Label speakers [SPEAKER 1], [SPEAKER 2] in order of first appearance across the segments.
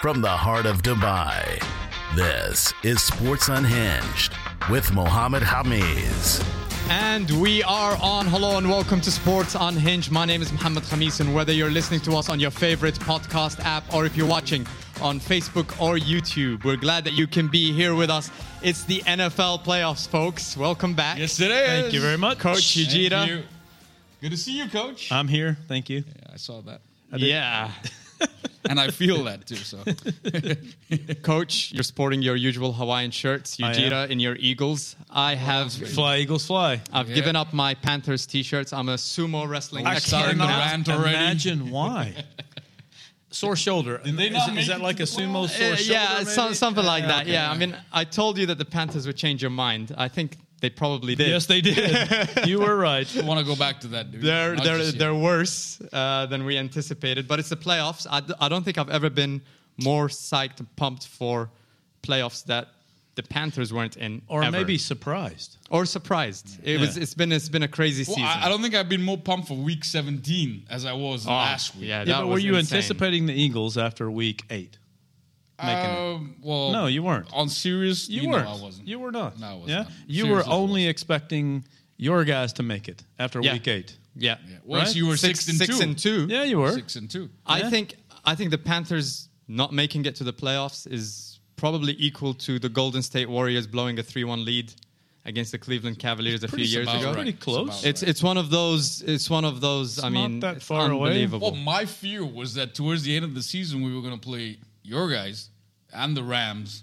[SPEAKER 1] From the heart of Dubai, this is Sports Unhinged with Mohammed Hamiz.
[SPEAKER 2] And we are on. Hello and welcome to Sports Unhinged. My name is Mohammed Khamis, and whether you're listening to us on your favorite podcast app or if you're watching on Facebook or YouTube, we're glad that you can be here with us. It's the NFL playoffs, folks. Welcome back.
[SPEAKER 3] Yes, it is.
[SPEAKER 2] Thank you very much, Coach
[SPEAKER 3] Thank
[SPEAKER 2] Yujira.
[SPEAKER 3] you. Good to see you, coach.
[SPEAKER 4] I'm here. Thank you.
[SPEAKER 3] I saw that.
[SPEAKER 2] Yeah,
[SPEAKER 3] And I feel that too. So
[SPEAKER 2] Coach, you're sporting your usual Hawaiian shirts,
[SPEAKER 4] I am.
[SPEAKER 2] Yujira in your Eagles. I have.
[SPEAKER 4] Fly, Eagles, fly.
[SPEAKER 2] I've
[SPEAKER 3] Yeah.
[SPEAKER 2] given up my Panthers t-shirts. I'm a sumo
[SPEAKER 4] Oh,
[SPEAKER 2] wrestling
[SPEAKER 3] I
[SPEAKER 2] expert.
[SPEAKER 3] started the
[SPEAKER 2] now.
[SPEAKER 3] rant already.
[SPEAKER 4] Imagine why. sore shoulder.
[SPEAKER 3] they
[SPEAKER 4] Is-
[SPEAKER 3] not
[SPEAKER 4] is,
[SPEAKER 3] make
[SPEAKER 4] that
[SPEAKER 3] it
[SPEAKER 4] like
[SPEAKER 3] to
[SPEAKER 4] a
[SPEAKER 3] the
[SPEAKER 4] sumo
[SPEAKER 3] playoffs?
[SPEAKER 4] sore
[SPEAKER 2] Uh,
[SPEAKER 4] shoulder?
[SPEAKER 2] yeah, some,
[SPEAKER 4] maybe?
[SPEAKER 2] something like that.
[SPEAKER 3] okay.
[SPEAKER 2] Yeah, I mean, I told you that the Panthers would change your mind. I think they probably did.
[SPEAKER 4] Yes, they did. you were right.
[SPEAKER 3] I want to go back to that, dude.
[SPEAKER 2] they're
[SPEAKER 3] Not
[SPEAKER 2] they're
[SPEAKER 3] just yet.
[SPEAKER 2] they're worse uh, than we anticipated. But it's the playoffs. I, d- I don't think I've ever been more psyched and pumped for playoffs that the Panthers weren't in,
[SPEAKER 4] Or
[SPEAKER 2] ever.
[SPEAKER 4] maybe surprised.
[SPEAKER 2] or surprised. It was.
[SPEAKER 4] Yeah.
[SPEAKER 2] It's been it's been a crazy
[SPEAKER 3] Well,
[SPEAKER 2] season.
[SPEAKER 3] I, I don't think I've been more pumped for week 17 as I was
[SPEAKER 2] Oh,
[SPEAKER 3] last
[SPEAKER 2] Yeah,
[SPEAKER 3] week.
[SPEAKER 4] Yeah,
[SPEAKER 2] that
[SPEAKER 4] but were
[SPEAKER 2] was
[SPEAKER 4] you
[SPEAKER 2] insane.
[SPEAKER 4] anticipating the Eagles after week eight?
[SPEAKER 3] Um, well,
[SPEAKER 4] No, you weren't.
[SPEAKER 3] On serious,
[SPEAKER 4] You,
[SPEAKER 3] know
[SPEAKER 4] weren't.
[SPEAKER 3] I wasn't.
[SPEAKER 4] You were not.
[SPEAKER 3] No, I was
[SPEAKER 4] yeah?
[SPEAKER 3] not.
[SPEAKER 4] You
[SPEAKER 3] Seriously,
[SPEAKER 4] were
[SPEAKER 3] I
[SPEAKER 4] only
[SPEAKER 3] wasn't.
[SPEAKER 4] expecting your guys to make it after
[SPEAKER 2] Yeah.
[SPEAKER 4] week eight.
[SPEAKER 2] Yeah.
[SPEAKER 3] Yeah. Well,
[SPEAKER 4] Right?
[SPEAKER 3] you were
[SPEAKER 2] Six,
[SPEAKER 3] six, and
[SPEAKER 2] six
[SPEAKER 3] two.
[SPEAKER 2] and two.
[SPEAKER 4] Yeah, you were.
[SPEAKER 3] Six and two.
[SPEAKER 2] I
[SPEAKER 4] Yeah.
[SPEAKER 2] think I think the Panthers not making it to the playoffs is probably equal to the Golden State Warriors blowing a three-one lead against the Cleveland Cavaliers a few
[SPEAKER 3] Pretty
[SPEAKER 2] years
[SPEAKER 3] about
[SPEAKER 2] ago.
[SPEAKER 3] right.
[SPEAKER 4] Pretty close.
[SPEAKER 3] about
[SPEAKER 2] It's it's one of those. It's one of those. I
[SPEAKER 4] not
[SPEAKER 2] mean,
[SPEAKER 4] that
[SPEAKER 2] it's
[SPEAKER 4] far away.
[SPEAKER 2] unbelievable.
[SPEAKER 3] Well, my fear was that towards the end of the season, we were going to play your guys and the Rams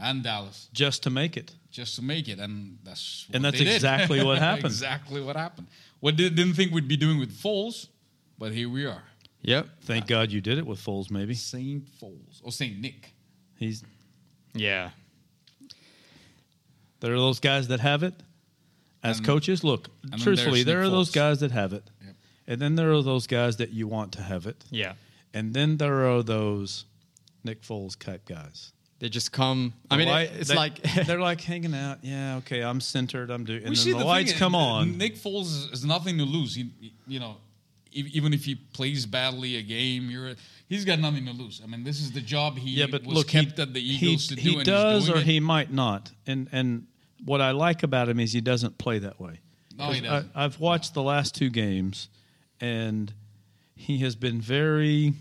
[SPEAKER 3] and Dallas
[SPEAKER 4] Just to make it.
[SPEAKER 3] just to make it, and that's what
[SPEAKER 4] And that's
[SPEAKER 3] they did.
[SPEAKER 4] exactly what happened.
[SPEAKER 3] exactly what happened. What did, didn't think we'd be doing with Foles, but here we are.
[SPEAKER 2] Yep.
[SPEAKER 4] Thank God you did it with Foles, maybe.
[SPEAKER 3] Saint Foles or Saint Nick.
[SPEAKER 4] He's
[SPEAKER 2] Yeah.
[SPEAKER 4] There are those guys that have it as
[SPEAKER 3] And-
[SPEAKER 4] coaches. Look,
[SPEAKER 3] then
[SPEAKER 4] truthfully,
[SPEAKER 3] there's
[SPEAKER 4] there
[SPEAKER 3] Nick
[SPEAKER 4] are those
[SPEAKER 3] Foles.
[SPEAKER 4] guys that have it.
[SPEAKER 3] Yep.
[SPEAKER 4] And then there are those guys that you want to have it.
[SPEAKER 2] Yeah.
[SPEAKER 4] And then there are those Nick Foles type guys.
[SPEAKER 2] They just come. I mean,
[SPEAKER 4] The
[SPEAKER 2] it-
[SPEAKER 4] light-
[SPEAKER 2] it's
[SPEAKER 4] they-
[SPEAKER 2] like
[SPEAKER 4] they're like hanging out. Yeah, okay, I'm centered. I'm doing. And then the, lights come on.
[SPEAKER 3] uh, Nick Foles is- has nothing to lose. He, he- you know, e- even if he plays badly a game, you're he's got nothing to lose. I mean, this is the job he
[SPEAKER 4] yeah, but
[SPEAKER 3] was
[SPEAKER 4] look,
[SPEAKER 3] kept
[SPEAKER 4] he,
[SPEAKER 3] at the Eagles to
[SPEAKER 4] he,
[SPEAKER 3] do.
[SPEAKER 4] he
[SPEAKER 3] and he's
[SPEAKER 4] does
[SPEAKER 3] doing
[SPEAKER 4] or
[SPEAKER 3] it.
[SPEAKER 4] he might not. And and what I like about him is he doesn't play that way.
[SPEAKER 3] No, he
[SPEAKER 4] 'Cause
[SPEAKER 3] doesn't.
[SPEAKER 4] I, I've watched the last two games, and he has been very,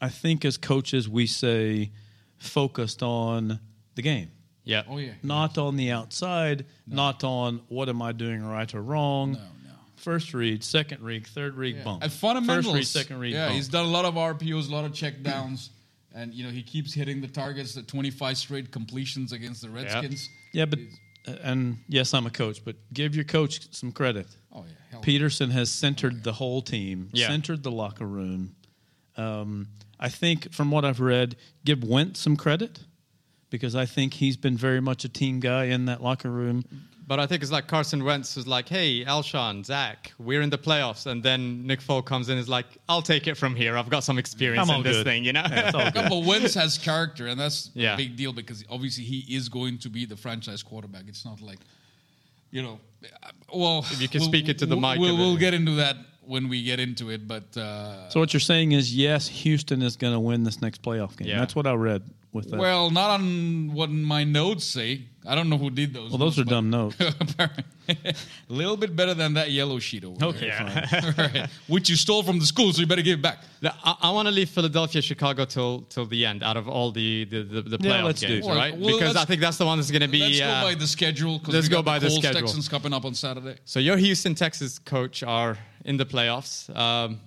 [SPEAKER 4] I think, as coaches we say, focused on the game,
[SPEAKER 2] yeah.
[SPEAKER 3] Oh yeah,
[SPEAKER 4] not on the outside, not on what am I doing right or wrong.
[SPEAKER 3] No, no.
[SPEAKER 4] First read, second read, third read, bump.
[SPEAKER 3] At fundamentals,
[SPEAKER 4] First read, second read,
[SPEAKER 3] Yeah,
[SPEAKER 4] bump.
[SPEAKER 3] he's done a lot of RPOs, a lot of check downs, and you know he keeps hitting the targets. The 25 straight completions against the Redskins.
[SPEAKER 4] yeah, but uh,
[SPEAKER 3] He's-
[SPEAKER 4] and yes, I'm a coach, but give your coach some credit.
[SPEAKER 3] oh yeah, Oh, hell
[SPEAKER 4] Peterson has centered the whole team,
[SPEAKER 2] Yeah.
[SPEAKER 4] centered the locker room. Um, I think, from what I've read, give Wentz some credit because I think he's been very much a team guy in that locker room.
[SPEAKER 2] But I think it's like Carson Wentz is like, hey, Alshon, Zach, we're in the playoffs. And then Nick Foles comes in and is like, I'll take it from here. I've got some experience
[SPEAKER 4] I'm all
[SPEAKER 2] in this
[SPEAKER 4] good.
[SPEAKER 2] thing, you know?
[SPEAKER 4] Yeah, it's all
[SPEAKER 3] No,
[SPEAKER 4] good.
[SPEAKER 3] but Wentz has character, and that's
[SPEAKER 2] Yeah.
[SPEAKER 3] a big deal because obviously he is going to be the franchise quarterback. It's not like, you know, uh, well, if
[SPEAKER 2] you can speak it to the mic a
[SPEAKER 3] we'll, we'll
[SPEAKER 2] bit.
[SPEAKER 3] get into that when we get into it. But uh,
[SPEAKER 4] so what you're saying is, yes, Houston is going to win this next playoff game.
[SPEAKER 2] Yeah.
[SPEAKER 4] That's what I read with that. Well,
[SPEAKER 3] well, not on what my notes say. I don't know who did those.
[SPEAKER 4] those are
[SPEAKER 3] notes,
[SPEAKER 4] dumb notes.
[SPEAKER 3] but a little bit better than that yellow sheet over
[SPEAKER 4] Okay,
[SPEAKER 2] Yeah.
[SPEAKER 3] there, Right. which you stole from the school, so you better give it back.
[SPEAKER 2] The- I, want to leave Philadelphia, Chicago till till the end. Out of all the the, the, the playoff
[SPEAKER 4] Yeah, let's do
[SPEAKER 2] games,
[SPEAKER 4] it.
[SPEAKER 3] Well,
[SPEAKER 2] right?
[SPEAKER 3] well,
[SPEAKER 2] because
[SPEAKER 3] let's-
[SPEAKER 2] I think that's the one that's going to be.
[SPEAKER 3] Let's
[SPEAKER 2] uh,
[SPEAKER 3] go by the schedule. 'cause
[SPEAKER 2] let's
[SPEAKER 3] we
[SPEAKER 2] go
[SPEAKER 3] got
[SPEAKER 2] by the
[SPEAKER 3] Colts,
[SPEAKER 2] schedule.
[SPEAKER 3] Texans coming up on Saturday.
[SPEAKER 2] So your Houston Texas coach are in the playoffs. Um,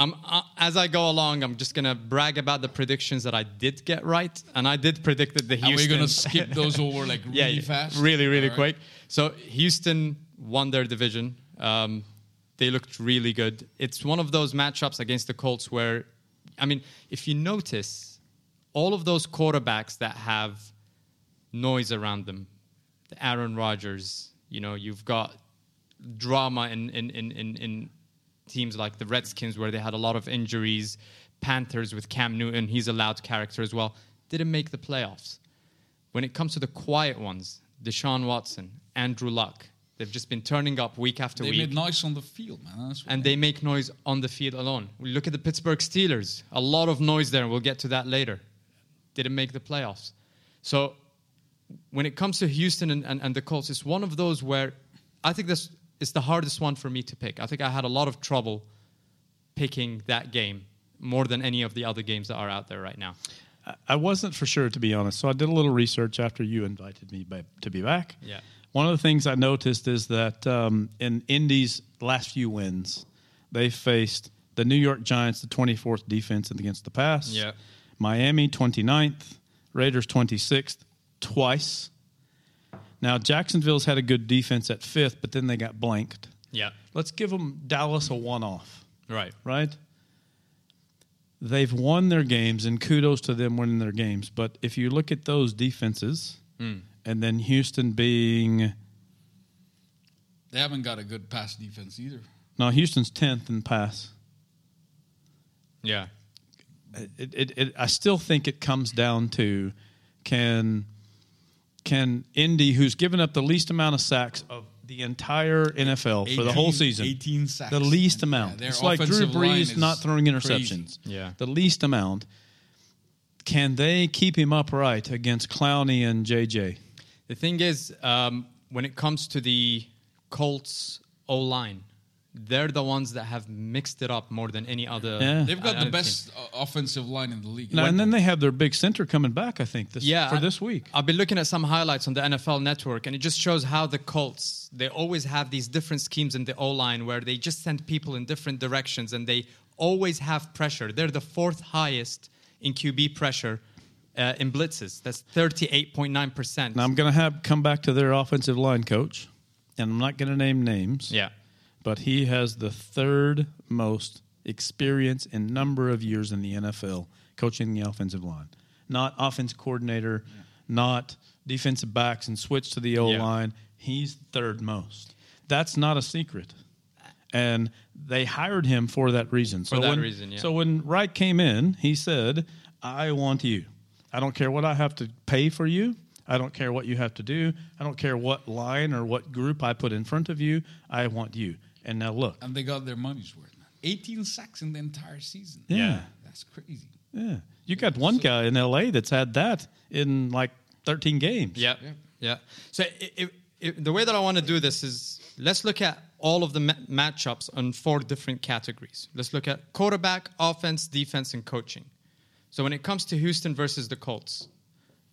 [SPEAKER 2] I'm, uh, as I go along, I'm just gonna brag about the predictions that I did get right, and I did predict that the Houston.
[SPEAKER 3] Are we going to skip those over like really
[SPEAKER 2] yeah, yeah,
[SPEAKER 3] fast?
[SPEAKER 2] really, really
[SPEAKER 3] All right.
[SPEAKER 2] quick. So Houston won their division. Um, they looked really good. It's one of those matchups against the Colts where, I mean, if you notice, all of those quarterbacks that have noise around them, the Aaron Rodgers, you know, you've got drama in in in in, in teams like the Redskins where they had a lot of injuries, Panthers with Cam Newton, he's a loud character as well, didn't make the playoffs. When it comes to the quiet ones, Deshaun Watson, Andrew Luck, they've just been turning up week after
[SPEAKER 3] They
[SPEAKER 2] week
[SPEAKER 3] made noise on the field, man. That's what
[SPEAKER 2] and they make noise on the field alone. We look at the Pittsburgh Steelers, a lot of noise there, and we'll get to that later. didn't make the playoffs. So when it comes to Houston and, and, and the Colts, it's one of those where I think this is the hardest one for me to pick. I think I had a lot of trouble picking that game more than any of the other games that are out there right now.
[SPEAKER 4] I- I wasn't for sure, to be honest. So I did a little research after you invited me ba- to be back.
[SPEAKER 2] Yeah.
[SPEAKER 4] One of the things I noticed is that um, in Indy's last few wins, they faced the New York Giants, the 24th defense against the pass.
[SPEAKER 2] Yeah.
[SPEAKER 4] Miami, 29th. Raiders, 26th, twice. Now, Jacksonville's had a good defense at fifth, but then they got blanked.
[SPEAKER 2] Yeah.
[SPEAKER 4] Let's give them Dallas a one off
[SPEAKER 2] Right.
[SPEAKER 4] right? They've won their games, and kudos to them winning their games. But if you look at those defenses, and then Houston being
[SPEAKER 3] They haven't got a good pass defense either.
[SPEAKER 4] no, Houston's tenth in pass.
[SPEAKER 2] Yeah.
[SPEAKER 4] It, it, it, I still think it comes down to can can Indy, who's given up the least amount of sacks of the entire NFL for the whole
[SPEAKER 3] 18
[SPEAKER 4] season,
[SPEAKER 3] 18 sacks.
[SPEAKER 4] the least
[SPEAKER 3] Yeah,
[SPEAKER 4] amount.
[SPEAKER 3] their
[SPEAKER 4] it's like Drew
[SPEAKER 3] offensive line
[SPEAKER 4] Brees
[SPEAKER 3] is
[SPEAKER 4] not throwing
[SPEAKER 3] crazy.
[SPEAKER 4] interceptions.
[SPEAKER 2] Yeah.
[SPEAKER 4] the least amount. Can they keep him upright against Clowney and JJ?
[SPEAKER 2] The thing is, um, when it comes to the Colts O line, they're the ones that have mixed it up more than any other.
[SPEAKER 4] Yeah.
[SPEAKER 3] They've got
[SPEAKER 2] other
[SPEAKER 3] the
[SPEAKER 2] team.
[SPEAKER 3] best o- offensive line in the league.
[SPEAKER 4] Now, and then they have their big center coming back. I think this
[SPEAKER 2] Yeah,
[SPEAKER 4] for
[SPEAKER 2] I-
[SPEAKER 4] this week.
[SPEAKER 2] I've been looking at some highlights on the NFL Network, and it just shows how the Colts they always have these different schemes in the O line where they just send people in different directions, and they always have pressure. They're the fourth highest in QB pressure uh, in blitzes. That's thirty-eight point nine percent.
[SPEAKER 4] Now I'm going to have come back to their offensive line coach, and I'm not going to name names.
[SPEAKER 2] Yeah,
[SPEAKER 4] but he has the third most experience and number of years in the NFL coaching the offensive line. Not offense coordinator, not defensive backs and switch to the O line. He's third most. That's not a secret. And they hired him for that reason.
[SPEAKER 2] For
[SPEAKER 4] so
[SPEAKER 2] that
[SPEAKER 4] when,
[SPEAKER 2] reason, yeah.
[SPEAKER 4] So when Wright came in, he said, I want you. I don't care what I have to pay for you. I don't care what you have to do. I don't care what line or what group I put in front of you. I want you. And now look.
[SPEAKER 3] and they got their money's worth. man. 18 sacks in the entire season.
[SPEAKER 4] Yeah.
[SPEAKER 3] That's crazy.
[SPEAKER 4] Yeah. You got one guy in LA that's had that in like 13 games.
[SPEAKER 2] yeah, yeah. So i i i the way that I want to do this is let's look at all of the ma- matchups on four different categories. Let's look at quarterback, offense, defense, and coaching. So when it comes to Houston versus the Colts,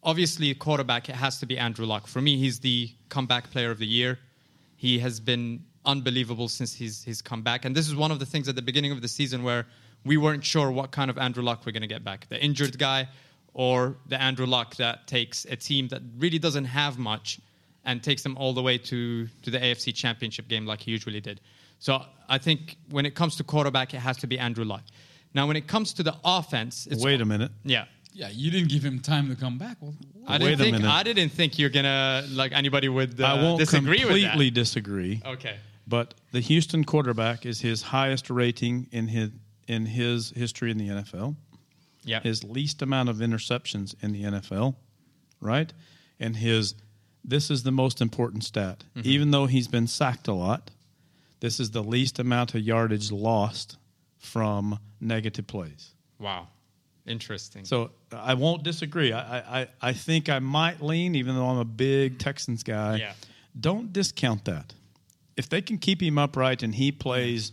[SPEAKER 2] obviously quarterback it has to be Andrew Luck. For me, he's the comeback player of the year. He has been unbelievable since he's he's come back, and this is one of the things at the beginning of the season where we weren't sure what kind of Andrew Luck we're going to get back, the injured guy or the Andrew Luck that takes a team that really doesn't have much and takes them all the way to to the AFC Championship game like he usually did. So I think when it comes to quarterback, it has to be Andrew Luck. Now, when it comes to the offense, it's
[SPEAKER 4] Wait a minute.
[SPEAKER 2] yeah.
[SPEAKER 3] Yeah, you didn't give him time to come back. Well,
[SPEAKER 2] I
[SPEAKER 4] Wait
[SPEAKER 2] didn't
[SPEAKER 4] a
[SPEAKER 2] think
[SPEAKER 4] minute.
[SPEAKER 2] I didn't think you're gonna like anybody would uh,
[SPEAKER 4] I won't
[SPEAKER 2] disagree
[SPEAKER 4] completely
[SPEAKER 2] with
[SPEAKER 4] disagree.
[SPEAKER 2] that. Okay.
[SPEAKER 4] But the Houston quarterback is his highest rating in his in his history in the NFL.
[SPEAKER 2] Yeah.
[SPEAKER 4] His least amount of interceptions in the NFL, right? And his this is the most important stat. Even though he's been sacked a lot, this is the least amount of yardage lost from negative plays.
[SPEAKER 2] wow. Interesting.
[SPEAKER 4] So I won't disagree. I, I, I- I think I might lean, even though I'm a big Texans guy.
[SPEAKER 2] Yeah.
[SPEAKER 4] Don't discount that. If they can keep him upright and he plays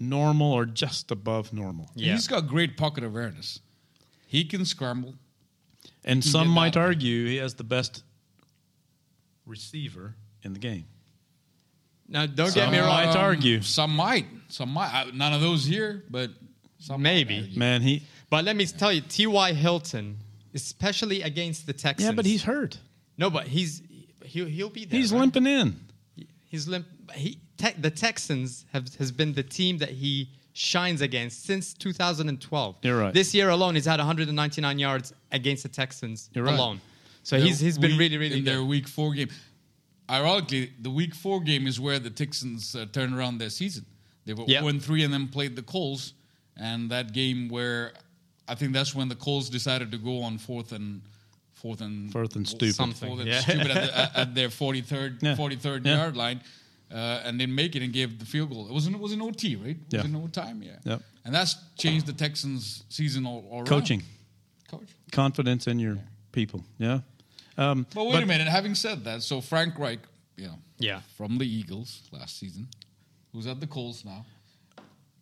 [SPEAKER 4] normal or just above normal,
[SPEAKER 2] Yeah.
[SPEAKER 3] he's got great pocket awareness. He can scramble.
[SPEAKER 4] and some
[SPEAKER 3] did
[SPEAKER 4] might
[SPEAKER 3] that.
[SPEAKER 4] argue he has the best receiver in the game.
[SPEAKER 2] now, don't
[SPEAKER 4] Some
[SPEAKER 2] get me wrong.
[SPEAKER 4] might argue.
[SPEAKER 3] Um, Some might. Some might. I- None of those here, but some might
[SPEAKER 2] Maybe.
[SPEAKER 3] argue.
[SPEAKER 4] Man, he
[SPEAKER 2] But let me tell you, T.Y. Hilton, especially against the Texans.
[SPEAKER 4] yeah, but he's hurt.
[SPEAKER 2] no, but he's he he'll be there.
[SPEAKER 4] He's
[SPEAKER 2] right?
[SPEAKER 4] limping in.
[SPEAKER 2] He's limp. He te- the Texans have has been the team that he shines against since 2012.
[SPEAKER 4] You're right.
[SPEAKER 2] This year alone, he's had 199 yards against the Texans
[SPEAKER 4] You're right.
[SPEAKER 2] alone. So
[SPEAKER 3] Their
[SPEAKER 2] he's he's been
[SPEAKER 3] week-
[SPEAKER 2] really really
[SPEAKER 3] in their
[SPEAKER 2] good.
[SPEAKER 3] week four game. Ironically, the week four game is where the Texans uh, turned around their season. They were
[SPEAKER 2] Yeah.
[SPEAKER 3] zero and three, and then played the Colts, and that game where I think that's when the Colts decided to go on fourth and fourth and
[SPEAKER 4] Fourth and stupid.
[SPEAKER 2] Something.
[SPEAKER 3] fourth and
[SPEAKER 2] Yeah.
[SPEAKER 3] stupid at, the, at- at their forty third
[SPEAKER 4] Yeah.
[SPEAKER 3] forty third
[SPEAKER 4] Yeah.
[SPEAKER 3] yard line, uh, and didn't make it and gave the field goal. It was in, it was in OT, right? It
[SPEAKER 4] Yeah.
[SPEAKER 3] was in overtime, yeah.
[SPEAKER 4] Yep.
[SPEAKER 3] And that's changed the Texans' season all, all around.
[SPEAKER 4] Coaching.
[SPEAKER 3] coach.
[SPEAKER 4] confidence in your people. Yeah. Um,
[SPEAKER 3] But wait a minute. Having said that, so Frank Reich, you know,
[SPEAKER 2] Yeah.
[SPEAKER 3] from the Eagles last season, who's at the Colts now.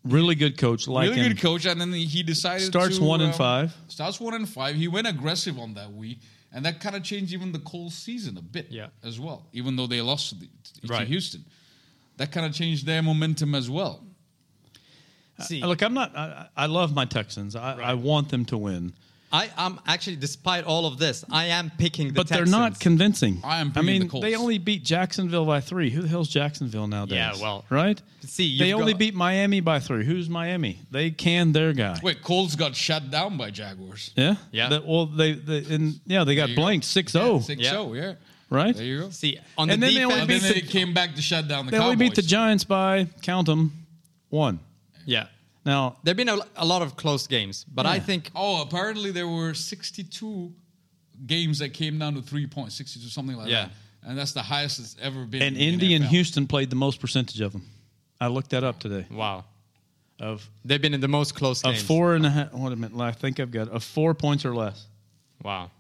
[SPEAKER 4] Really good coach. Like
[SPEAKER 3] really
[SPEAKER 4] him.
[SPEAKER 3] good coach, and then he decided
[SPEAKER 4] Starts
[SPEAKER 3] to,
[SPEAKER 4] one and
[SPEAKER 3] um,
[SPEAKER 4] five.
[SPEAKER 3] Starts one and five. He went aggressive on that week, and that kind of changed even the Colts season a bit,
[SPEAKER 2] Yeah.
[SPEAKER 3] as well. Even though they lost to, the, to
[SPEAKER 2] Right.
[SPEAKER 3] Houston, that kind of changed their momentum as well.
[SPEAKER 2] See,
[SPEAKER 4] Look, I'm not. I, I love my Texans. I, I want them to win,
[SPEAKER 2] I am actually, despite all of this, I am picking the
[SPEAKER 4] but
[SPEAKER 2] Texans.
[SPEAKER 4] they're not convincing.
[SPEAKER 3] I am
[SPEAKER 4] I
[SPEAKER 3] picking the
[SPEAKER 4] mean,
[SPEAKER 3] Colts.
[SPEAKER 4] they only beat Jacksonville by three. Who the hell's Jacksonville nowadays?
[SPEAKER 2] Yeah, well,
[SPEAKER 4] right.
[SPEAKER 2] see,
[SPEAKER 4] they
[SPEAKER 2] you've
[SPEAKER 4] only
[SPEAKER 2] got-
[SPEAKER 4] beat Miami by three. Who's Miami? They canned their guy.
[SPEAKER 3] Wait, Colts got shut down by Jaguars.
[SPEAKER 4] Yeah.
[SPEAKER 2] Yeah.
[SPEAKER 4] That- well, they, they and yeah, they got
[SPEAKER 3] you go.
[SPEAKER 4] blanked 6-0,
[SPEAKER 3] six
[SPEAKER 2] Yeah.
[SPEAKER 3] zero. Yeah,
[SPEAKER 4] right?
[SPEAKER 3] there you go.
[SPEAKER 2] See, on
[SPEAKER 4] And
[SPEAKER 2] the
[SPEAKER 4] then they only
[SPEAKER 2] defense,
[SPEAKER 3] And then
[SPEAKER 4] beat the-
[SPEAKER 3] they came back to shut down the
[SPEAKER 4] They
[SPEAKER 3] Cowboys.
[SPEAKER 4] only beat the Giants by count them one.
[SPEAKER 2] yeah,
[SPEAKER 4] Now
[SPEAKER 2] there've been a, a lot of close games, but I think
[SPEAKER 3] Oh, apparently there were 62 games that came down to three points, 62 something like
[SPEAKER 2] Yeah.
[SPEAKER 3] that. And that's the highest it's ever been.
[SPEAKER 4] and
[SPEAKER 3] in
[SPEAKER 4] Indy and
[SPEAKER 3] NFL.
[SPEAKER 4] Houston played the most percentage of them. I looked that up today.
[SPEAKER 2] wow,
[SPEAKER 4] Of
[SPEAKER 2] they've been in the most close
[SPEAKER 4] of
[SPEAKER 2] games.
[SPEAKER 4] four and a half. Wait a minute. I think I've got of four points or less.
[SPEAKER 2] Wow.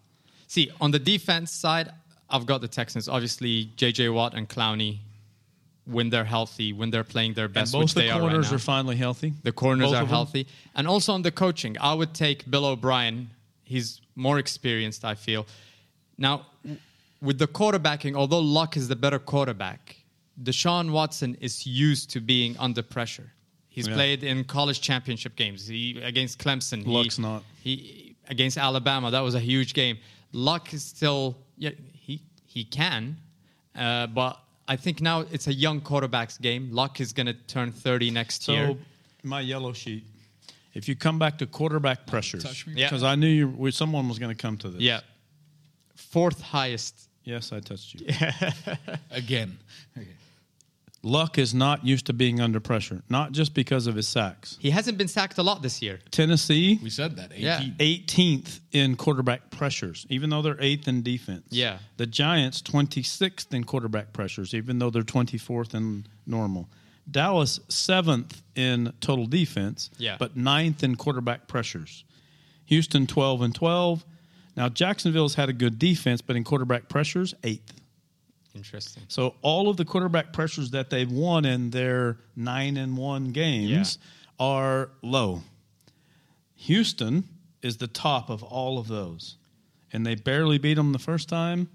[SPEAKER 2] See, on the defense side, I've got the Texans. Obviously, J.J. Watt and Clowney, when they're healthy, when they're playing their
[SPEAKER 4] And
[SPEAKER 2] best,
[SPEAKER 4] both
[SPEAKER 2] which
[SPEAKER 4] the
[SPEAKER 2] they are right
[SPEAKER 4] corners
[SPEAKER 2] now.
[SPEAKER 4] are finally healthy.
[SPEAKER 2] the corners
[SPEAKER 4] Both
[SPEAKER 2] are
[SPEAKER 4] of them.
[SPEAKER 2] healthy. And also on the coaching, I would take Bill O'Brien. He's more experienced, I feel. Now, w- with the quarterbacking, although Luck is the better quarterback, Deshaun Watson is used to being under pressure. He's
[SPEAKER 4] Yeah.
[SPEAKER 2] played in college championship games. He against Clemson. he-
[SPEAKER 4] Luck's not.
[SPEAKER 2] He against Alabama. That was a huge game. Luck is still. Yeah, he he can, uh, but I think now it's a young quarterback's game. Luck is going to turn thirty next
[SPEAKER 4] So
[SPEAKER 2] year.
[SPEAKER 4] my yellow sheet. If you come back to quarterback pressures,
[SPEAKER 3] Touch me.
[SPEAKER 2] Yeah.
[SPEAKER 4] because I knew you, we- someone was going to come to this.
[SPEAKER 2] Yeah. Fourth highest.
[SPEAKER 4] Yes, I touched you.
[SPEAKER 3] Again. Okay.
[SPEAKER 4] Luck is not used to being under pressure, not just because of his sacks.
[SPEAKER 2] He hasn't been sacked a lot this year.
[SPEAKER 4] Tennessee,
[SPEAKER 3] We said that. 18.
[SPEAKER 2] Yeah.
[SPEAKER 4] 18th in quarterback pressures, even though they're eighth in defense.
[SPEAKER 2] Yeah.
[SPEAKER 4] The Giants, 26th in quarterback pressures, even though they're 24th in normal. Dallas, seventh in total defense,
[SPEAKER 2] Yeah.
[SPEAKER 4] but ninth in quarterback pressures. Houston, 12 and 12. Now, Jacksonville's had a good defense, but in quarterback pressures, eighth.
[SPEAKER 2] Interesting.
[SPEAKER 4] So all of the quarterback pressures that they've won in their nine and one games are low. Houston is the top of all of those, and they barely beat them the first time.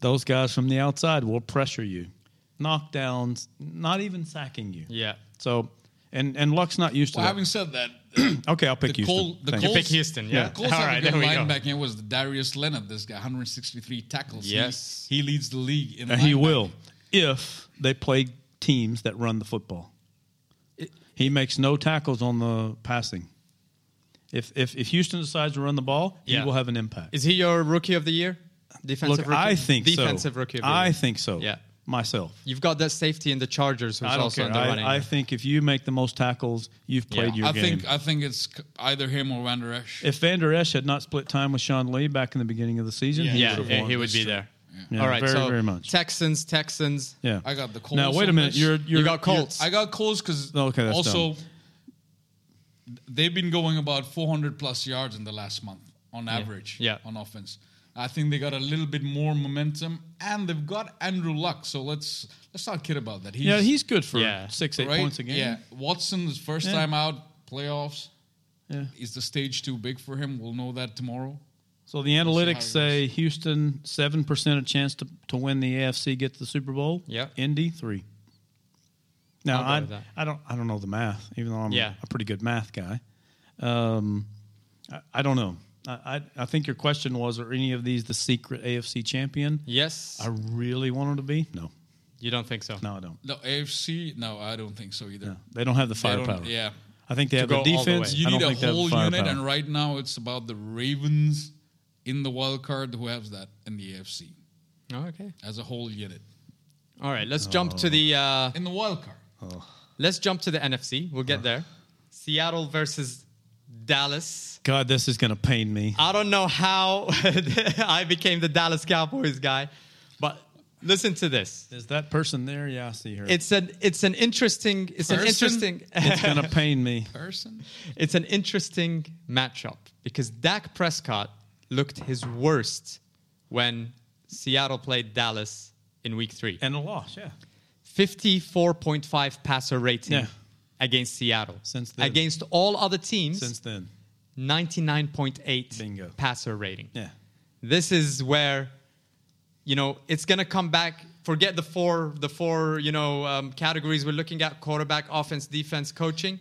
[SPEAKER 4] Those guys from the outside will pressure you, knockdowns, not even sacking you.
[SPEAKER 2] Yeah.
[SPEAKER 4] So, and and Luck's not used to
[SPEAKER 3] Well,
[SPEAKER 4] that.
[SPEAKER 3] having said that, the
[SPEAKER 4] okay, I'll pick Houston.
[SPEAKER 3] Col- the
[SPEAKER 4] Thank
[SPEAKER 3] Colts,
[SPEAKER 4] you.
[SPEAKER 2] pick Houston, yeah.
[SPEAKER 3] The Colts
[SPEAKER 2] All
[SPEAKER 3] have
[SPEAKER 2] right,
[SPEAKER 3] a
[SPEAKER 2] there
[SPEAKER 3] good
[SPEAKER 2] we go.
[SPEAKER 3] linebacker was Darius Leonard. This guy, 163 tackles. He-
[SPEAKER 2] Yes.
[SPEAKER 3] he, leads the league in.
[SPEAKER 4] And he
[SPEAKER 3] linebacker.
[SPEAKER 4] will if they play teams that run the football. He makes no tackles on the passing. If if, if Houston decides to run the ball,
[SPEAKER 2] Yeah.
[SPEAKER 4] he will have an impact.
[SPEAKER 2] Is he your rookie of the year? Defensive
[SPEAKER 4] Look,
[SPEAKER 2] rookie?
[SPEAKER 4] I think
[SPEAKER 2] Defensive
[SPEAKER 4] so.
[SPEAKER 2] rookie of the year.
[SPEAKER 4] I think so.
[SPEAKER 2] Yeah.
[SPEAKER 4] Myself.
[SPEAKER 2] You've got that safety in the Chargers who's
[SPEAKER 4] I don't
[SPEAKER 2] also
[SPEAKER 4] care.
[SPEAKER 2] in the running.
[SPEAKER 4] I, I think if you make the most tackles, you've
[SPEAKER 2] Yeah.
[SPEAKER 4] played your
[SPEAKER 3] I
[SPEAKER 4] game.
[SPEAKER 3] think I think it's c- either him or Van Der Esch.
[SPEAKER 4] if Van Der Esch had not split time with Sean Lee back in the beginning of the season, he
[SPEAKER 2] yeah,
[SPEAKER 4] would have
[SPEAKER 2] he,
[SPEAKER 4] won.
[SPEAKER 2] he would be there.
[SPEAKER 4] Yeah,
[SPEAKER 2] All right,
[SPEAKER 4] very,
[SPEAKER 2] so
[SPEAKER 4] very much.
[SPEAKER 2] Texans, Texans.
[SPEAKER 4] yeah.
[SPEAKER 3] I got the Colts.
[SPEAKER 4] Now wait a
[SPEAKER 3] on
[SPEAKER 4] minute.
[SPEAKER 3] this.
[SPEAKER 4] You're,
[SPEAKER 2] You
[SPEAKER 4] you're
[SPEAKER 2] got Colts.
[SPEAKER 3] I got Colts because
[SPEAKER 4] Okay, that's
[SPEAKER 3] also they've been going about 400 plus yards in the last month on average
[SPEAKER 2] yeah.
[SPEAKER 3] on offense. I think they got a little bit more momentum, and they've got Andrew Luck. So let's let's not kid about that. He's,
[SPEAKER 4] Yeah, he's good for
[SPEAKER 2] Yeah.
[SPEAKER 4] six, eight
[SPEAKER 3] right?
[SPEAKER 4] points a game.
[SPEAKER 3] Yeah, Watson's first
[SPEAKER 4] Yeah.
[SPEAKER 3] time out playoffs.
[SPEAKER 4] Yeah.
[SPEAKER 3] Is the stage too big for him? We'll know that tomorrow.
[SPEAKER 4] So the
[SPEAKER 3] how
[SPEAKER 4] analytics
[SPEAKER 3] it
[SPEAKER 4] say Houston seven percent a chance to, to win the AFC, get to the Super Bowl.
[SPEAKER 2] Yeah.
[SPEAKER 4] Indy three. Now
[SPEAKER 2] I'll go
[SPEAKER 4] I,
[SPEAKER 2] with that.
[SPEAKER 4] I don't I don't know the math, even though I'm
[SPEAKER 2] Yeah.
[SPEAKER 4] a pretty good math guy. Um, I, I don't know. I, I I think your question was: Are any of these the secret AFC champion?
[SPEAKER 2] Yes.
[SPEAKER 4] I really want them to be. No,
[SPEAKER 2] you don't think so?
[SPEAKER 4] no, I don't.
[SPEAKER 3] No AFC. No, I don't think so either.
[SPEAKER 4] No, they don't have the
[SPEAKER 3] They don't-
[SPEAKER 4] firepower.
[SPEAKER 3] Yeah.
[SPEAKER 4] I think they have
[SPEAKER 2] go
[SPEAKER 4] the
[SPEAKER 2] all the
[SPEAKER 4] defense.
[SPEAKER 2] way.
[SPEAKER 3] You
[SPEAKER 4] I
[SPEAKER 3] need
[SPEAKER 4] don't
[SPEAKER 3] a
[SPEAKER 4] think they have the
[SPEAKER 3] whole unit,
[SPEAKER 4] firepower.
[SPEAKER 3] and right now it's about the Ravens in the wild card who has that in the AFC
[SPEAKER 2] Oh, okay.
[SPEAKER 3] as a whole unit
[SPEAKER 2] All right, let's jump
[SPEAKER 4] Oh.
[SPEAKER 2] to the uh,
[SPEAKER 3] in the wild card.
[SPEAKER 2] let's jump to the NFC. We'll
[SPEAKER 4] Uh.
[SPEAKER 2] get there. Seattle versus Dallas.
[SPEAKER 4] God, this is going to pain me.
[SPEAKER 2] I don't know how I became the Dallas Cowboys guy, but Listen to this.
[SPEAKER 4] Is that person there? Yeah, I see her.
[SPEAKER 2] It's an it's an interesting it's an
[SPEAKER 3] Person?
[SPEAKER 2] interesting
[SPEAKER 4] it's going to pain me.
[SPEAKER 3] Person?
[SPEAKER 2] it's an interesting matchup because Dak Prescott looked his worst when Seattle played Dallas in week 3.
[SPEAKER 4] And a loss, yeah.
[SPEAKER 2] 54.5 passer rating
[SPEAKER 4] Yeah.
[SPEAKER 2] against Seattle.
[SPEAKER 4] Since then.
[SPEAKER 2] Against all other teams,
[SPEAKER 4] Since then.
[SPEAKER 2] 99.8
[SPEAKER 4] Bingo.
[SPEAKER 2] passer rating.
[SPEAKER 4] Yeah.
[SPEAKER 2] This is where, you know, it's going to come back. Forget the four, the four, you know, um, categories we're looking at: quarterback, offense, defense, coaching.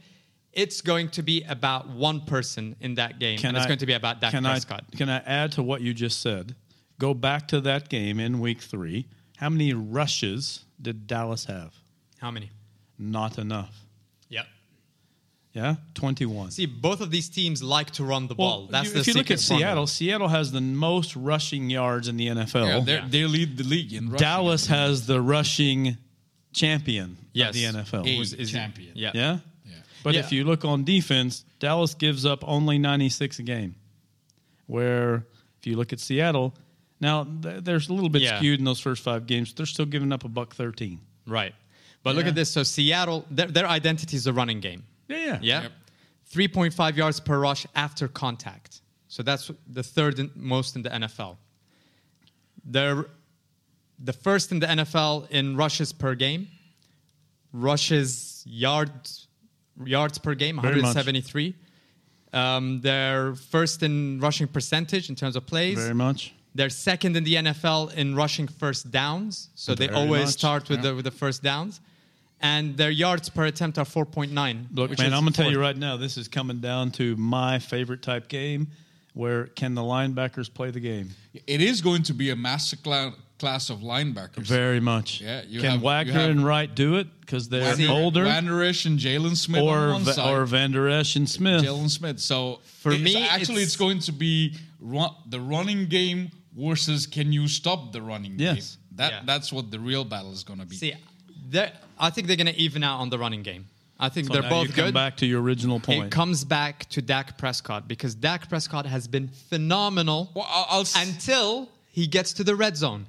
[SPEAKER 2] It's going to be about one person in that game, and it's going to be about Dak
[SPEAKER 4] can
[SPEAKER 2] Prescott.
[SPEAKER 4] I, can I add to what you just said? Go back to that game in week three. How many rushes did Dallas have?
[SPEAKER 2] How many?
[SPEAKER 4] Not enough.
[SPEAKER 2] Yeah.
[SPEAKER 4] Yeah, 21.
[SPEAKER 2] See, both of these teams like to run the ball. That's
[SPEAKER 4] you-
[SPEAKER 2] the
[SPEAKER 4] if you look
[SPEAKER 2] secret
[SPEAKER 4] at
[SPEAKER 2] formula.
[SPEAKER 4] Seattle, Seattle has the most rushing yards in the
[SPEAKER 3] Yeah,
[SPEAKER 4] NFL.
[SPEAKER 3] they're- they lead the league in rushing.
[SPEAKER 4] Oh. Dallas has the rushing champion
[SPEAKER 2] Yes.
[SPEAKER 4] of the NFL.
[SPEAKER 3] Eight.
[SPEAKER 2] Who's- is it-
[SPEAKER 3] champion.
[SPEAKER 2] Yeah.
[SPEAKER 4] Yeah?
[SPEAKER 3] Yeah.
[SPEAKER 4] But
[SPEAKER 2] Yeah.
[SPEAKER 4] if you look on defense, Dallas gives up only 96 a game. Where if you look at Seattle, now th- there's a little bit
[SPEAKER 2] Yeah.
[SPEAKER 4] skewed in those first five games. They're still giving up a buck 13.
[SPEAKER 2] Right. But look
[SPEAKER 4] Yeah.
[SPEAKER 2] at this. So Seattle, their, their identity is the running game.
[SPEAKER 4] Yeah, yeah.
[SPEAKER 2] Yeah.
[SPEAKER 3] Yep.
[SPEAKER 2] 3.5 yards per rush after contact. So that's the third in, most in the NFL. They're the first in the NFL in rushes per game. Rushes yard, yards per game,
[SPEAKER 4] Very much.
[SPEAKER 2] 173. Um, they're first in rushing percentage in terms of plays.
[SPEAKER 4] Very much.
[SPEAKER 2] They're second in the NFL in rushing first downs, so they
[SPEAKER 4] Very
[SPEAKER 2] always
[SPEAKER 4] much,
[SPEAKER 2] start with
[SPEAKER 4] yeah.
[SPEAKER 2] the with the first downs. And their yards per attempt are 4.9.
[SPEAKER 4] Look,
[SPEAKER 2] which
[SPEAKER 4] man,
[SPEAKER 2] is
[SPEAKER 4] I'm going to tell you
[SPEAKER 2] fourth.
[SPEAKER 4] right now, this is coming down to my favorite type game where can the linebackers play the game?
[SPEAKER 3] It is going to be a master cla- class of linebackers.
[SPEAKER 4] Very much.
[SPEAKER 3] Yeah, you
[SPEAKER 4] can
[SPEAKER 3] have- you
[SPEAKER 4] Wagner
[SPEAKER 3] have-
[SPEAKER 4] and Wright do it because they're
[SPEAKER 3] Wander-
[SPEAKER 4] older?
[SPEAKER 3] Wanderish and Jalen Smith on
[SPEAKER 4] or,
[SPEAKER 3] one
[SPEAKER 4] Va-
[SPEAKER 3] side.
[SPEAKER 4] or Van Der Esch and Smith.
[SPEAKER 3] Jalen Smith. So
[SPEAKER 2] For
[SPEAKER 3] for me,
[SPEAKER 2] me,
[SPEAKER 3] actually,
[SPEAKER 2] it's-
[SPEAKER 3] it's, going to be run, the running game versus can you stop the running
[SPEAKER 4] Yes.
[SPEAKER 3] game? That
[SPEAKER 2] Yeah.
[SPEAKER 3] that's what the real battle is going to be.
[SPEAKER 2] See, they're- I think they're going to even out on the running game. I think
[SPEAKER 4] So
[SPEAKER 2] they're
[SPEAKER 4] now
[SPEAKER 2] both
[SPEAKER 4] you come
[SPEAKER 2] good.
[SPEAKER 4] back to your original point.
[SPEAKER 2] It comes back to Dak Prescott because Dak Prescott has been phenomenal
[SPEAKER 3] well, I'll, I'll s-
[SPEAKER 2] until he gets to the red zone.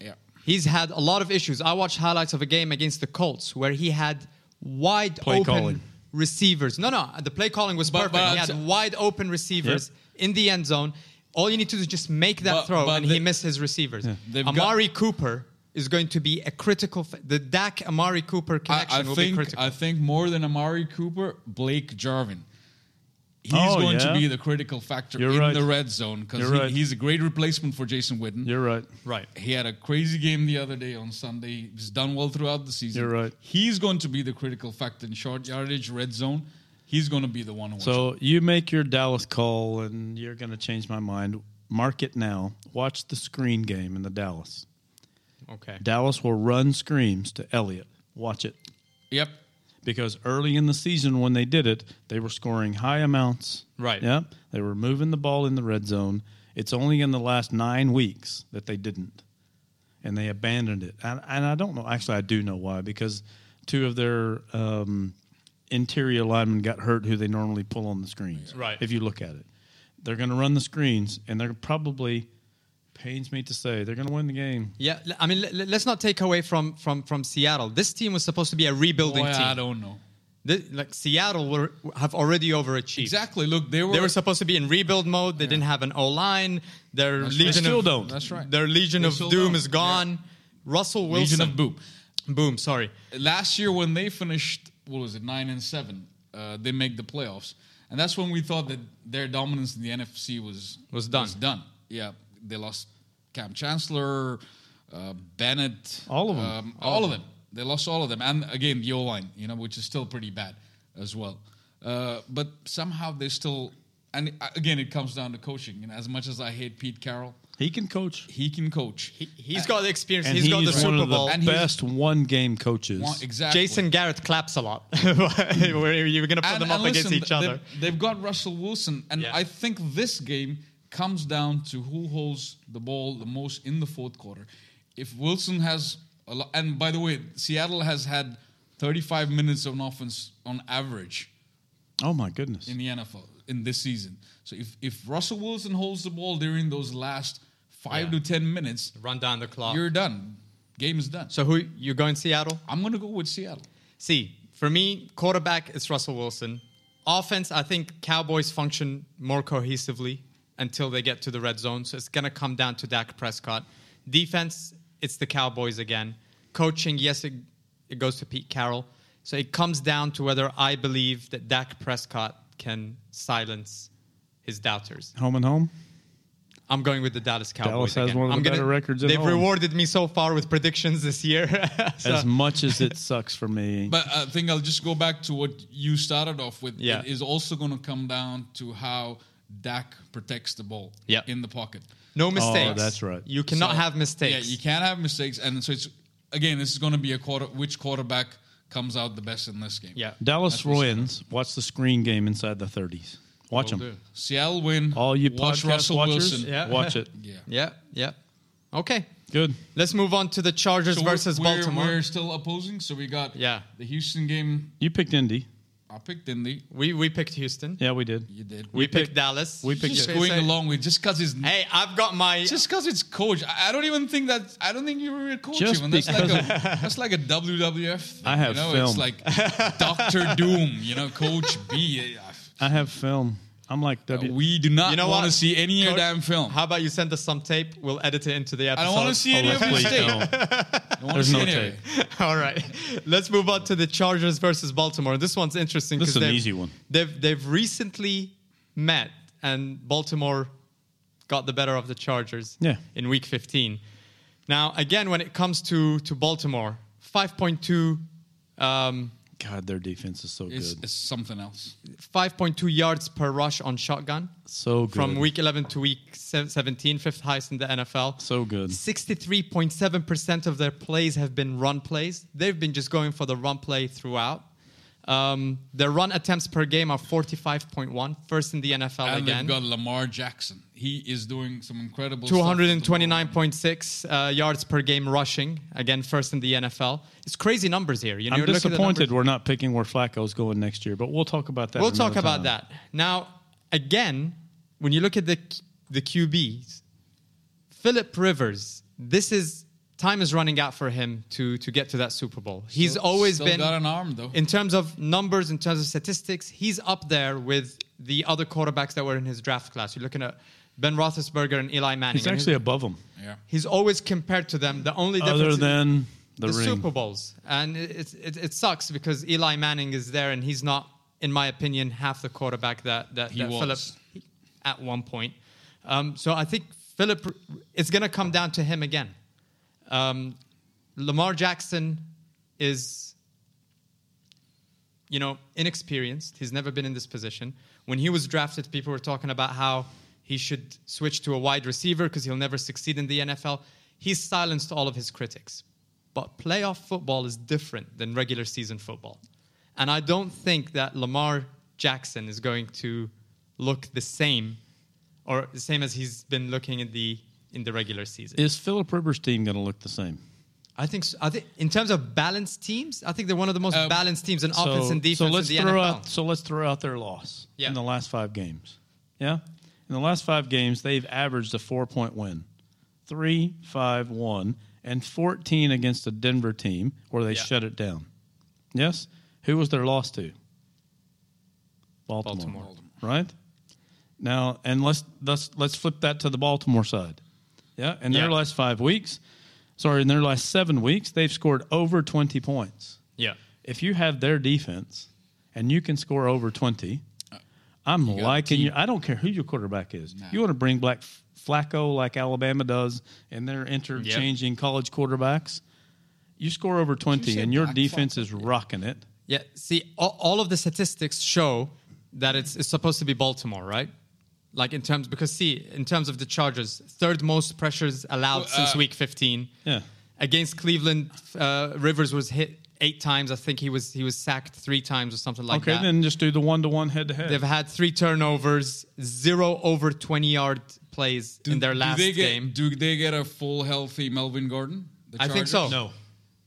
[SPEAKER 3] yeah.
[SPEAKER 2] He's had a lot of issues. I watched highlights of a game against the Colts where he had wide
[SPEAKER 4] Play
[SPEAKER 2] open
[SPEAKER 4] calling.
[SPEAKER 2] receivers. No, no, the play calling was
[SPEAKER 3] But-
[SPEAKER 2] perfect.
[SPEAKER 3] but-
[SPEAKER 2] he had wide open receivers in the end zone. All you need to do is just make that
[SPEAKER 3] But-
[SPEAKER 2] throw,
[SPEAKER 3] but
[SPEAKER 2] and
[SPEAKER 3] the-
[SPEAKER 2] he missed his receivers.
[SPEAKER 3] They've got-
[SPEAKER 2] Amari Cooper is going to be a critical. Fa- the Dak Amari Cooper
[SPEAKER 3] I,
[SPEAKER 2] connection
[SPEAKER 3] I
[SPEAKER 2] will be
[SPEAKER 3] think
[SPEAKER 2] critical.
[SPEAKER 3] I think more than Amari Cooper, Blake Jarvin. He's
[SPEAKER 4] Oh,
[SPEAKER 3] going
[SPEAKER 4] yeah?
[SPEAKER 3] to be the critical factor
[SPEAKER 4] You're
[SPEAKER 3] in
[SPEAKER 4] right.
[SPEAKER 3] the red zone because
[SPEAKER 4] You're
[SPEAKER 3] he,
[SPEAKER 4] right.
[SPEAKER 3] he's a great replacement for Jason Witten.
[SPEAKER 4] You're right.
[SPEAKER 2] right.
[SPEAKER 3] He had a crazy game the other day on Sunday. He's done well throughout the season.
[SPEAKER 4] You're right.
[SPEAKER 3] He's going to be the critical factor in short yardage, red zone. He's going to be the one who wins.
[SPEAKER 4] So you make your Dallas call, and you're going to change my mind. Mark it now. Watch the screen game in the Dallas.
[SPEAKER 2] Okay.
[SPEAKER 4] Dallas will run screams to Elliott. Watch it.
[SPEAKER 3] Yep.
[SPEAKER 4] Because early in the season, when they did it, they were scoring high amounts.
[SPEAKER 2] Right.
[SPEAKER 4] Yep. They were moving the ball in the red zone. It's only in the last nine weeks that they didn't. And they abandoned it. And, and I don't know. Actually, I do know why. Because two of their um, interior linemen got hurt who they normally pull on the screens.
[SPEAKER 2] Right.
[SPEAKER 4] If you look at it, they're going to run the screens, and they're probably, pains me to say, they're going to win the game.
[SPEAKER 2] Yeah, l- I mean, l- l- let's not take away from from from Seattle. This team was supposed to be a rebuilding
[SPEAKER 3] Boy, I
[SPEAKER 2] team.
[SPEAKER 3] don't know.
[SPEAKER 2] Thi- like Seattle were, have already overachieved.
[SPEAKER 3] Exactly. Look, they were.
[SPEAKER 2] They were supposed to be in rebuild mode. They didn't have an O line. Their
[SPEAKER 3] That's right.
[SPEAKER 2] legion
[SPEAKER 4] They still
[SPEAKER 2] of,
[SPEAKER 4] don't.
[SPEAKER 3] That's right.
[SPEAKER 2] Their legion
[SPEAKER 3] They
[SPEAKER 2] of
[SPEAKER 3] still
[SPEAKER 2] doom
[SPEAKER 3] don't.
[SPEAKER 2] is gone. Russell Wilson
[SPEAKER 3] Legion of Boop.
[SPEAKER 2] Boom. Sorry.
[SPEAKER 3] Last year, when they finished, what was it, nine and seven, uh, they make the playoffs, and that's when we thought that their dominance in the NFC was
[SPEAKER 2] Was done.
[SPEAKER 3] Was done. Yeah, they lost Cam Chancellor, uh, Bennett,
[SPEAKER 4] All of 'em.
[SPEAKER 3] um, all of them. They lost all of them, and again the O line, you know, which is still pretty bad as well. Uh, but somehow they still, and uh, again, it comes down to coaching. And as much as I hate Pete Carroll,
[SPEAKER 4] He can coach.
[SPEAKER 3] he can coach.
[SPEAKER 2] He, he's got the experience.
[SPEAKER 4] And
[SPEAKER 2] he's got the
[SPEAKER 4] one
[SPEAKER 2] Super
[SPEAKER 4] of the
[SPEAKER 2] Bowl.
[SPEAKER 3] And he's-
[SPEAKER 4] best one game coaches.
[SPEAKER 3] Wa- exactly. Hmm.
[SPEAKER 2] Jason Garrett claps a lot. Where you're going to put them up against
[SPEAKER 3] listen,
[SPEAKER 2] each other.
[SPEAKER 3] They've, they've got Russell Wilson, and
[SPEAKER 2] Yeah.
[SPEAKER 3] I think this game comes down to who holds the ball the most in the fourth quarter. If Wilson has a lot, and by the way, Seattle has had 35 minutes of offense on average
[SPEAKER 4] oh my goodness.
[SPEAKER 3] in the NFL in this season. So if if Russell Wilson holds the ball during those last five
[SPEAKER 2] Yeah.
[SPEAKER 3] to ten minutes,
[SPEAKER 2] Run down the clock.
[SPEAKER 3] you're done. Game is done.
[SPEAKER 2] So who you're going Seattle?
[SPEAKER 3] I'm going to go with Seattle.
[SPEAKER 2] See, for me, quarterback is Russell Wilson. Offense, I think Cowboys function more cohesively until they get to the red zone. So it's going to come down to Dak Prescott. Defense, it's the Cowboys again. Coaching, yes, it, it goes to Pete Carroll. So it comes down to whether I believe that Dak Prescott can silence his doubters.
[SPEAKER 4] Home and home.
[SPEAKER 2] I'm going with the Dallas Cowboys.
[SPEAKER 4] Dallas has
[SPEAKER 2] again.
[SPEAKER 4] one of the
[SPEAKER 2] I'm gonna-
[SPEAKER 4] better records at
[SPEAKER 2] They've
[SPEAKER 4] home.
[SPEAKER 2] rewarded me so far with predictions this year. So-
[SPEAKER 4] As much as it sucks for me,
[SPEAKER 3] But I think I'll just go back to what you started off with.
[SPEAKER 2] Yeah.
[SPEAKER 3] It is also going to come down to how Dak protects the ball
[SPEAKER 2] Yeah.
[SPEAKER 3] in the pocket.
[SPEAKER 2] no mistakes.
[SPEAKER 4] Oh, that's right.
[SPEAKER 2] You cannot
[SPEAKER 3] So-
[SPEAKER 2] have mistakes.
[SPEAKER 3] Yeah, you can't have mistakes. And so it's, again, this is going to be a quarter, which quarterback comes out the best in this game.
[SPEAKER 2] Yeah.
[SPEAKER 4] Dallas
[SPEAKER 3] That's what's-
[SPEAKER 4] Royans watch the screen game inside the 30s. Watch
[SPEAKER 3] Will
[SPEAKER 4] them.
[SPEAKER 3] do. Seattle win.
[SPEAKER 4] All you
[SPEAKER 3] Watch
[SPEAKER 4] podcast
[SPEAKER 3] Russell
[SPEAKER 4] watchers,
[SPEAKER 3] Wilson.
[SPEAKER 2] Yeah.
[SPEAKER 4] watch it.
[SPEAKER 3] Yeah.
[SPEAKER 2] Yeah, yeah. Okay.
[SPEAKER 4] Good.
[SPEAKER 2] Let's move on to the Chargers
[SPEAKER 3] So we're-
[SPEAKER 2] versus
[SPEAKER 3] we're,
[SPEAKER 2] Baltimore.
[SPEAKER 3] We're still opposing. So we got
[SPEAKER 2] Yeah.
[SPEAKER 3] the Houston game.
[SPEAKER 4] You picked Indy.
[SPEAKER 3] I picked Indy.
[SPEAKER 2] we we picked Houston.
[SPEAKER 4] Yeah, we did.
[SPEAKER 3] You did.
[SPEAKER 2] We, picked, Dallas.
[SPEAKER 4] we picked-
[SPEAKER 3] just
[SPEAKER 2] They
[SPEAKER 3] going
[SPEAKER 2] say-
[SPEAKER 3] along with just because his
[SPEAKER 2] Hey, I've got my
[SPEAKER 3] Just because it's coach, I I don't even think that. I don't think you were a coach.
[SPEAKER 4] Just
[SPEAKER 3] even. That's like
[SPEAKER 4] because
[SPEAKER 3] a that's like a WWF. Thing,
[SPEAKER 4] I have
[SPEAKER 3] you know?
[SPEAKER 4] film.
[SPEAKER 3] It's like Doctor Doom. You know, Coach B. eh,
[SPEAKER 4] I have film. I'm like W.
[SPEAKER 3] uh, We do not
[SPEAKER 2] You know
[SPEAKER 3] want to
[SPEAKER 2] what?
[SPEAKER 3] see any of your
[SPEAKER 2] Coach,
[SPEAKER 3] damn film.
[SPEAKER 2] How about you send us some tape? We'll edit it into the episode. Oh,
[SPEAKER 3] I don't want to see any of
[SPEAKER 4] Hopefully,
[SPEAKER 3] his tape.
[SPEAKER 4] no.
[SPEAKER 3] I don't wanna
[SPEAKER 4] There's
[SPEAKER 3] see
[SPEAKER 4] no
[SPEAKER 3] any of it.
[SPEAKER 4] tape.
[SPEAKER 2] All right, let's move on to the Chargers versus Baltimore. This one's interesting.
[SPEAKER 4] This
[SPEAKER 2] 'cause
[SPEAKER 4] is an
[SPEAKER 2] they've-
[SPEAKER 4] easy one.
[SPEAKER 2] They've they've recently met, and Baltimore got the better of the Chargers.
[SPEAKER 4] Yeah.
[SPEAKER 2] in Week 15. Now, again, when it comes to to Baltimore, 5.2. Um,
[SPEAKER 4] God, their defense is so
[SPEAKER 3] It's,
[SPEAKER 4] good.
[SPEAKER 3] it's something else.
[SPEAKER 2] 5.2 yards per rush on shotgun
[SPEAKER 4] so good.
[SPEAKER 2] from week 11 to week se- 17, fifth highest in the NFL.
[SPEAKER 4] So good.
[SPEAKER 2] 63.7% of their plays have been run plays. They've been just going for the run play throughout. Um, their run attempts per game are 45.1, first in the NFL
[SPEAKER 3] And
[SPEAKER 2] again.
[SPEAKER 3] they've got Lamar Jackson. He is doing some incredible. stuff with the ball.
[SPEAKER 2] 229.6 uh, yards per game rushing, again, first in the NFL. It's crazy numbers here. You know,
[SPEAKER 4] I'm
[SPEAKER 2] you look at the
[SPEAKER 4] disappointed
[SPEAKER 2] numbers-
[SPEAKER 4] we're not picking where Flacco's going next year, but we'll talk about that.
[SPEAKER 2] We'll
[SPEAKER 4] another
[SPEAKER 2] talk about
[SPEAKER 4] time.
[SPEAKER 2] that. Now, again, when you look at the the QBs, Philip Rivers, this is time is running out for him to to get to that Super Bowl. He's
[SPEAKER 3] Still-
[SPEAKER 2] always
[SPEAKER 3] still
[SPEAKER 2] been
[SPEAKER 3] got an arm, though.
[SPEAKER 2] In terms of numbers, in terms of statistics, he's up there with the other quarterbacks that were in his draft class. You're looking at Ben Roethlisberger and Eli Manning.
[SPEAKER 4] He's
[SPEAKER 2] and
[SPEAKER 4] actually above them,
[SPEAKER 3] Yeah.
[SPEAKER 2] he's always compared to them. The only difference
[SPEAKER 4] other
[SPEAKER 2] is-
[SPEAKER 4] than the,
[SPEAKER 2] the,
[SPEAKER 4] ring.
[SPEAKER 2] Super Bowls, and it, it's- it, it sucks because Eli Manning is there, and he's not, in my opinion, half the quarterback that that,
[SPEAKER 3] He
[SPEAKER 2] that
[SPEAKER 3] was.
[SPEAKER 2] Philip at one point. Um, so I think Philip, it's going to come down to him again. Um, Lamar Jackson is, you know, inexperienced. He's never been in this position. When he was drafted, people were talking about how he should switch to a wide receiver because he'll never succeed in the NFL. He's silenced all of his critics. But playoff football is different than regular season football. And I don't think that Lamar Jackson is going to look the same or the same as he's been looking in the in the regular season.
[SPEAKER 4] Is Philip Rivers' team going to look the same?
[SPEAKER 2] I think so. I think in terms of balanced teams, I think they're one of the most
[SPEAKER 3] Um,
[SPEAKER 2] balanced teams in offense and defense
[SPEAKER 4] Uh, so let's
[SPEAKER 2] in the
[SPEAKER 4] throw
[SPEAKER 2] NFL.
[SPEAKER 4] out so let's throw out their loss
[SPEAKER 2] Yeah.
[SPEAKER 4] in the last five games. Yeah, in the last five games they've averaged a four point win, three, five, one, and fourteen against a Denver team where they
[SPEAKER 2] Yeah.
[SPEAKER 4] shut it down. Yes, who was their loss to? Baltimore,
[SPEAKER 2] Baltimore.
[SPEAKER 4] right? Now, and let's let's let's flip that to the Baltimore side. Yeah, in their
[SPEAKER 2] Yeah.
[SPEAKER 4] last five weeks, sorry, in their last seven weeks, they've scored over twenty points
[SPEAKER 2] yeah,
[SPEAKER 4] if you have their defense and you can score over 20, I'm
[SPEAKER 3] got
[SPEAKER 4] liking you. I don't care who your quarterback is. You want to bring Black Flacco like Alabama does, and they're interchanging college quarterbacks. You score over 20,
[SPEAKER 3] say
[SPEAKER 4] and your
[SPEAKER 3] Black
[SPEAKER 4] defense is rocking it.
[SPEAKER 2] yeah. See, all, all of the statistics show that it's, it's supposed to be Baltimore, right? Like in terms because see, in terms of the Chargers, third most pressures allowed
[SPEAKER 3] Well,
[SPEAKER 2] since
[SPEAKER 3] uh,
[SPEAKER 2] Week 15.
[SPEAKER 4] Yeah.
[SPEAKER 2] Against Cleveland, uh, Rivers was hit eight times. I think he was he was sacked three times or something like
[SPEAKER 4] Okay,
[SPEAKER 2] that.
[SPEAKER 4] then just do the one to one head to
[SPEAKER 2] They've
[SPEAKER 4] head.
[SPEAKER 2] had three turnovers, zero over 20 yard plays in their last
[SPEAKER 3] do they get,
[SPEAKER 2] game.
[SPEAKER 3] Do they get a full healthy Melvin Gordon? The
[SPEAKER 2] I think
[SPEAKER 3] Chargers?
[SPEAKER 2] so.
[SPEAKER 4] No,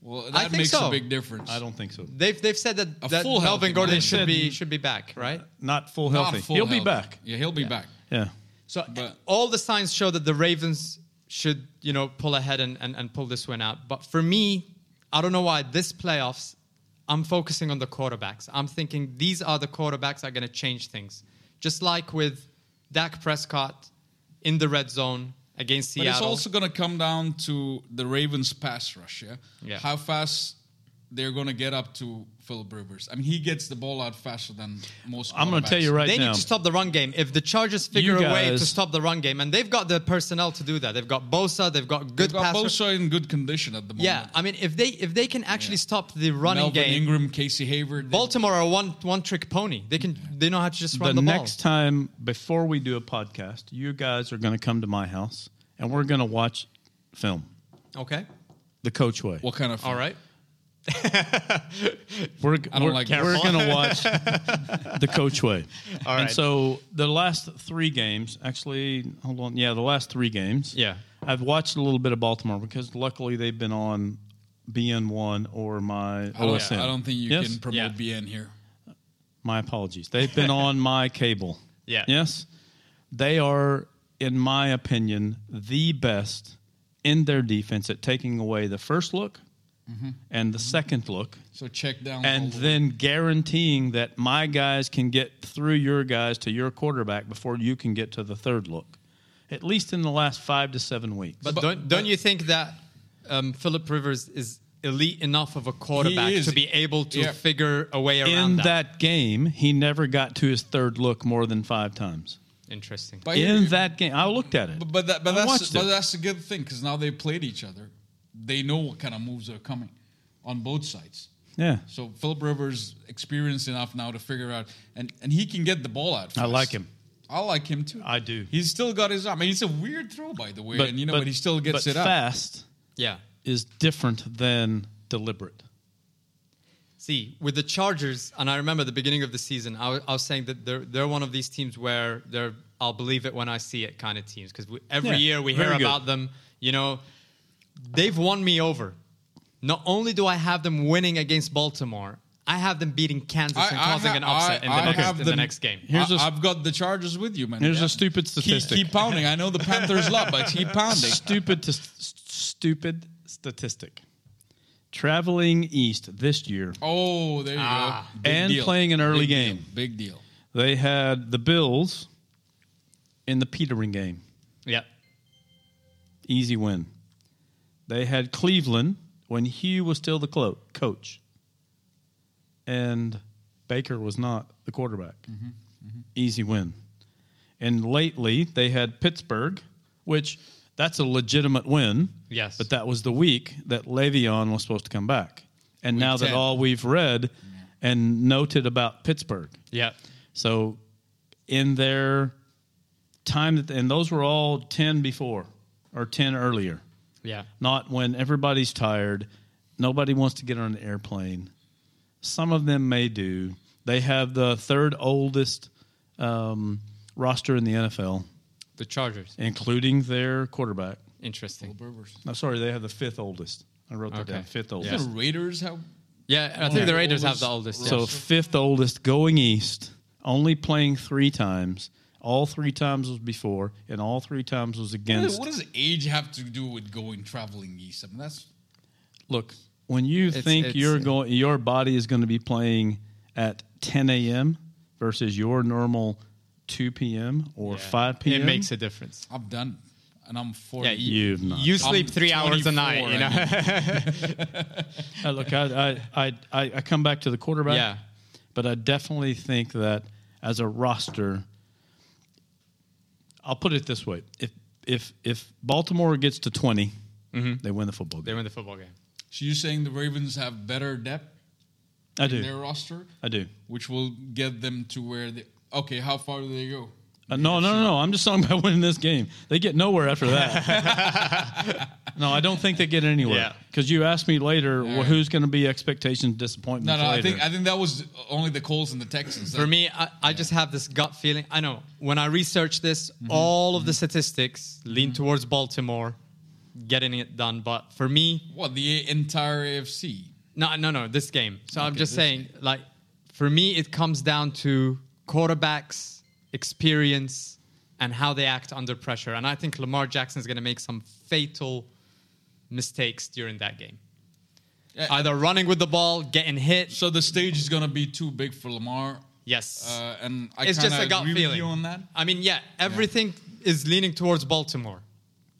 [SPEAKER 3] Well, that
[SPEAKER 2] think
[SPEAKER 3] makes
[SPEAKER 2] so.
[SPEAKER 3] a big difference.
[SPEAKER 4] I don't think so.
[SPEAKER 2] They've they've said that,
[SPEAKER 3] A
[SPEAKER 2] that
[SPEAKER 3] full healthy
[SPEAKER 2] Melvin
[SPEAKER 3] man.
[SPEAKER 2] Gordon
[SPEAKER 3] They've
[SPEAKER 2] should
[SPEAKER 4] said-
[SPEAKER 2] be should be back, right?
[SPEAKER 4] Not full
[SPEAKER 3] Not
[SPEAKER 4] healthy.
[SPEAKER 3] full
[SPEAKER 4] He'll be
[SPEAKER 3] health.
[SPEAKER 4] back.
[SPEAKER 3] Yeah, he'll be back.
[SPEAKER 4] Yeah.
[SPEAKER 2] So
[SPEAKER 3] But-
[SPEAKER 2] all the signs show that the Ravens should you know pull ahead and, and, and pull this win out. But for me, I don't know why this playoffs, I'm focusing on the quarterbacks. I'm thinking these are the quarterbacks that are going to change things. Just like with Dak Prescott in the red zone against
[SPEAKER 3] But
[SPEAKER 2] Seattle.
[SPEAKER 3] it's also going to come down to the Ravens' pass rush. Yeah,
[SPEAKER 2] Yeah.
[SPEAKER 3] how fast they're going to get up to Philip Rivers. I mean, he gets the ball out faster than most.
[SPEAKER 4] I'm going to
[SPEAKER 3] quarterbacks.
[SPEAKER 4] tell you right
[SPEAKER 2] they
[SPEAKER 4] now.
[SPEAKER 2] need to stop the run game. If the Chargers figure a way to
[SPEAKER 4] guys-
[SPEAKER 2] stop the run game, and they've got the personnel to do that, they've got Bosa, they've got
[SPEAKER 3] They've
[SPEAKER 2] good
[SPEAKER 3] got
[SPEAKER 2] pass.
[SPEAKER 3] Bosa in good condition at the moment.
[SPEAKER 2] Yeah, I mean, if they if they can actually stop the running
[SPEAKER 3] Melvin
[SPEAKER 2] game,
[SPEAKER 3] Ingram, Casey Hayward. they-
[SPEAKER 2] Baltimore are one one trick pony. They can they know how to just
[SPEAKER 4] the
[SPEAKER 2] run the, ball.
[SPEAKER 4] next time before we do a podcast, you guys are going to come to my house and we're going to watch film
[SPEAKER 2] Okay,
[SPEAKER 4] the coach way.
[SPEAKER 3] What kind of?
[SPEAKER 2] all right.
[SPEAKER 4] we're
[SPEAKER 3] don't
[SPEAKER 4] we're,
[SPEAKER 3] like
[SPEAKER 4] we're
[SPEAKER 3] careful.
[SPEAKER 4] going to watch the coach way.
[SPEAKER 2] All
[SPEAKER 4] And
[SPEAKER 2] right.
[SPEAKER 4] so the last three games, actually, hold on, yeah, the last three games.
[SPEAKER 2] Yeah.
[SPEAKER 4] I've watched a little bit of Baltimore because luckily they've been on BN1 or my
[SPEAKER 3] I don't,
[SPEAKER 4] OSN.
[SPEAKER 3] Oh, I don't think you
[SPEAKER 4] Yes?
[SPEAKER 3] can
[SPEAKER 2] Yeah.
[SPEAKER 3] promote BN here.
[SPEAKER 4] My apologies. They've been on my cable.
[SPEAKER 2] Yeah.
[SPEAKER 4] Yes. They are, in my opinion, the best in their defense at taking away the first look
[SPEAKER 3] Mm-hmm.
[SPEAKER 4] and the second look
[SPEAKER 3] So check down. all
[SPEAKER 4] and
[SPEAKER 3] the-
[SPEAKER 4] then guaranteeing that my guys can get through your guys to your quarterback before you can get to the third look, at least in the last five to seven weeks.
[SPEAKER 2] But,
[SPEAKER 3] But-
[SPEAKER 2] don't don't you think that um, Philip Rivers is elite enough of a quarterback
[SPEAKER 3] is.
[SPEAKER 2] to be able to
[SPEAKER 3] Yeah.
[SPEAKER 2] figure a way around
[SPEAKER 4] in that game, he never got to his third look more than five times.
[SPEAKER 2] Interesting.
[SPEAKER 3] But
[SPEAKER 4] In
[SPEAKER 3] here-
[SPEAKER 4] that game, I looked at it.
[SPEAKER 3] But but, that, but
[SPEAKER 4] I
[SPEAKER 3] that's
[SPEAKER 4] watched
[SPEAKER 3] but
[SPEAKER 4] it.
[SPEAKER 3] that's a good thing because now they played each other. They know what kind of moves are coming on both sides.
[SPEAKER 4] yeah.
[SPEAKER 3] So Philip Rivers experienced enough now to figure out, and and he can get the ball out.
[SPEAKER 4] I
[SPEAKER 3] fast.
[SPEAKER 4] like him.
[SPEAKER 3] I like him too.
[SPEAKER 4] I do.
[SPEAKER 3] He's still got his arm. I mean, it's a weird throw, by the way, and you know, but, he still gets
[SPEAKER 4] but
[SPEAKER 3] it out.
[SPEAKER 4] Fast
[SPEAKER 2] Yeah.
[SPEAKER 4] is different than deliberate.
[SPEAKER 2] See, with the Chargers, and I remember the beginning of the season, I wa- I was saying that they're they're one of these teams where they're I'll believe it when I see it kind of teams because every
[SPEAKER 4] Yeah,
[SPEAKER 2] year we hear
[SPEAKER 4] very good.
[SPEAKER 2] about them. You know, they've won me over. Not only do I have them winning against Baltimore, I have them beating Kansas
[SPEAKER 3] I-
[SPEAKER 2] and
[SPEAKER 3] I
[SPEAKER 2] causing
[SPEAKER 3] ha-
[SPEAKER 2] an upset
[SPEAKER 3] I-
[SPEAKER 2] in, the
[SPEAKER 3] I have
[SPEAKER 2] next, in the
[SPEAKER 3] them-
[SPEAKER 2] next game.
[SPEAKER 4] Here's
[SPEAKER 3] I,
[SPEAKER 4] a-
[SPEAKER 3] I've got the Chargers with you, man.
[SPEAKER 4] Here's a
[SPEAKER 3] Yeah.
[SPEAKER 4] stupid
[SPEAKER 3] Keep,
[SPEAKER 4] statistic.
[SPEAKER 3] keep pounding. I know the Panthers love, but keep pounding.
[SPEAKER 4] stupid, to, stupid statistic. Traveling east this year,
[SPEAKER 3] Oh, there you
[SPEAKER 2] Ah.
[SPEAKER 3] go. Big
[SPEAKER 4] And
[SPEAKER 3] deal.
[SPEAKER 4] playing an early
[SPEAKER 3] Big deal.
[SPEAKER 4] game.
[SPEAKER 3] Big deal.
[SPEAKER 4] they had the Bills in the Petering game.
[SPEAKER 2] Yeah.
[SPEAKER 4] Easy win. They had Cleveland when Hugh was still the clo- coach and Baker was not the quarterback. Easy win. And lately, they had Pittsburgh, which that's a legitimate win.
[SPEAKER 2] Yes.
[SPEAKER 4] But that was the week that Le'Veon was supposed to come back. And now that
[SPEAKER 3] 10.
[SPEAKER 4] all we've read and noted about Pittsburgh.
[SPEAKER 2] Yeah.
[SPEAKER 4] So in their time, that, and those were all 10 before or 10 earlier,
[SPEAKER 2] Yeah.
[SPEAKER 4] not when everybody's tired, nobody wants to get on an airplane. Some of them may do. They have the third oldest um, roster in the NFL,
[SPEAKER 2] The Chargers.
[SPEAKER 4] including their quarterback.
[SPEAKER 2] Interesting.
[SPEAKER 3] Burgers.
[SPEAKER 4] No, sorry, they have the fifth oldest. I wrote that
[SPEAKER 2] Okay.
[SPEAKER 4] down. Fifth oldest.
[SPEAKER 2] Yeah.
[SPEAKER 3] The Raiders have
[SPEAKER 2] Yeah, I
[SPEAKER 3] Yeah.
[SPEAKER 2] think the Raiders have the
[SPEAKER 3] Oldest-
[SPEAKER 2] oldest.
[SPEAKER 4] So
[SPEAKER 2] yeah.
[SPEAKER 4] fifth oldest going east, only playing three times. All three times was before, and all three times was
[SPEAKER 3] What
[SPEAKER 4] against.
[SPEAKER 3] does- what does age have to do with going traveling east? I mean, that's
[SPEAKER 4] Look, when you
[SPEAKER 2] It's-
[SPEAKER 4] think
[SPEAKER 2] it's-
[SPEAKER 4] you're going, your body is going to be playing at 10 a.m. versus your normal 2 p.m. or 5 p.m.
[SPEAKER 2] It makes a difference.
[SPEAKER 3] I'm done, and I'm forty.
[SPEAKER 2] Yeah, you,
[SPEAKER 4] You've not.
[SPEAKER 2] you sleep
[SPEAKER 3] I'm
[SPEAKER 2] three hours a night,
[SPEAKER 3] 24
[SPEAKER 2] you know?
[SPEAKER 4] Uh, look, I, I, I, I, I come back to the quarterback.
[SPEAKER 2] Yeah.
[SPEAKER 4] But I definitely think that as a roster, I'll put it this way: if if if Baltimore gets to 20
[SPEAKER 3] Mm-hmm.
[SPEAKER 4] they win the football
[SPEAKER 2] they
[SPEAKER 4] game.
[SPEAKER 2] win the football game.
[SPEAKER 3] so you're saying the Ravens have better depth
[SPEAKER 4] I
[SPEAKER 3] in their
[SPEAKER 4] do.
[SPEAKER 3] roster,
[SPEAKER 4] I do.
[SPEAKER 3] which will get them to where they. Okay, how far do they go?
[SPEAKER 4] Uh, no, no, no, no. I'm just talking about winning this game. They get nowhere after that. no, I don't think they get anywhere.
[SPEAKER 2] Yeah.
[SPEAKER 4] Because you asked me later, well,
[SPEAKER 3] right.
[SPEAKER 4] who's going to be expectations, disappointments
[SPEAKER 3] No, no,
[SPEAKER 4] later?
[SPEAKER 3] I think I think that was only the Colts and the Texans.
[SPEAKER 2] For me, I, I just have this gut feeling. I know when I research this,
[SPEAKER 3] Mm-hmm.
[SPEAKER 2] all of the statistics lean towards Baltimore getting it done. But for me,
[SPEAKER 3] what the entire AFC?
[SPEAKER 2] no, no, no, this game. So I'm
[SPEAKER 3] Okay,
[SPEAKER 2] just
[SPEAKER 3] this
[SPEAKER 2] saying, like, for me, it comes down to quarterbacks, experience, and how they act under pressure. And I think Lamar Jackson is going to make some fatal mistakes during that game.
[SPEAKER 3] Yeah.
[SPEAKER 2] Either running with the ball, getting hit.
[SPEAKER 3] So the stage is gonna be too big for Lamar.
[SPEAKER 2] yes.
[SPEAKER 3] Uh, and I
[SPEAKER 2] it's
[SPEAKER 3] kinda
[SPEAKER 2] just a gut
[SPEAKER 3] agree
[SPEAKER 2] feeling.
[SPEAKER 3] with you on that.
[SPEAKER 2] I mean, yeah, everything is leaning towards Baltimore,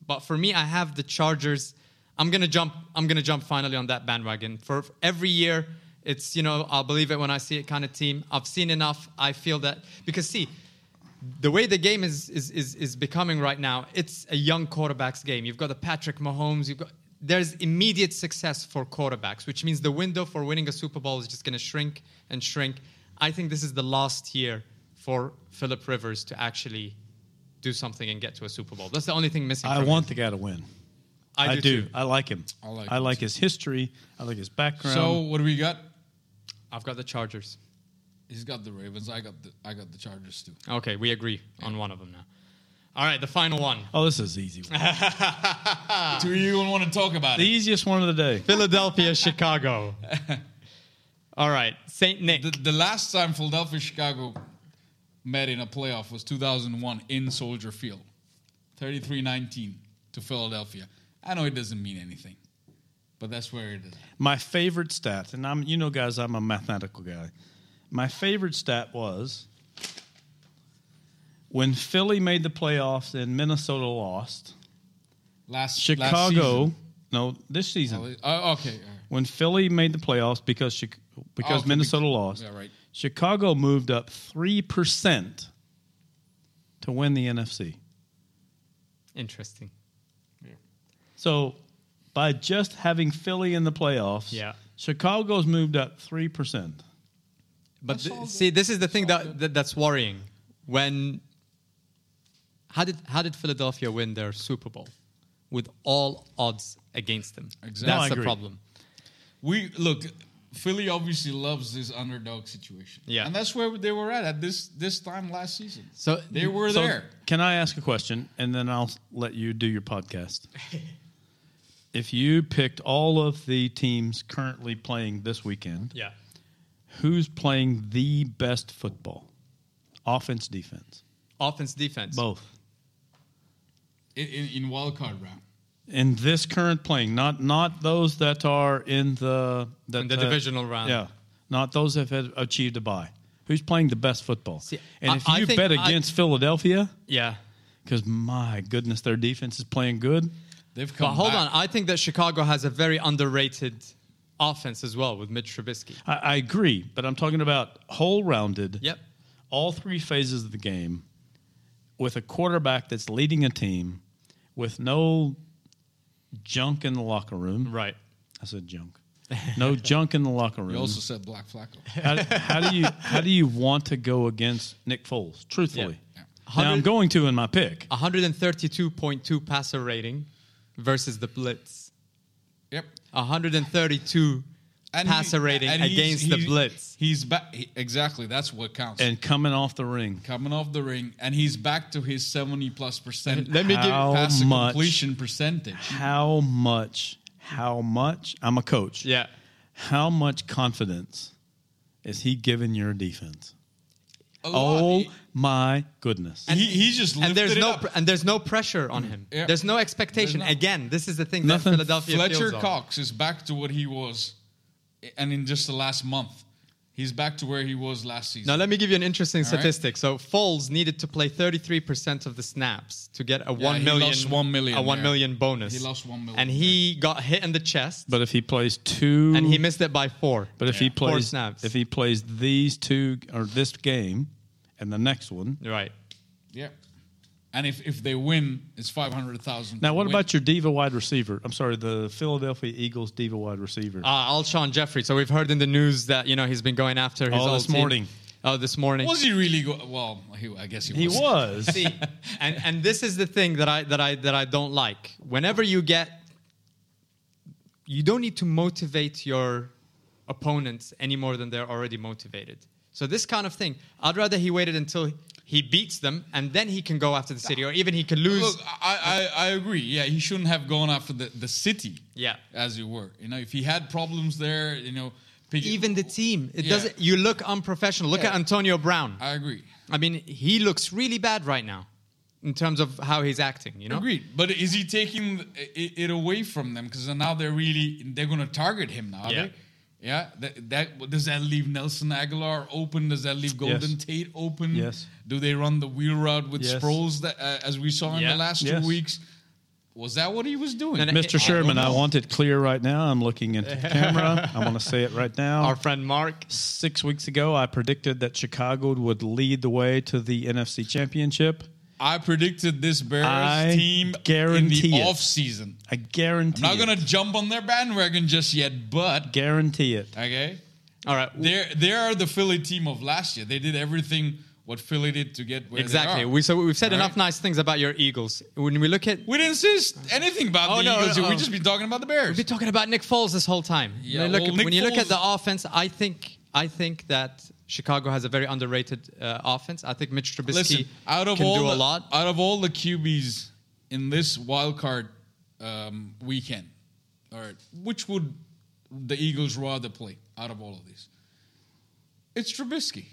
[SPEAKER 2] but for me, I have the Chargers. I'm gonna jump. I'm gonna jump finally on that bandwagon. For every year, it's you know I'll believe it when I see it kind of team. I've seen enough. I feel that because see, the way the game is is is, is becoming right now, it's a young quarterbacks game. You've got the Patrick Mahomes. You've got there's immediate success for quarterbacks, which means the window for winning a Super Bowl is just going to shrink and shrink. I think this is the last year for Philip Rivers to actually do something and get to a Super Bowl. That's the only thing missing.
[SPEAKER 4] I
[SPEAKER 2] from
[SPEAKER 4] want
[SPEAKER 2] him.
[SPEAKER 4] the guy to win.
[SPEAKER 2] I do. too.
[SPEAKER 4] I like him.
[SPEAKER 3] I like
[SPEAKER 4] I
[SPEAKER 3] him
[SPEAKER 4] like
[SPEAKER 3] too.
[SPEAKER 4] his history. I like his background.
[SPEAKER 3] So what do we got?
[SPEAKER 2] I've got the Chargers.
[SPEAKER 3] He's got the Ravens. I got the I got the Chargers too.
[SPEAKER 2] Okay, we agree on one of them now. All right, the final one.
[SPEAKER 4] oh, this is easy. One.
[SPEAKER 2] Ah.
[SPEAKER 3] Do you even want to talk about
[SPEAKER 4] the
[SPEAKER 3] it?
[SPEAKER 4] easiest one of the day.
[SPEAKER 2] Philadelphia, Chicago. All right, St. Nick.
[SPEAKER 3] The, the last time Philadelphia Chicago met in a playoff was 2001 in Soldier Field, 33-19 to Philadelphia. I know it doesn't mean anything, but that's where it is.
[SPEAKER 4] My favorite stat, and I'm you know, guys, I'm a mathematical guy. My favorite stat was when Philly made the playoffs and Minnesota lost.
[SPEAKER 3] Last
[SPEAKER 4] Chicago,
[SPEAKER 3] last
[SPEAKER 4] no, this season.
[SPEAKER 3] season. Oh, okay. all right.
[SPEAKER 4] when Philly made the playoffs because Chi- because
[SPEAKER 3] Oh, Okay,
[SPEAKER 4] Minnesota
[SPEAKER 3] we-
[SPEAKER 4] lost.
[SPEAKER 3] yeah, right.
[SPEAKER 4] Chicago moved up three percent to win the NFC.
[SPEAKER 2] Interesting.
[SPEAKER 4] So by just having Philly in the playoffs,
[SPEAKER 2] Yeah.
[SPEAKER 4] Chicago's moved up three percent.
[SPEAKER 2] But
[SPEAKER 3] That's
[SPEAKER 2] th-
[SPEAKER 3] all good.
[SPEAKER 2] see, this is the thing that, that that's worrying. When how did how did Philadelphia win their Super Bowl with all odds against them?
[SPEAKER 3] Exactly.
[SPEAKER 4] No, I
[SPEAKER 2] That's the
[SPEAKER 4] agree.
[SPEAKER 2] problem.
[SPEAKER 3] We look. Philly obviously loves this underdog situation.
[SPEAKER 2] Yeah.
[SPEAKER 3] and that's where they were at at this this time last season.
[SPEAKER 2] So
[SPEAKER 3] they were
[SPEAKER 2] so-
[SPEAKER 3] there.
[SPEAKER 4] Can I ask a question, and then I'll let you do your podcast? if you picked all of the teams currently playing this weekend,
[SPEAKER 2] Yeah.
[SPEAKER 4] who's playing the best football? Offense, defense,
[SPEAKER 2] Offense, defense.
[SPEAKER 4] both.
[SPEAKER 3] in, in, in wild card round.
[SPEAKER 4] in this current playing, not not those that are in the that,
[SPEAKER 2] In the
[SPEAKER 4] that-
[SPEAKER 2] divisional round.
[SPEAKER 4] Yeah, not those that have achieved a bye. Who's playing the best football?
[SPEAKER 2] See,
[SPEAKER 4] and
[SPEAKER 2] I-
[SPEAKER 4] if
[SPEAKER 2] I
[SPEAKER 4] you
[SPEAKER 2] think
[SPEAKER 4] bet
[SPEAKER 2] I-
[SPEAKER 4] against Philadelphia,
[SPEAKER 2] Yeah.
[SPEAKER 4] because my goodness, their defense is playing good.
[SPEAKER 3] They've come.
[SPEAKER 2] But hold on,
[SPEAKER 3] back.
[SPEAKER 2] I think that Chicago has a very underrated offense as well with Mitch Trubisky.
[SPEAKER 4] I, I agree, but I'm talking about whole rounded.
[SPEAKER 2] Yep.
[SPEAKER 4] all three phases of the game with a quarterback that's leading a team with no junk in the locker room.
[SPEAKER 2] Right.
[SPEAKER 4] I said junk. No junk in the locker room.
[SPEAKER 3] You also said Black Flacco.
[SPEAKER 4] how, how do you how do you want to go against Nick Foles? Truthfully,
[SPEAKER 3] Yeah.
[SPEAKER 4] now I'm
[SPEAKER 2] 100
[SPEAKER 4] going to in my pick.
[SPEAKER 2] 132.2 passer rating versus the blitz.
[SPEAKER 3] Yep.
[SPEAKER 2] 132 passer
[SPEAKER 3] he-
[SPEAKER 2] rating
[SPEAKER 3] and he's-
[SPEAKER 2] against the
[SPEAKER 3] he's-
[SPEAKER 2] blitz.
[SPEAKER 3] He's back. he- exactly. That's what counts.
[SPEAKER 4] And coming off the ring,
[SPEAKER 3] Coming off the ring, and he's back to his seventy plus percent.
[SPEAKER 2] Let me give-
[SPEAKER 4] How
[SPEAKER 3] pass
[SPEAKER 4] much?
[SPEAKER 3] completion percentage.
[SPEAKER 4] how much? How much? I'm a coach.
[SPEAKER 2] Yeah.
[SPEAKER 4] How much confidence is he giving your defense?
[SPEAKER 3] A
[SPEAKER 4] Oh
[SPEAKER 3] lot.
[SPEAKER 4] my goodness!
[SPEAKER 3] he, he just lifted
[SPEAKER 2] and there's
[SPEAKER 3] it
[SPEAKER 2] no
[SPEAKER 3] up. Mm.
[SPEAKER 2] pr- and there's no pressure on him.
[SPEAKER 3] Yeah.
[SPEAKER 2] There's no expectation.
[SPEAKER 3] There's not.
[SPEAKER 2] Again, this is the thing
[SPEAKER 4] Nothing.
[SPEAKER 2] that Philadelphia
[SPEAKER 3] Fletcher
[SPEAKER 2] feels on.
[SPEAKER 3] Cox is back to what he was, eh, and in just the last month, he's back to where he was last season.
[SPEAKER 2] Now let me give you an interesting
[SPEAKER 3] right.
[SPEAKER 2] statistic. So Foles needed to play 33% of the snaps to get a
[SPEAKER 3] Yeah,
[SPEAKER 2] 1
[SPEAKER 3] he
[SPEAKER 2] million
[SPEAKER 3] lost 1 million
[SPEAKER 2] a 1
[SPEAKER 3] there.
[SPEAKER 2] million bonus.
[SPEAKER 3] He lost 1 million
[SPEAKER 2] And he got hit in the chest
[SPEAKER 4] But if he plays two,
[SPEAKER 2] and he missed it by 4.
[SPEAKER 4] but if he
[SPEAKER 2] Four
[SPEAKER 4] plays
[SPEAKER 2] snaps.
[SPEAKER 4] if he plays these two or this game and the next one.
[SPEAKER 2] right.
[SPEAKER 3] yeah, and if if they win, it's five hundred thousand.
[SPEAKER 4] Now, what about your diva wide receiver? I'm sorry, the Philadelphia Eagles diva wide receiver.
[SPEAKER 2] Uh, Alshon Jeffrey. So we've heard in the news that, you know, he's been going after his
[SPEAKER 4] Oh,
[SPEAKER 2] old
[SPEAKER 4] this
[SPEAKER 2] team.
[SPEAKER 4] morning.
[SPEAKER 2] Oh, this morning.
[SPEAKER 3] Was he really good? Well, he, I guess he was.
[SPEAKER 4] he was.
[SPEAKER 2] See, and and this is the thing that I that I that I don't like. Whenever you get, you don't need to motivate your opponents any more than they're already motivated. So this kind of thing, I'd rather he waited until he beats them and then he can go after the city, or even he can lose.
[SPEAKER 3] Look, I, I, I agree. Yeah, he shouldn't have gone after the, the city.
[SPEAKER 2] Yeah.
[SPEAKER 3] as you were. You know, if he had problems there, you know, pick-
[SPEAKER 2] even the team, it
[SPEAKER 3] Yeah.
[SPEAKER 2] doesn't. You look unprofessional. Look
[SPEAKER 3] Yeah.
[SPEAKER 2] at Antonio Brown.
[SPEAKER 3] I agree.
[SPEAKER 2] I mean, he looks really bad right now. in terms of how he's acting. You know,
[SPEAKER 3] Agreed. But is he taking it, it away from them? Because now they're really they're going to target him now. are
[SPEAKER 2] Yeah.
[SPEAKER 3] they? Yeah. That, that does that leave Nelson Aguilar open? Does that leave
[SPEAKER 4] Yes.
[SPEAKER 3] Golden Tate open?
[SPEAKER 4] Yes.
[SPEAKER 3] Do they run the wheel route with
[SPEAKER 4] Yes.
[SPEAKER 3] Sproles that, uh, as we saw in
[SPEAKER 2] Yeah.
[SPEAKER 3] the last
[SPEAKER 4] Yes.
[SPEAKER 3] two weeks? Was that what he was doing?
[SPEAKER 2] And-
[SPEAKER 4] Mr.
[SPEAKER 2] I- I
[SPEAKER 4] Sherman, I,
[SPEAKER 3] know.
[SPEAKER 4] want it clear right now. I'm looking into the camera. I want to say it right now.
[SPEAKER 2] our friend Mark.
[SPEAKER 4] Six weeks ago, I predicted that Chicago would lead the way to the NFC Championship.
[SPEAKER 3] I predicted this Bears
[SPEAKER 4] I
[SPEAKER 3] team in
[SPEAKER 4] guarantee
[SPEAKER 3] the
[SPEAKER 4] it.
[SPEAKER 3] off season.
[SPEAKER 4] I guarantee.
[SPEAKER 3] I'm not going
[SPEAKER 4] it.
[SPEAKER 3] to jump on their bandwagon just yet, but
[SPEAKER 4] guarantee it.
[SPEAKER 3] okay.
[SPEAKER 2] All right,
[SPEAKER 3] They're they are the Philly team of last year. They did everything what Philly did to get where They
[SPEAKER 2] exactly.
[SPEAKER 3] are.
[SPEAKER 2] We so we've said
[SPEAKER 3] All
[SPEAKER 2] enough
[SPEAKER 3] right.
[SPEAKER 2] nice things about your Eagles. When we look at
[SPEAKER 3] we didn't insist anything about
[SPEAKER 2] Oh,
[SPEAKER 3] the
[SPEAKER 2] no,
[SPEAKER 3] Eagles.
[SPEAKER 2] no,
[SPEAKER 3] we
[SPEAKER 2] oh.
[SPEAKER 3] just been talking about the Bears.
[SPEAKER 2] We've been talking about Nick Foles this whole time.
[SPEAKER 3] Yeah,
[SPEAKER 2] when you look,
[SPEAKER 3] well,
[SPEAKER 2] at,
[SPEAKER 3] Nick
[SPEAKER 2] when you look
[SPEAKER 3] Foles-
[SPEAKER 2] at the offense, I think I think that Chicago has a very underrated uh, offense. I think Mitch Trubisky
[SPEAKER 3] Listen, out of
[SPEAKER 2] can
[SPEAKER 3] all
[SPEAKER 2] do
[SPEAKER 3] the,
[SPEAKER 2] a lot.
[SPEAKER 3] out of all the QBs in this wild card um, weekend, all right, which would the Eagles rather play out of all of these? It's Trubisky.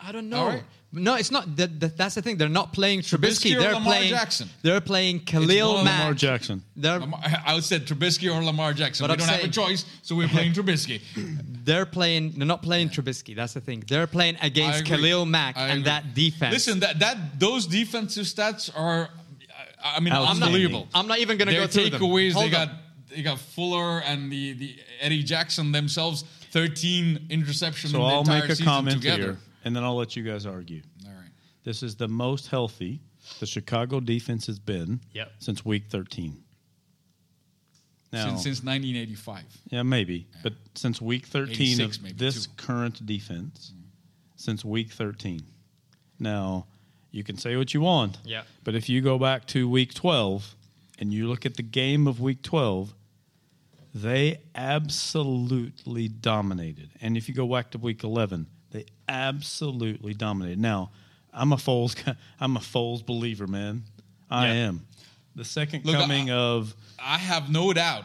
[SPEAKER 2] I don't know.
[SPEAKER 3] All right.
[SPEAKER 2] No, it's not. That, that, that's the thing. They're not playing Trubisky.
[SPEAKER 3] Trubisky or
[SPEAKER 2] they're
[SPEAKER 3] Lamar
[SPEAKER 2] playing
[SPEAKER 3] Jackson?
[SPEAKER 2] They're playing
[SPEAKER 3] one
[SPEAKER 2] Khalil
[SPEAKER 3] of
[SPEAKER 2] Mack.
[SPEAKER 4] Lamar Jackson.
[SPEAKER 2] They're
[SPEAKER 3] Lamar, I would said Trubisky or Lamar Jackson.
[SPEAKER 2] But
[SPEAKER 3] we
[SPEAKER 2] I'm
[SPEAKER 3] don't have
[SPEAKER 2] saying-
[SPEAKER 3] a choice, so we're playing Trubisky.
[SPEAKER 2] they're playing. They're not playing Trubisky. That's the thing. They're playing
[SPEAKER 3] I
[SPEAKER 2] against
[SPEAKER 3] agree.
[SPEAKER 2] Khalil Mack
[SPEAKER 3] I
[SPEAKER 2] and
[SPEAKER 3] agree.
[SPEAKER 2] that defense.
[SPEAKER 3] Listen, that that those defensive stats are, I I mean,
[SPEAKER 4] Outstanding.
[SPEAKER 3] unbelievable.
[SPEAKER 2] I'm not even going to
[SPEAKER 3] Their
[SPEAKER 2] go through them.
[SPEAKER 3] takeaways they
[SPEAKER 2] Hold on.
[SPEAKER 3] got they got Fuller and the the Eddie Jackson themselves 13 interceptions.
[SPEAKER 4] So
[SPEAKER 3] in the
[SPEAKER 4] I'll
[SPEAKER 3] entire
[SPEAKER 4] make a
[SPEAKER 3] season
[SPEAKER 4] comment
[SPEAKER 3] together.
[SPEAKER 4] here, and then I'll let you guys argue.
[SPEAKER 3] All right.
[SPEAKER 4] This is the most healthy the Chicago defense has been
[SPEAKER 2] Yep.
[SPEAKER 4] since week 13. Now,
[SPEAKER 3] Since, since 1985,
[SPEAKER 4] yeah, maybe, but since week 13
[SPEAKER 3] 86
[SPEAKER 4] of
[SPEAKER 3] maybe,
[SPEAKER 4] this
[SPEAKER 3] too.
[SPEAKER 4] current defense, since week 13. Now, you can say what you want,
[SPEAKER 2] Yeah.
[SPEAKER 4] but if you go back to week 12 and you look at the game of week 12, they absolutely dominated. And if you go back to week 11, they absolutely dominated. Now, I'm a Foles, guy- I'm a Foles believer, man. I
[SPEAKER 2] Yeah.
[SPEAKER 4] am. The second
[SPEAKER 3] Look, I-
[SPEAKER 4] coming of
[SPEAKER 3] I have no doubt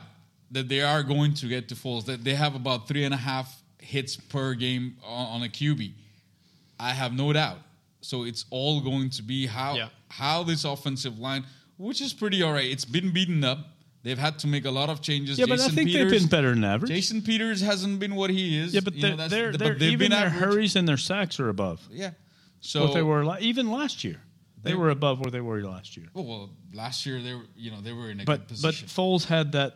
[SPEAKER 3] that they are going to get to falls. That they have about three and a half hits per game on, on a QB. I have no doubt. So it's all going to be how
[SPEAKER 2] Yeah.
[SPEAKER 3] how this offensive line, which is pretty all right. It's been beaten up. They've had to make a lot of changes.
[SPEAKER 4] Yeah, but I think they've been better than average.
[SPEAKER 3] Jason Peters hasn't been what he is.
[SPEAKER 4] yeah, but
[SPEAKER 3] You know,
[SPEAKER 4] they're,
[SPEAKER 3] that's-
[SPEAKER 4] they're,
[SPEAKER 3] but
[SPEAKER 4] they're,
[SPEAKER 3] they've
[SPEAKER 4] even their
[SPEAKER 3] average.
[SPEAKER 4] hurries and their sacks are above
[SPEAKER 3] Yeah. So
[SPEAKER 4] what they were la- even last year. They were above where they were last year.
[SPEAKER 3] Oh, well, last year they were you know they were in a good
[SPEAKER 4] But but
[SPEAKER 3] position.
[SPEAKER 4] Foles had that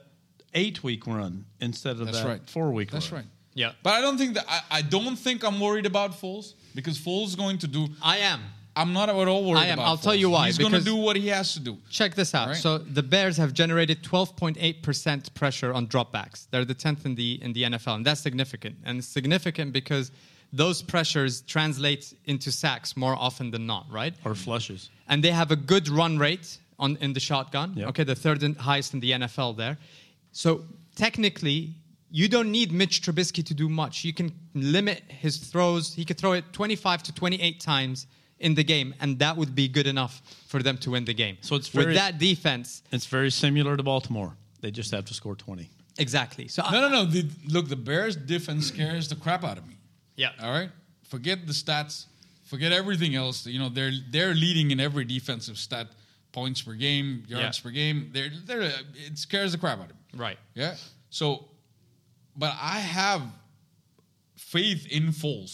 [SPEAKER 4] eight week run instead of
[SPEAKER 3] That's
[SPEAKER 4] that
[SPEAKER 3] right.
[SPEAKER 4] four week.
[SPEAKER 3] That's
[SPEAKER 4] run.
[SPEAKER 3] right.
[SPEAKER 2] Yeah.
[SPEAKER 3] But I don't think that I, I don't think I'm worried about Foles because Foles is going to do.
[SPEAKER 2] I am.
[SPEAKER 3] I'm not at all worried.
[SPEAKER 2] I am.
[SPEAKER 3] About
[SPEAKER 2] I'll tell
[SPEAKER 3] Foles.
[SPEAKER 2] you why,
[SPEAKER 3] He's going to
[SPEAKER 2] because-
[SPEAKER 3] do what he has to do.
[SPEAKER 2] Check this out.
[SPEAKER 3] Alright.
[SPEAKER 2] So the Bears have generated 12.8% pressure on dropbacks. They're the 10th in the in the NFL, and that's significant. And it's significant because those pressures translate into sacks more often than not, right?
[SPEAKER 4] Or flushes.
[SPEAKER 2] And they have a good run rate on in the shotgun.
[SPEAKER 4] Yep.
[SPEAKER 2] Okay, the third in, highest in the NFL there. So technically, you don't need Mitch Trubisky to do much. You can limit his throws. He could throw it 25 to 28 times in the game, and that would be good enough for them to win the game.
[SPEAKER 4] So it's
[SPEAKER 2] with
[SPEAKER 4] very-
[SPEAKER 2] that defense,
[SPEAKER 4] It's very similar to Baltimore. They just have to score twenty.
[SPEAKER 2] exactly. So
[SPEAKER 3] No, no, no. The, look, the Bears' defense scares the crap out of me.
[SPEAKER 2] Yeah.
[SPEAKER 3] All right. Forget the stats. Forget everything else. You know, they're they're leading in every defensive stat: points per game, yards
[SPEAKER 2] Yeah.
[SPEAKER 3] per game. They're they're it scares the crap out of me.
[SPEAKER 2] Right.
[SPEAKER 3] Yeah. So, but I have faith in Foles.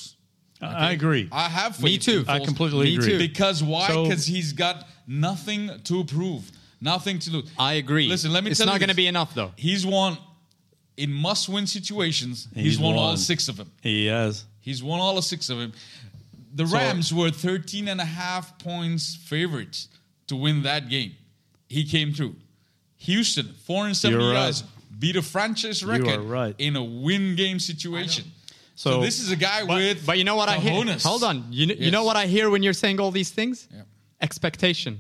[SPEAKER 4] I I agree.
[SPEAKER 3] I have faith.
[SPEAKER 2] Me too.
[SPEAKER 3] in
[SPEAKER 4] I
[SPEAKER 3] Foles.
[SPEAKER 4] completely
[SPEAKER 2] Me
[SPEAKER 4] agree.
[SPEAKER 2] too.
[SPEAKER 3] Because why?
[SPEAKER 4] So-
[SPEAKER 3] Because he's got nothing to prove, nothing to lose.
[SPEAKER 2] I agree.
[SPEAKER 3] Listen, let me
[SPEAKER 2] It's
[SPEAKER 3] tell you,
[SPEAKER 2] not gonna
[SPEAKER 3] this.
[SPEAKER 2] be enough, though.
[SPEAKER 3] He's won in must-win situations. He's,
[SPEAKER 4] He's
[SPEAKER 3] won, all
[SPEAKER 4] won.
[SPEAKER 3] six of them.
[SPEAKER 4] He has.
[SPEAKER 3] He's won all six of them. The Rams were 13 and a half points favorites to win that game. He came through. Houston, 470
[SPEAKER 4] You're right.
[SPEAKER 3] yards, beat a franchise record
[SPEAKER 4] are right.
[SPEAKER 3] in a win game situation. So,
[SPEAKER 4] So,
[SPEAKER 3] this is a guy
[SPEAKER 2] But,
[SPEAKER 3] with
[SPEAKER 2] but you know what I hear?
[SPEAKER 3] cojones.
[SPEAKER 2] Hold on. You, kn- you know
[SPEAKER 3] Yes.
[SPEAKER 2] what I hear when you're saying all these things?
[SPEAKER 3] Yeah.
[SPEAKER 2] Expectation.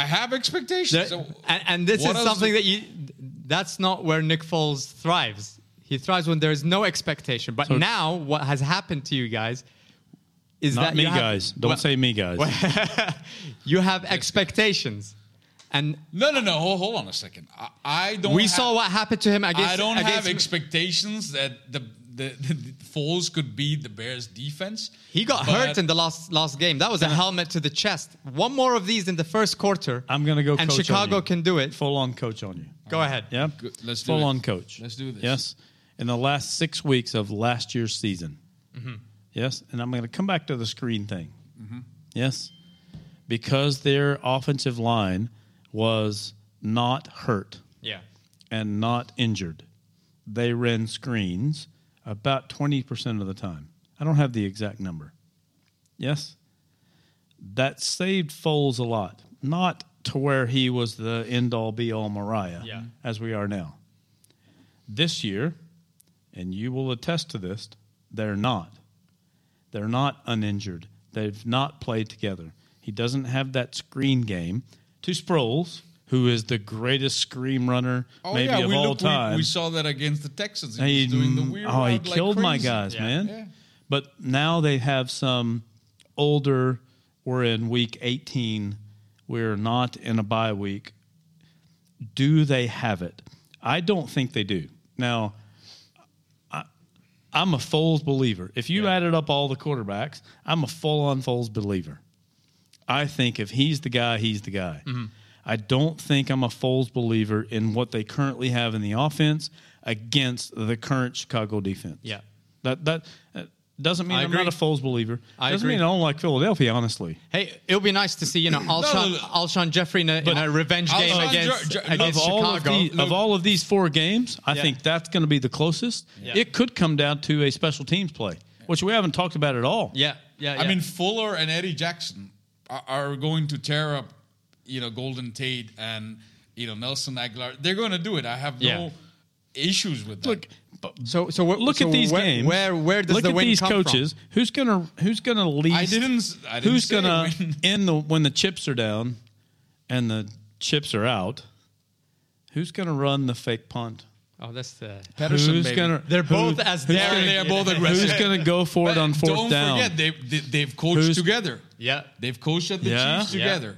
[SPEAKER 3] I have
[SPEAKER 2] There-
[SPEAKER 3] expectations. So
[SPEAKER 2] and, and this
[SPEAKER 3] what
[SPEAKER 2] is
[SPEAKER 3] else
[SPEAKER 2] something
[SPEAKER 3] do-
[SPEAKER 2] that you. That's not where Nick Foles thrives. He thrives when there is no expectation. But
[SPEAKER 4] So-
[SPEAKER 2] now, what has happened to you guys is
[SPEAKER 4] not
[SPEAKER 2] that
[SPEAKER 4] me,
[SPEAKER 2] you have-
[SPEAKER 4] guys. Don't
[SPEAKER 2] well,
[SPEAKER 4] say me, guys.
[SPEAKER 2] you have expectations, and
[SPEAKER 3] No, no, no. Hold, hold on a second. I, I don't.
[SPEAKER 2] we
[SPEAKER 3] have-
[SPEAKER 2] saw what happened to him against.
[SPEAKER 3] I don't have
[SPEAKER 2] against-
[SPEAKER 3] expectations that the the, the, the Foles could be the Bears defense.
[SPEAKER 2] He got
[SPEAKER 3] but-
[SPEAKER 2] hurt in the last last game. That was a helmet to the chest. One more of these in the first quarter.
[SPEAKER 4] I'm gonna go
[SPEAKER 2] And
[SPEAKER 4] coach on
[SPEAKER 2] Chicago
[SPEAKER 4] you.
[SPEAKER 2] can do it.
[SPEAKER 4] Full on coach on you.
[SPEAKER 2] Go ahead.
[SPEAKER 4] Yeah.
[SPEAKER 3] Good. Let's do
[SPEAKER 4] Full
[SPEAKER 3] it.
[SPEAKER 4] on coach.
[SPEAKER 3] Let's do this.
[SPEAKER 4] Yes. In the last six weeks of last year's season.
[SPEAKER 3] Mm-hmm.
[SPEAKER 4] Yes. And I'm going to come back to the screen thing. Yes. Because their offensive line was not hurt
[SPEAKER 2] Yeah.
[SPEAKER 4] and not injured, they ran screens about 20% of the time. I don't have the exact number. Yes? That saved Foles a lot. Not to where he was the end all be all Mariah
[SPEAKER 2] Yeah.
[SPEAKER 4] as we are now. This year, and you will attest to this, they're not. They're not uninjured. They've not played together. He doesn't have that screen game to Sproles, who is the greatest screen runner
[SPEAKER 3] Oh,
[SPEAKER 4] maybe
[SPEAKER 3] yeah,
[SPEAKER 4] of
[SPEAKER 3] we
[SPEAKER 4] all
[SPEAKER 3] look- we-
[SPEAKER 4] time.
[SPEAKER 3] We, saw that against the Texans. He,
[SPEAKER 4] And
[SPEAKER 3] was doing the weird.
[SPEAKER 4] oh, he
[SPEAKER 3] route like
[SPEAKER 4] killed my
[SPEAKER 3] crazy.
[SPEAKER 4] guys,
[SPEAKER 2] Yeah.
[SPEAKER 4] man.
[SPEAKER 3] Yeah.
[SPEAKER 4] But now they have some older. We're in week 18. We're not in a bye week. Do they have it? I don't think they do. Now, I, I'm a Foles believer. If you added up all the quarterbacks, I'm a full-on Foles believer. I think if he's the guy, he's the guy.
[SPEAKER 2] Mm-hmm.
[SPEAKER 4] I don't think I'm a Foles believer in what they currently have in the offense against the current Chicago defense.
[SPEAKER 2] Yeah.
[SPEAKER 4] That that uh, doesn't mean
[SPEAKER 2] I
[SPEAKER 4] I am
[SPEAKER 2] agree.
[SPEAKER 4] not a Foles believer.
[SPEAKER 2] I
[SPEAKER 4] doesn't
[SPEAKER 2] agree.
[SPEAKER 4] mean I don't like Philadelphia, honestly.
[SPEAKER 2] Hey, it'll be nice to see you know Alshon,
[SPEAKER 3] no, no.
[SPEAKER 2] Alshon Jeffrey in a, in a revenge
[SPEAKER 3] Alshon
[SPEAKER 2] game against,
[SPEAKER 3] Jer- Jer-
[SPEAKER 2] against
[SPEAKER 4] of all of,
[SPEAKER 2] Chicago.
[SPEAKER 4] the, of all of these four games, I
[SPEAKER 2] Yeah.
[SPEAKER 4] think that's going to be the closest.
[SPEAKER 2] Yeah.
[SPEAKER 4] It could come down to a special teams play, which we haven't talked about at all.
[SPEAKER 2] yeah, yeah, yeah.
[SPEAKER 3] I mean, Fuller and Eddie Jackson are, are going to tear up, you know, Golden Tate and you know Nelson Aguilar. They're going to do it. I have no
[SPEAKER 2] Yeah.
[SPEAKER 3] issues with that.
[SPEAKER 4] Look,
[SPEAKER 2] so so wh-
[SPEAKER 4] look
[SPEAKER 2] so
[SPEAKER 4] at these
[SPEAKER 2] where,
[SPEAKER 4] games.
[SPEAKER 2] Where where does
[SPEAKER 4] look
[SPEAKER 2] the
[SPEAKER 4] at
[SPEAKER 2] win
[SPEAKER 4] these
[SPEAKER 2] come
[SPEAKER 4] coaches?
[SPEAKER 2] From?
[SPEAKER 4] Who's gonna who's gonna least?
[SPEAKER 3] I didn't s- I didn't
[SPEAKER 4] who's
[SPEAKER 3] say
[SPEAKER 4] gonna
[SPEAKER 3] when.
[SPEAKER 4] end the when the chips are down, and the chips are out? Who's gonna run the fake punt?
[SPEAKER 2] Oh, that's the
[SPEAKER 3] Patterson,
[SPEAKER 4] who's
[SPEAKER 3] baby.
[SPEAKER 4] gonna?
[SPEAKER 2] They're both
[SPEAKER 4] who-
[SPEAKER 2] as
[SPEAKER 4] who's
[SPEAKER 2] daring.
[SPEAKER 4] gonna-
[SPEAKER 2] They're both
[SPEAKER 4] Who's
[SPEAKER 2] aggressive.
[SPEAKER 4] gonna go for it on 4th
[SPEAKER 3] Don't
[SPEAKER 4] down?
[SPEAKER 3] forget they, they they've coached
[SPEAKER 4] Who's-
[SPEAKER 3] together.
[SPEAKER 2] Yeah.
[SPEAKER 3] they've coached at the
[SPEAKER 4] Yeah.
[SPEAKER 3] Chiefs
[SPEAKER 2] Yeah.
[SPEAKER 3] together.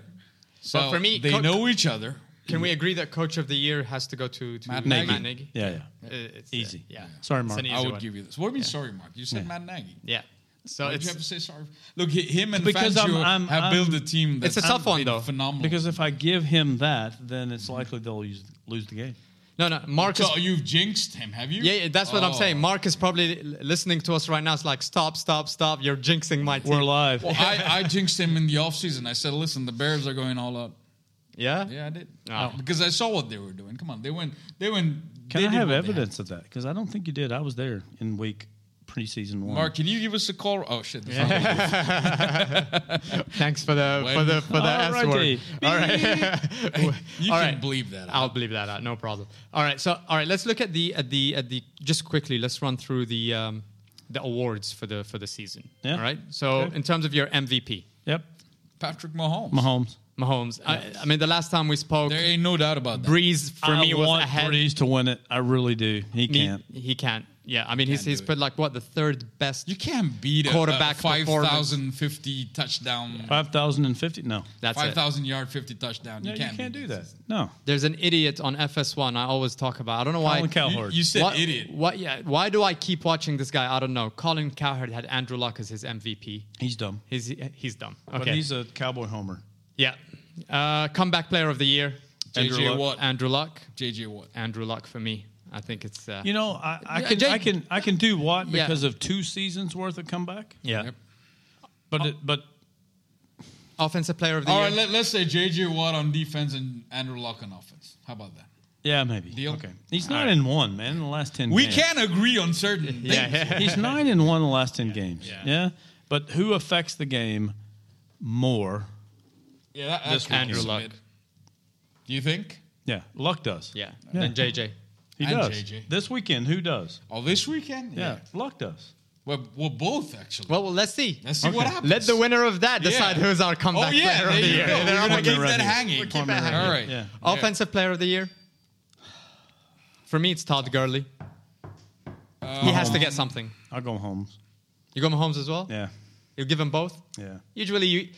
[SPEAKER 3] So
[SPEAKER 2] But for me,
[SPEAKER 3] they
[SPEAKER 2] Cook-
[SPEAKER 3] know each other.
[SPEAKER 2] Can we agree that coach of the year has to go to, to
[SPEAKER 3] Matt
[SPEAKER 4] Nagy.
[SPEAKER 3] Matt
[SPEAKER 2] Nagy?
[SPEAKER 4] Yeah, yeah.
[SPEAKER 2] Uh, it's, uh,
[SPEAKER 4] Easy.
[SPEAKER 2] yeah.
[SPEAKER 4] Sorry,
[SPEAKER 2] It's
[SPEAKER 4] Mark.
[SPEAKER 2] an easy
[SPEAKER 3] I would
[SPEAKER 2] one.
[SPEAKER 3] give you this. What do you mean? Sorry, Mark. You said
[SPEAKER 4] Yeah.
[SPEAKER 3] Matt Nagy.
[SPEAKER 2] Yeah. So
[SPEAKER 3] Why do
[SPEAKER 2] it's
[SPEAKER 3] you have to say sorry? Look, hi- him and
[SPEAKER 4] Because I'm-
[SPEAKER 3] Fangio
[SPEAKER 4] I'm-
[SPEAKER 3] have
[SPEAKER 4] I'm-
[SPEAKER 3] built a team. That's
[SPEAKER 2] It's a tough one,
[SPEAKER 3] been
[SPEAKER 2] though.
[SPEAKER 3] Phenomenal.
[SPEAKER 4] Because if I give him that, then it's likely they'll use, lose the game.
[SPEAKER 2] no no Marcus.
[SPEAKER 3] so you've jinxed him, have you?
[SPEAKER 2] yeah, yeah, that's what I'm
[SPEAKER 3] Oh.
[SPEAKER 2] saying. Mark is probably l- listening to us right now. It's like stop, stop, stop. You're jinxing my team.
[SPEAKER 4] We're live.
[SPEAKER 3] Well, I, I jinxed him in the offseason. I said, listen, the Bears are going all out.
[SPEAKER 2] yeah.
[SPEAKER 3] Yeah, I did. Uh,
[SPEAKER 2] Oh.
[SPEAKER 3] Because I saw what they were doing. Come on, they went. They went.
[SPEAKER 4] Can
[SPEAKER 3] they
[SPEAKER 4] I
[SPEAKER 3] did
[SPEAKER 4] have
[SPEAKER 3] what they
[SPEAKER 4] evidence of that? Because I don't think you did. I was there in week preseason one.
[SPEAKER 3] had. Mark, can you give us a call? Oh shit! that's not-
[SPEAKER 2] Thanks for the for the for the S
[SPEAKER 4] Alrighty.
[SPEAKER 2] word. All right.
[SPEAKER 3] You
[SPEAKER 2] All
[SPEAKER 3] can
[SPEAKER 2] right.
[SPEAKER 3] believe that. Uh,
[SPEAKER 2] I'll believe that out. No problem. All right. So, all right. Let's look at the at the at the just quickly. Let's run through the um, the awards for the for the season.
[SPEAKER 4] Yeah.
[SPEAKER 2] All right. So,
[SPEAKER 4] Okay.
[SPEAKER 2] in terms of your MVP,
[SPEAKER 4] Yep,
[SPEAKER 3] Patrick Mahomes.
[SPEAKER 4] Mahomes.
[SPEAKER 2] Mahomes. I, I mean, the last time we spoke,
[SPEAKER 3] There ain't no doubt about that.
[SPEAKER 2] Breeze for
[SPEAKER 4] I
[SPEAKER 2] me was
[SPEAKER 4] want
[SPEAKER 2] ahead.
[SPEAKER 4] Breeze to win it. I really do. He
[SPEAKER 2] Me-
[SPEAKER 4] can't.
[SPEAKER 2] He can't. Yeah. I mean, he's
[SPEAKER 3] Can't
[SPEAKER 2] he's
[SPEAKER 3] do it.
[SPEAKER 2] put like what the third best.
[SPEAKER 3] you can't beat a
[SPEAKER 2] Quarterback
[SPEAKER 3] quarterback five
[SPEAKER 2] performance.
[SPEAKER 3] thousand fifty touchdown,
[SPEAKER 4] Five thousand and fifty. No,
[SPEAKER 2] That's
[SPEAKER 3] five
[SPEAKER 2] it.
[SPEAKER 3] thousand yard fifty touchdown.
[SPEAKER 4] no,
[SPEAKER 3] you can't, beat
[SPEAKER 4] do that. No,
[SPEAKER 2] There's an idiot on FS1 I always talk about. I don't know why.
[SPEAKER 4] Colin Cowherd.
[SPEAKER 3] You said
[SPEAKER 2] Why-
[SPEAKER 3] idiot.
[SPEAKER 2] Why, yeah, why do I keep watching this guy? I don't know. Colin Cowherd had Andrew Luck as his MVP.
[SPEAKER 4] he's dumb.
[SPEAKER 2] He's he's dumb. Okay.
[SPEAKER 4] But he's a cowboy homer.
[SPEAKER 2] yeah. Uh, comeback player of the year.
[SPEAKER 3] JJ
[SPEAKER 2] Andrew Luck.
[SPEAKER 3] Watt.
[SPEAKER 2] Andrew Luck.
[SPEAKER 3] JJ Watt.
[SPEAKER 2] Andrew Luck for me. I think it's. Uh,
[SPEAKER 4] You know, I, I
[SPEAKER 2] Yeah,
[SPEAKER 4] can
[SPEAKER 2] Jake-
[SPEAKER 4] I can I can do what
[SPEAKER 2] Yeah.
[SPEAKER 4] because of two seasons worth of comeback.
[SPEAKER 2] yeah. Uh,
[SPEAKER 3] Yep.
[SPEAKER 4] But it, but
[SPEAKER 2] Offensive player of the
[SPEAKER 3] All
[SPEAKER 2] year.
[SPEAKER 3] right, let, us say JJ Watt on defense and Andrew Luck on offense. How about that?
[SPEAKER 4] yeah, maybe.
[SPEAKER 3] Deal.
[SPEAKER 4] Okay, he's nine and one, man. In the last ten.
[SPEAKER 3] We
[SPEAKER 4] games.
[SPEAKER 3] can agree on certain things.
[SPEAKER 4] He's nine and one in the last ten games.
[SPEAKER 3] Yeah.
[SPEAKER 4] Yeah. But who affects the game more?
[SPEAKER 3] Yeah, that,
[SPEAKER 2] This
[SPEAKER 3] that's
[SPEAKER 2] week Andrew
[SPEAKER 3] Andrew
[SPEAKER 2] Luck.
[SPEAKER 3] Luck. Do you think?
[SPEAKER 4] Yeah, Luck does.
[SPEAKER 2] yeah.
[SPEAKER 4] Yeah.
[SPEAKER 2] Then JJ.
[SPEAKER 4] he
[SPEAKER 3] And
[SPEAKER 4] does.
[SPEAKER 3] JJ.
[SPEAKER 4] This weekend, who does?
[SPEAKER 3] Oh, this weekend?
[SPEAKER 4] Yeah, Luck does.
[SPEAKER 3] Well, well, both actually.
[SPEAKER 2] Well, well, let's see.
[SPEAKER 3] Let's see what happens.
[SPEAKER 2] Let the winner of that
[SPEAKER 3] Yeah.
[SPEAKER 2] decide who's our
[SPEAKER 3] Oh
[SPEAKER 2] comeback
[SPEAKER 3] yeah,
[SPEAKER 2] player
[SPEAKER 3] there
[SPEAKER 2] of the
[SPEAKER 3] you
[SPEAKER 2] year.
[SPEAKER 3] go.
[SPEAKER 2] They're
[SPEAKER 3] We're
[SPEAKER 2] all
[SPEAKER 3] gonna
[SPEAKER 2] good.
[SPEAKER 3] keep that
[SPEAKER 4] Running.
[SPEAKER 3] hanging.
[SPEAKER 2] We'll keep it hanging.
[SPEAKER 3] All right.
[SPEAKER 4] Yeah.
[SPEAKER 2] Offensive player of the year. For me, it's Todd Gurley. he has to get something.
[SPEAKER 4] I'll go Holmes.
[SPEAKER 2] You go Mahomes as well.
[SPEAKER 4] Um, Yeah,
[SPEAKER 2] You give them both.
[SPEAKER 4] yeah.
[SPEAKER 2] Usually, you,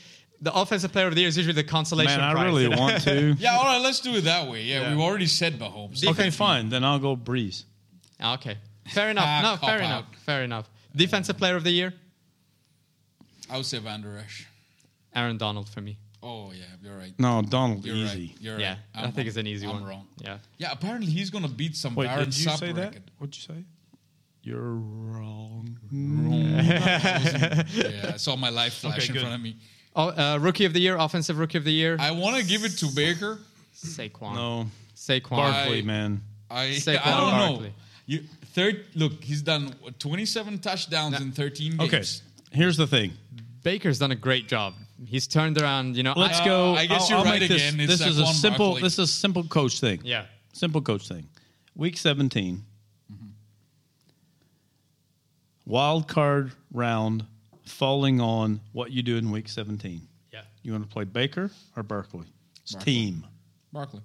[SPEAKER 2] the offensive player of the year is usually the consolation
[SPEAKER 4] Man, I
[SPEAKER 2] prize.
[SPEAKER 4] really want to.
[SPEAKER 3] Yeah. All right. Let's do it that way. Yeah, we've already said Mahomes.
[SPEAKER 4] Okay, fine. Then I'll go Breeze.
[SPEAKER 2] Ah, okay. Fair enough. No,
[SPEAKER 3] Cop
[SPEAKER 2] fair
[SPEAKER 3] out.
[SPEAKER 2] enough. Fair enough. Defensive player of the year,
[SPEAKER 3] I would say Van Der Esch.
[SPEAKER 2] Aaron Donald for me.
[SPEAKER 3] Oh yeah, you're right.
[SPEAKER 4] No, Donald,
[SPEAKER 3] You're
[SPEAKER 4] Mm, easy.
[SPEAKER 3] right. You're
[SPEAKER 2] Yeah,
[SPEAKER 3] right.
[SPEAKER 2] I
[SPEAKER 3] I'm
[SPEAKER 2] think
[SPEAKER 3] wrong.
[SPEAKER 2] it's an easy
[SPEAKER 3] I'm
[SPEAKER 2] one.
[SPEAKER 3] wrong.
[SPEAKER 2] Yeah.
[SPEAKER 3] Yeah, apparently he's gonna beat some
[SPEAKER 4] Wait,
[SPEAKER 3] Baron
[SPEAKER 4] did you
[SPEAKER 3] Sapp
[SPEAKER 4] say that?
[SPEAKER 3] record.
[SPEAKER 4] What'd you say? Mm. You're wrong.
[SPEAKER 3] Yeah, I saw my life flash in
[SPEAKER 4] good.
[SPEAKER 3] front of me.
[SPEAKER 2] Oh, uh, rookie of the year, offensive rookie of the year,
[SPEAKER 3] I want to give it to Baker.
[SPEAKER 2] Saquon.
[SPEAKER 4] No,
[SPEAKER 2] Saquon.
[SPEAKER 4] Barkley,
[SPEAKER 3] I-
[SPEAKER 4] man.
[SPEAKER 3] I
[SPEAKER 2] Saquon
[SPEAKER 3] I don't know.
[SPEAKER 2] Barkley.
[SPEAKER 3] You third look, he's done what, 27 touchdowns in 13 games.
[SPEAKER 4] Okay, here's the thing.
[SPEAKER 2] Baker's done a great job. He's turned around. You know,
[SPEAKER 4] Let's
[SPEAKER 2] I-
[SPEAKER 4] go.
[SPEAKER 3] I guess
[SPEAKER 4] I'll-
[SPEAKER 3] you're
[SPEAKER 4] I'll
[SPEAKER 3] right
[SPEAKER 4] make this-
[SPEAKER 3] again. It's
[SPEAKER 4] This, is a
[SPEAKER 3] Saquon
[SPEAKER 4] simple.
[SPEAKER 3] Barkley.
[SPEAKER 4] This is a simple coach thing.
[SPEAKER 2] Yeah.
[SPEAKER 4] Simple coach thing. Week 17.
[SPEAKER 3] Mm-hmm.
[SPEAKER 4] Wild card round falling on what you do in week 17.
[SPEAKER 2] Yeah.
[SPEAKER 4] You want to play Baker or Barkley? It's team.
[SPEAKER 3] Barkley.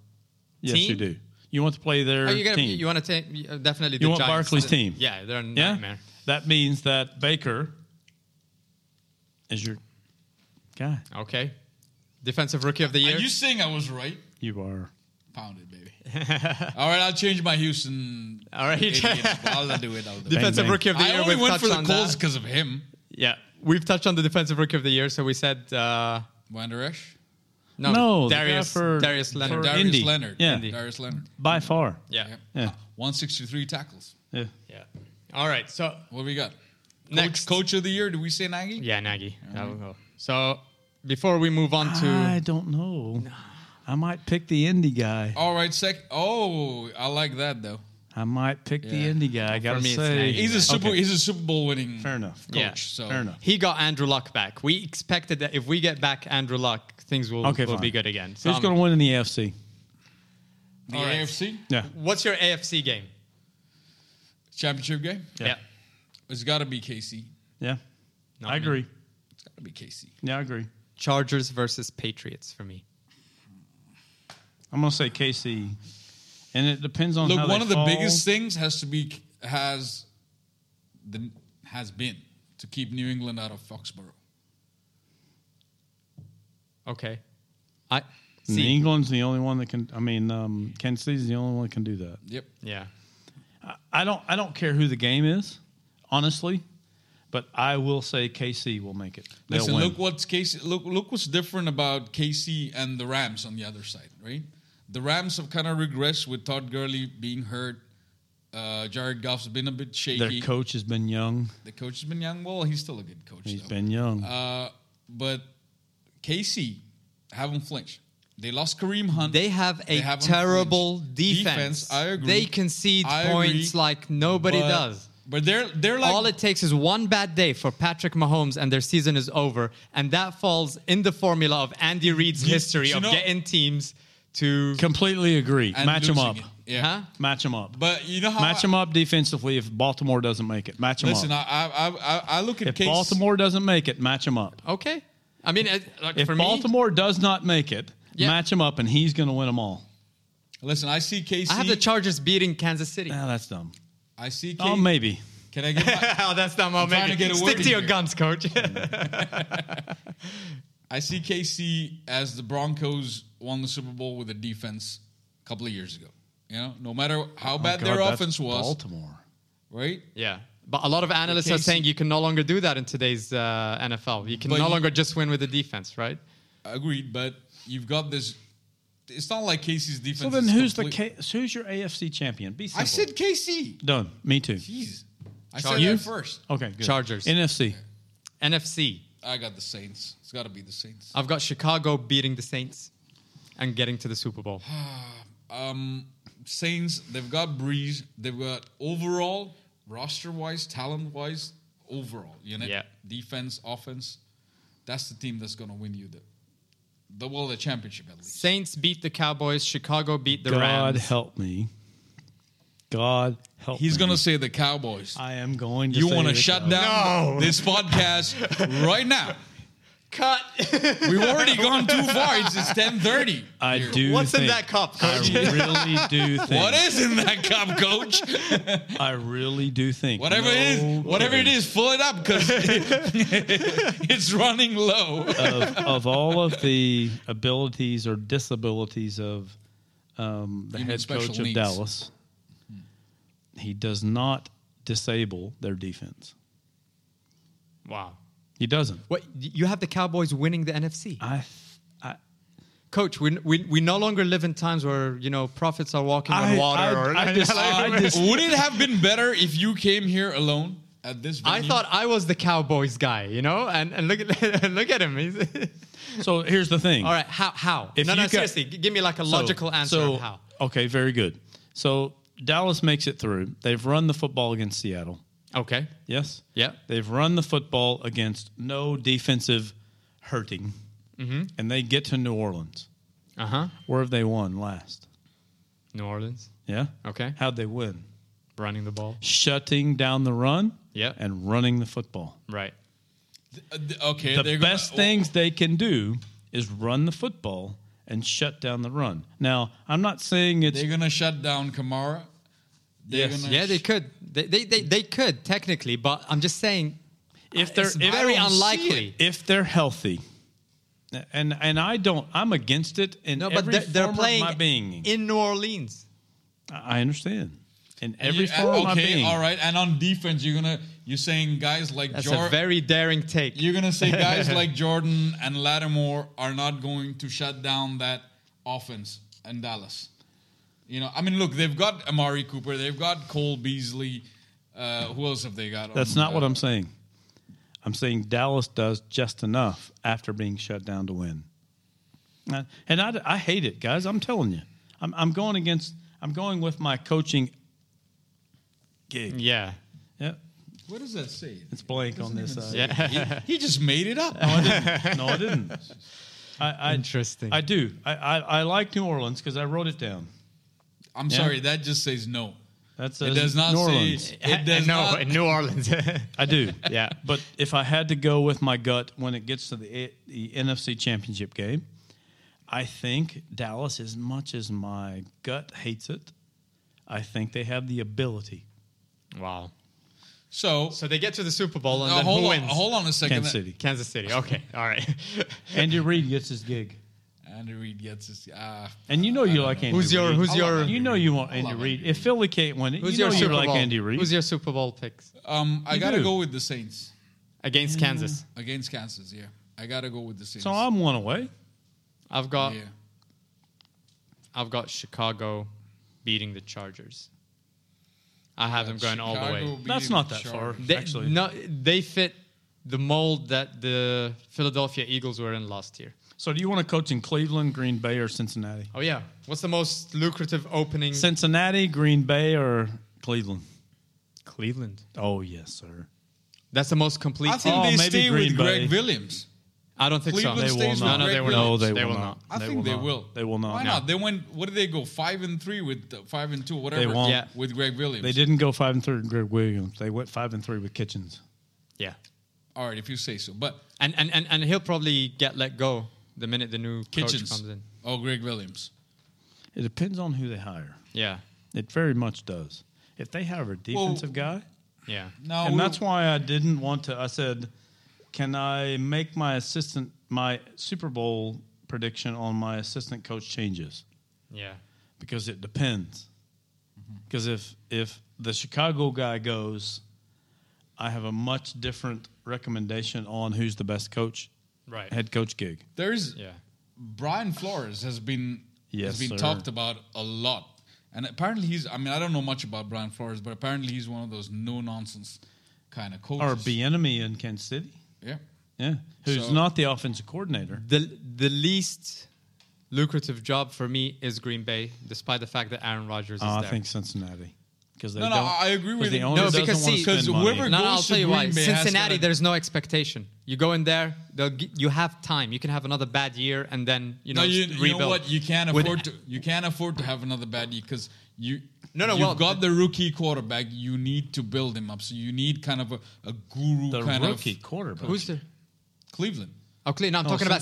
[SPEAKER 4] Yes,
[SPEAKER 2] Team?
[SPEAKER 4] you do. You want to play their
[SPEAKER 2] Oh, you, gotta,
[SPEAKER 4] team.
[SPEAKER 2] you want to take uh, definitely.
[SPEAKER 4] You
[SPEAKER 2] the
[SPEAKER 4] want
[SPEAKER 2] Giants.
[SPEAKER 4] Barkley's team?
[SPEAKER 2] Yeah, they're a
[SPEAKER 4] yeah?
[SPEAKER 2] nightmare.
[SPEAKER 4] That means that Baker is your guy.
[SPEAKER 2] Okay. Defensive rookie of the year.
[SPEAKER 3] Are Uh, you saying I was right?
[SPEAKER 4] You are.
[SPEAKER 3] Pound it, baby. All right, I'll change my Houston.
[SPEAKER 2] All right.
[SPEAKER 3] Idiots, but I'll do it. I'll do it.
[SPEAKER 2] defensive
[SPEAKER 4] bang.
[SPEAKER 2] rookie of the
[SPEAKER 3] I
[SPEAKER 2] year.
[SPEAKER 3] only
[SPEAKER 2] we've
[SPEAKER 3] went
[SPEAKER 2] touched
[SPEAKER 3] for the
[SPEAKER 2] on
[SPEAKER 3] Colts
[SPEAKER 2] that.
[SPEAKER 3] because of him.
[SPEAKER 2] Yeah, we've touched on the defensive rookie of the year. So we said uh,
[SPEAKER 3] Van Der Esch.
[SPEAKER 2] no,
[SPEAKER 4] No, the guy
[SPEAKER 2] Darius
[SPEAKER 4] for-
[SPEAKER 2] Darius Leonard.
[SPEAKER 4] for-
[SPEAKER 3] Darius
[SPEAKER 4] Indy.
[SPEAKER 3] Leonard.
[SPEAKER 4] Yeah. Indy.
[SPEAKER 3] Darius Leonard.
[SPEAKER 4] By far.
[SPEAKER 2] Mm. yeah. Oh.
[SPEAKER 3] Yeah.
[SPEAKER 4] Yeah.
[SPEAKER 3] 163 tackles.
[SPEAKER 4] Yeah.
[SPEAKER 2] yeah, All right. So
[SPEAKER 3] What do we got?
[SPEAKER 2] Next.
[SPEAKER 3] Coach, coach of the year. Do we say Nagy?
[SPEAKER 2] yeah, Nagy. That will go. So before we move on to
[SPEAKER 4] I don't know. I might pick the indie guy.
[SPEAKER 3] All right, sec. Oh, I like that though.
[SPEAKER 4] I might pick
[SPEAKER 3] Yeah.
[SPEAKER 4] the indie guy. I gotta
[SPEAKER 2] me, it's
[SPEAKER 4] say,
[SPEAKER 2] Nagy.
[SPEAKER 3] He's a super.
[SPEAKER 4] Okay.
[SPEAKER 3] He's a Super Bowl winning.
[SPEAKER 4] Fair enough.
[SPEAKER 3] Coach.
[SPEAKER 2] Yeah.
[SPEAKER 3] So
[SPEAKER 4] Fair enough.
[SPEAKER 2] he got Andrew Luck back. We expected that if we get back Andrew Luck, things will
[SPEAKER 4] Okay,
[SPEAKER 2] will
[SPEAKER 4] fine.
[SPEAKER 2] be good again. Um, So
[SPEAKER 4] Who's
[SPEAKER 2] I'm-
[SPEAKER 4] going to win in the AFC?
[SPEAKER 3] The
[SPEAKER 2] All right.
[SPEAKER 3] AFC
[SPEAKER 4] Yeah.
[SPEAKER 2] What's your AFC game?
[SPEAKER 3] championship game.
[SPEAKER 4] Yeah.
[SPEAKER 3] It's got to be KC.
[SPEAKER 4] Yeah.
[SPEAKER 2] Not
[SPEAKER 4] I
[SPEAKER 2] me.
[SPEAKER 4] agree.
[SPEAKER 3] It's got to be KC.
[SPEAKER 4] Yeah, I agree.
[SPEAKER 2] Chargers versus Patriots for me.
[SPEAKER 4] I'm going to say KC. And it depends on how
[SPEAKER 3] Look,
[SPEAKER 4] they
[SPEAKER 3] one of the
[SPEAKER 4] fall.
[SPEAKER 3] biggest things has to be has the has been to keep New England out of Foxborough.
[SPEAKER 2] Okay. I
[SPEAKER 4] And
[SPEAKER 2] see.
[SPEAKER 4] England's the only one that can. I mean, um, Kansas City's the only one that can do that.
[SPEAKER 3] Yep.
[SPEAKER 2] Yeah.
[SPEAKER 4] I don't. I don't care who the game is, honestly. But I will say KC will make it. They'll
[SPEAKER 3] Listen,
[SPEAKER 4] win.
[SPEAKER 3] look what's KC. Look, look what's different about KC and the Rams on the other side, right? The Rams have kind of regressed with Todd Gurley being hurt. Uh, Jared Goff's been a bit shaky.
[SPEAKER 4] Their coach has been young.
[SPEAKER 3] The coach has been young. Well, he's still a good coach.
[SPEAKER 4] He's
[SPEAKER 3] though.
[SPEAKER 4] been young.
[SPEAKER 3] Uh, but KC haven't flinched. They lost Kareem Hunt.
[SPEAKER 2] They have
[SPEAKER 3] They
[SPEAKER 2] a
[SPEAKER 3] haven't
[SPEAKER 2] terrible
[SPEAKER 3] flinched.
[SPEAKER 2] defense.
[SPEAKER 3] I agree.
[SPEAKER 2] They concede
[SPEAKER 3] I agree.
[SPEAKER 2] points like nobody
[SPEAKER 3] But-
[SPEAKER 2] does.
[SPEAKER 3] But they're they're like
[SPEAKER 2] All it takes is one bad day for Patrick Mahomes, and their season is over. And that falls in the formula of Andy Reid's
[SPEAKER 3] You-
[SPEAKER 2] history
[SPEAKER 3] you
[SPEAKER 2] of
[SPEAKER 3] know-
[SPEAKER 2] getting teams to.
[SPEAKER 4] Completely agree.
[SPEAKER 3] and
[SPEAKER 4] Match them up.
[SPEAKER 3] losing it. Yeah.
[SPEAKER 2] Huh?
[SPEAKER 4] Match them up.
[SPEAKER 3] But you know how
[SPEAKER 4] Match
[SPEAKER 3] I,
[SPEAKER 4] them up defensively if Baltimore doesn't make it. Match them up.
[SPEAKER 3] Listen, I I I, I look at
[SPEAKER 4] if
[SPEAKER 3] KC.
[SPEAKER 4] Baltimore doesn't make it, match them up.
[SPEAKER 2] Okay. I mean, it- like
[SPEAKER 4] If
[SPEAKER 2] for me,
[SPEAKER 4] Baltimore does not make it,
[SPEAKER 2] Yeah.
[SPEAKER 4] match him up, and he's going to win them all.
[SPEAKER 3] Listen, I see KC.
[SPEAKER 2] I have the Chargers beating Kansas City.
[SPEAKER 4] Now that's dumb.
[SPEAKER 3] I see. KC.
[SPEAKER 4] Oh, maybe.
[SPEAKER 3] Can I get? My,
[SPEAKER 2] oh, that's not
[SPEAKER 3] I'm trying
[SPEAKER 2] my
[SPEAKER 3] to get a word
[SPEAKER 2] Stick
[SPEAKER 3] in
[SPEAKER 2] to your
[SPEAKER 3] here.
[SPEAKER 2] guns, coach.
[SPEAKER 3] I see KC as the Broncos won the Super Bowl with a defense a couple of years ago. You know, no matter how
[SPEAKER 4] Oh,
[SPEAKER 3] bad
[SPEAKER 4] God,
[SPEAKER 3] their
[SPEAKER 4] that's
[SPEAKER 3] offense was,
[SPEAKER 4] Baltimore.
[SPEAKER 3] right?
[SPEAKER 2] yeah. But a lot of analysts are
[SPEAKER 3] Casey-
[SPEAKER 2] saying you can no longer do that in today's uh, NFL. You can
[SPEAKER 3] But
[SPEAKER 2] no
[SPEAKER 3] you-
[SPEAKER 2] longer just win with the defense, right?
[SPEAKER 3] Agreed, but you've got this. It's not like Casey's defense.
[SPEAKER 4] So then,
[SPEAKER 3] is
[SPEAKER 4] who's the
[SPEAKER 3] complete-
[SPEAKER 4] K- who's your AFC champion? Be simple.
[SPEAKER 3] I said KC.
[SPEAKER 4] done. Me too.
[SPEAKER 3] Jeez, I said
[SPEAKER 2] Chargers?
[SPEAKER 3] that first.
[SPEAKER 4] Okay. Good.
[SPEAKER 2] Chargers.
[SPEAKER 4] NFC.
[SPEAKER 2] NFC.
[SPEAKER 3] I got the Saints. It's got to be the Saints.
[SPEAKER 2] I've got Chicago beating the Saints and getting to the Super Bowl.
[SPEAKER 3] Um, Saints. They've got Breeze. They've got overall roster-wise, talent-wise, overall. You know,
[SPEAKER 2] Yeah.
[SPEAKER 3] defense, offense. That's the team that's going to win you the, the well, the championship at least.
[SPEAKER 2] Saints beat the Cowboys. Chicago beat the
[SPEAKER 4] God
[SPEAKER 2] Rams.
[SPEAKER 4] help me. God help.
[SPEAKER 3] He's
[SPEAKER 4] me.
[SPEAKER 3] going to say the Cowboys.
[SPEAKER 4] I am going to.
[SPEAKER 3] You
[SPEAKER 4] say
[SPEAKER 3] want to
[SPEAKER 4] the
[SPEAKER 3] shut
[SPEAKER 4] Cowboys.
[SPEAKER 3] down this podcast right now?
[SPEAKER 2] Cut.
[SPEAKER 3] We've already gone too far. It's, it's ten thirty.
[SPEAKER 4] I do.
[SPEAKER 2] What's in
[SPEAKER 4] think-
[SPEAKER 2] that cup,
[SPEAKER 4] I
[SPEAKER 2] coach?
[SPEAKER 4] really do think.
[SPEAKER 3] What is in that cup, Coach?
[SPEAKER 4] I really do think.
[SPEAKER 3] Whatever it
[SPEAKER 4] no
[SPEAKER 3] is, whatever it is, fill it up because it's running low.
[SPEAKER 4] of, of all of the abilities or disabilities of um, the
[SPEAKER 3] You mean
[SPEAKER 4] head
[SPEAKER 3] special
[SPEAKER 4] coach of
[SPEAKER 3] needs.
[SPEAKER 4] Dallas, he does not disable their defense.
[SPEAKER 2] Wow.
[SPEAKER 4] He doesn't.
[SPEAKER 2] What you have the Cowboys winning the NFC?
[SPEAKER 4] I, I,
[SPEAKER 2] Coach, we, we, we no longer live in times where you know prophets are walking
[SPEAKER 4] I-
[SPEAKER 2] on water.
[SPEAKER 4] I-
[SPEAKER 2] or,
[SPEAKER 4] I just- I just-
[SPEAKER 3] Would it have been better if you came here alone at this?
[SPEAKER 2] I
[SPEAKER 3] Venue?
[SPEAKER 2] thought I was the Cowboys guy, you know, and, and look at look at him. He's
[SPEAKER 4] so here's the thing.
[SPEAKER 2] all right. How how?
[SPEAKER 4] If
[SPEAKER 2] no, no,
[SPEAKER 4] you got-
[SPEAKER 2] seriously, g- give me like a
[SPEAKER 4] So-
[SPEAKER 2] logical answer.
[SPEAKER 4] so-
[SPEAKER 2] on how?
[SPEAKER 4] Okay, very good. So Dallas makes it through. They've run the football against Seattle.
[SPEAKER 2] Okay.
[SPEAKER 4] Yes.
[SPEAKER 2] Yeah.
[SPEAKER 4] They've run the football against no defensive hurting,
[SPEAKER 2] Mm-hmm.
[SPEAKER 4] and they get to New Orleans.
[SPEAKER 2] Uh huh.
[SPEAKER 4] Where have they won last?
[SPEAKER 2] New Orleans
[SPEAKER 4] Yeah.
[SPEAKER 2] Okay.
[SPEAKER 4] How'd they win?
[SPEAKER 2] running the ball.
[SPEAKER 4] Shutting down the run.
[SPEAKER 2] Yeah.
[SPEAKER 4] And running the football.
[SPEAKER 2] Right.
[SPEAKER 3] Uh, th- Okay,
[SPEAKER 4] the
[SPEAKER 3] they're
[SPEAKER 4] best
[SPEAKER 3] gonna,
[SPEAKER 4] things they can do is run the football and shut down the run. Now, I'm not saying it's
[SPEAKER 3] They're gonna shut down Kamara. They're
[SPEAKER 4] Yes.
[SPEAKER 3] gonna
[SPEAKER 2] Yeah, they
[SPEAKER 3] sh-
[SPEAKER 2] could. They they, they they could technically, but I'm just saying
[SPEAKER 4] if they're
[SPEAKER 2] it's
[SPEAKER 4] if-
[SPEAKER 2] very
[SPEAKER 3] I don't see
[SPEAKER 2] unlikely.
[SPEAKER 4] if they're healthy. And and I don't. I'm against it in
[SPEAKER 2] No, but
[SPEAKER 4] every
[SPEAKER 2] they're, they're
[SPEAKER 4] form
[SPEAKER 2] playing
[SPEAKER 4] of my being.
[SPEAKER 2] in New Orleans.
[SPEAKER 4] I understand. In
[SPEAKER 3] And
[SPEAKER 4] every
[SPEAKER 3] you-
[SPEAKER 2] uh,
[SPEAKER 4] form of my
[SPEAKER 3] okay,
[SPEAKER 4] being.
[SPEAKER 3] all right. And on defense, you're gonna you're saying guys like
[SPEAKER 2] That's
[SPEAKER 3] Jor-
[SPEAKER 2] a very daring take.
[SPEAKER 3] you're gonna say guys like Jordan and Lattimore are not going to shut down that offense in Dallas. You know, I mean, look, they've got Amari Cooper, they've got Cole Beasley. Uh, who else have they got?
[SPEAKER 4] That's
[SPEAKER 3] on,
[SPEAKER 4] not
[SPEAKER 3] uh,
[SPEAKER 4] what I'm saying. I'm saying Dallas does just enough after being shut down to win. Uh, And I, I hate it, guys. I'm telling you. I'm, I'm going against, I'm going with my coaching gig.
[SPEAKER 2] yeah.
[SPEAKER 4] Yeah.
[SPEAKER 3] What does that say?
[SPEAKER 4] It's blank on this side.
[SPEAKER 3] He just made it up.
[SPEAKER 4] No, I didn't. I, I,
[SPEAKER 2] Interesting.
[SPEAKER 4] I do. I, I, I like New Orleans because I wrote it down.
[SPEAKER 3] I'm sorry, that just says no.
[SPEAKER 4] That's
[SPEAKER 3] It does not
[SPEAKER 4] New
[SPEAKER 3] say-
[SPEAKER 4] Orleans.
[SPEAKER 3] It does
[SPEAKER 2] no,
[SPEAKER 3] not-
[SPEAKER 2] in New Orleans.
[SPEAKER 4] I do.
[SPEAKER 2] Yeah.
[SPEAKER 4] But if I had to go with my gut when it gets to the, A- the NFC Championship game, I think Dallas, as much as my gut hates it, I think they have the ability.
[SPEAKER 2] wow.
[SPEAKER 3] So,
[SPEAKER 2] So they get to the Super Bowl and
[SPEAKER 3] uh,
[SPEAKER 2] then
[SPEAKER 3] hold,
[SPEAKER 2] who
[SPEAKER 3] on,
[SPEAKER 2] wins?
[SPEAKER 3] hold on a second.
[SPEAKER 4] Kansas City.
[SPEAKER 2] Kansas City. Okay. All right.
[SPEAKER 4] Andy Reid gets his gig.
[SPEAKER 3] Andy Reid gets his. Ah,
[SPEAKER 4] And you know you like Andy
[SPEAKER 2] Who's your-
[SPEAKER 4] Reid.
[SPEAKER 2] who's I love your- Andy
[SPEAKER 4] You know you want
[SPEAKER 3] I
[SPEAKER 4] Andy
[SPEAKER 3] love
[SPEAKER 4] Reid.
[SPEAKER 3] Andy
[SPEAKER 4] If Philly can't win it,
[SPEAKER 2] Who's
[SPEAKER 4] you
[SPEAKER 2] your
[SPEAKER 4] know you
[SPEAKER 2] Super
[SPEAKER 4] like
[SPEAKER 2] Bowl?
[SPEAKER 4] Andy Reid.
[SPEAKER 2] Who's your Super Bowl picks
[SPEAKER 3] um, I
[SPEAKER 4] You
[SPEAKER 3] gotta
[SPEAKER 4] do.
[SPEAKER 3] go with the Saints
[SPEAKER 2] against
[SPEAKER 4] Mm.
[SPEAKER 2] Kansas?
[SPEAKER 3] against Kansas. Yeah, I gotta go with the Saints.
[SPEAKER 4] so I'm one away.
[SPEAKER 2] I've got
[SPEAKER 3] yeah.
[SPEAKER 2] I've got Chicago beating the Chargers. I have them going all the
[SPEAKER 3] Chicago
[SPEAKER 2] way.
[SPEAKER 3] beating
[SPEAKER 4] That's not that
[SPEAKER 3] the
[SPEAKER 4] far,
[SPEAKER 3] Chargers.
[SPEAKER 2] They,
[SPEAKER 4] actually.
[SPEAKER 2] no, they fit the mold that the Philadelphia Eagles were in last year.
[SPEAKER 4] So do you want to coach in Cleveland, Green Bay, or Cincinnati?
[SPEAKER 2] Oh yeah, what's the most lucrative opening?
[SPEAKER 4] Cincinnati, Green Bay, or Cleveland?
[SPEAKER 2] Cleveland.
[SPEAKER 4] Oh, yes, sir.
[SPEAKER 2] That's the most complete
[SPEAKER 3] I think
[SPEAKER 2] team.
[SPEAKER 4] Oh,
[SPEAKER 3] they
[SPEAKER 4] maybe
[SPEAKER 3] stay
[SPEAKER 4] Green
[SPEAKER 3] with
[SPEAKER 4] Bay.
[SPEAKER 3] Greg Williams.
[SPEAKER 2] I don't think
[SPEAKER 3] Cleveland
[SPEAKER 2] so.
[SPEAKER 3] stays with
[SPEAKER 2] No, no,
[SPEAKER 3] Greg
[SPEAKER 2] they will
[SPEAKER 3] Williams.
[SPEAKER 2] not.
[SPEAKER 4] No, they
[SPEAKER 2] they
[SPEAKER 4] will
[SPEAKER 2] will
[SPEAKER 4] not.
[SPEAKER 3] I
[SPEAKER 4] They
[SPEAKER 3] think
[SPEAKER 4] will
[SPEAKER 3] they
[SPEAKER 4] not.
[SPEAKER 3] will.
[SPEAKER 4] They will not.
[SPEAKER 3] Why
[SPEAKER 4] No.
[SPEAKER 3] not? They went. What did they go? Five and three with uh, five and two. Whatever.
[SPEAKER 4] won't.
[SPEAKER 2] Yeah.
[SPEAKER 3] With Greg Williams.
[SPEAKER 4] They didn't go five and three with Greg Williams. They went five and three with Kitchens.
[SPEAKER 2] Yeah.
[SPEAKER 3] All right, if you say so. But
[SPEAKER 2] And, and and and he'll probably get let go the minute the new
[SPEAKER 3] Kitchens.
[SPEAKER 2] coach comes in.
[SPEAKER 3] Oh, Greg Williams.
[SPEAKER 4] It depends on who they hire.
[SPEAKER 2] Yeah.
[SPEAKER 4] It very much does. If they hire a defensive guy,
[SPEAKER 2] Yeah.
[SPEAKER 3] No,
[SPEAKER 4] and
[SPEAKER 3] we-
[SPEAKER 4] that's why I didn't want to. I said, "Can I make my assistant my Super Bowl prediction on my assistant coach changes?"
[SPEAKER 2] Yeah.
[SPEAKER 4] Because it depends. Because if if the Chicago guy goes, I have a much different recommendation on who's the best coach,
[SPEAKER 2] Right.
[SPEAKER 4] head coach gig.
[SPEAKER 3] there's
[SPEAKER 2] Yeah.
[SPEAKER 3] Brian Flores has been
[SPEAKER 4] Yes,
[SPEAKER 3] has been
[SPEAKER 4] sir.
[SPEAKER 3] talked about a lot. And apparently he's I mean, I don't know much about Brian Flores, but apparently he's one of those no nonsense kind of coaches.
[SPEAKER 4] Or be enemy in Kansas City.
[SPEAKER 3] Yeah.
[SPEAKER 4] Yeah, who's
[SPEAKER 3] So-
[SPEAKER 4] not the offensive coordinator?
[SPEAKER 2] The the least lucrative job for me is Green Bay, despite the fact that Aaron Rodgers is
[SPEAKER 4] Oh, I
[SPEAKER 2] there.
[SPEAKER 4] think Cincinnati because they
[SPEAKER 3] No, no,
[SPEAKER 4] don't.
[SPEAKER 3] I agree
[SPEAKER 4] 'cause
[SPEAKER 3] with
[SPEAKER 4] the
[SPEAKER 3] you.
[SPEAKER 4] owner
[SPEAKER 2] No,
[SPEAKER 4] doesn't
[SPEAKER 2] because
[SPEAKER 4] wanna
[SPEAKER 2] see-
[SPEAKER 4] spend
[SPEAKER 3] 'Cause
[SPEAKER 4] money.
[SPEAKER 3] whoever-
[SPEAKER 2] no, no, I'll
[SPEAKER 3] goes to
[SPEAKER 2] tell you why.
[SPEAKER 3] Green Bay has
[SPEAKER 2] Cincinnati,
[SPEAKER 3] gotta-
[SPEAKER 2] there's no expectation. You go in there, they'll gi- you have time. You can have another bad year and then you know
[SPEAKER 3] no, you,
[SPEAKER 2] s-
[SPEAKER 3] you
[SPEAKER 2] rebuild.
[SPEAKER 3] know what? You can't
[SPEAKER 2] With-
[SPEAKER 3] afford to you can't afford to have another bad year because you
[SPEAKER 2] No, no,
[SPEAKER 3] you've
[SPEAKER 2] well,
[SPEAKER 3] got the rookie quarterback. You need to build him up. So you need kind of a, a guru
[SPEAKER 4] the
[SPEAKER 3] kind
[SPEAKER 4] rookie
[SPEAKER 3] of
[SPEAKER 4] quarterback.
[SPEAKER 2] Who's the?
[SPEAKER 3] Cleveland.
[SPEAKER 2] Oh, Cle- no, I'm
[SPEAKER 4] No,
[SPEAKER 2] talking about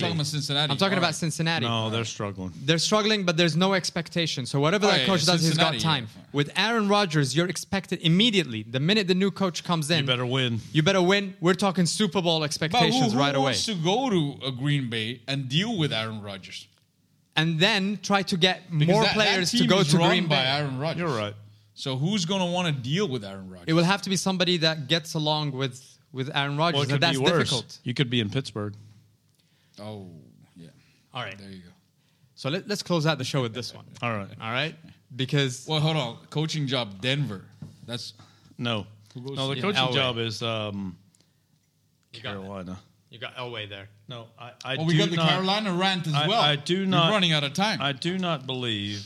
[SPEAKER 2] Cincinnati.
[SPEAKER 3] I'm talking about Cincinnati.
[SPEAKER 2] I'm talking
[SPEAKER 3] All
[SPEAKER 2] about
[SPEAKER 3] right.
[SPEAKER 2] Cincinnati.
[SPEAKER 4] no, they're struggling.
[SPEAKER 2] They're struggling, but there's no expectation. So whatever
[SPEAKER 3] Oh,
[SPEAKER 2] that
[SPEAKER 3] yeah,
[SPEAKER 2] coach
[SPEAKER 3] yeah,
[SPEAKER 2] does, he's got
[SPEAKER 3] Cincinnati,
[SPEAKER 2] time.
[SPEAKER 3] yeah.
[SPEAKER 2] With Aaron Rodgers, you're expected immediately. The minute the new coach comes in,
[SPEAKER 4] You better win.
[SPEAKER 2] You better win. We're talking Super Bowl
[SPEAKER 3] But who,
[SPEAKER 2] expectations
[SPEAKER 3] who
[SPEAKER 2] right away,
[SPEAKER 3] wants to go to a Green Bay and deal with Aaron Rodgers?
[SPEAKER 2] and then try to get
[SPEAKER 3] Because
[SPEAKER 2] more
[SPEAKER 3] that- that
[SPEAKER 2] players to
[SPEAKER 3] team
[SPEAKER 2] go
[SPEAKER 3] is
[SPEAKER 2] to
[SPEAKER 3] run
[SPEAKER 2] Green
[SPEAKER 3] by
[SPEAKER 2] Bay.
[SPEAKER 3] Aaron Rodgers.
[SPEAKER 4] You're right.
[SPEAKER 3] So who's going to want to deal with Aaron Rodgers?
[SPEAKER 2] It will have to be somebody that gets along with with Aaron Rodgers.
[SPEAKER 4] Well, it
[SPEAKER 2] and
[SPEAKER 4] could
[SPEAKER 2] that's
[SPEAKER 4] be worse.
[SPEAKER 2] difficult.
[SPEAKER 4] You could be in Pittsburgh.
[SPEAKER 3] oh, yeah.
[SPEAKER 2] All right.
[SPEAKER 3] There you go.
[SPEAKER 2] So let, let's close out the show with this one.
[SPEAKER 4] All right.
[SPEAKER 2] All right. Because
[SPEAKER 3] Well, hold on. Coaching job, Denver. That's
[SPEAKER 4] No.
[SPEAKER 3] goes-
[SPEAKER 4] No, the
[SPEAKER 2] Yeah,
[SPEAKER 4] coaching
[SPEAKER 2] Elway.
[SPEAKER 4] job is um,
[SPEAKER 2] you got,
[SPEAKER 4] Carolina.
[SPEAKER 2] you got Elway there.
[SPEAKER 4] No, I, I
[SPEAKER 3] oh, we
[SPEAKER 4] do
[SPEAKER 3] got the
[SPEAKER 4] not,
[SPEAKER 3] Carolina rant as
[SPEAKER 4] I-
[SPEAKER 3] well.
[SPEAKER 4] I do
[SPEAKER 3] We're
[SPEAKER 4] not-
[SPEAKER 3] running out of time.
[SPEAKER 4] I do not believe,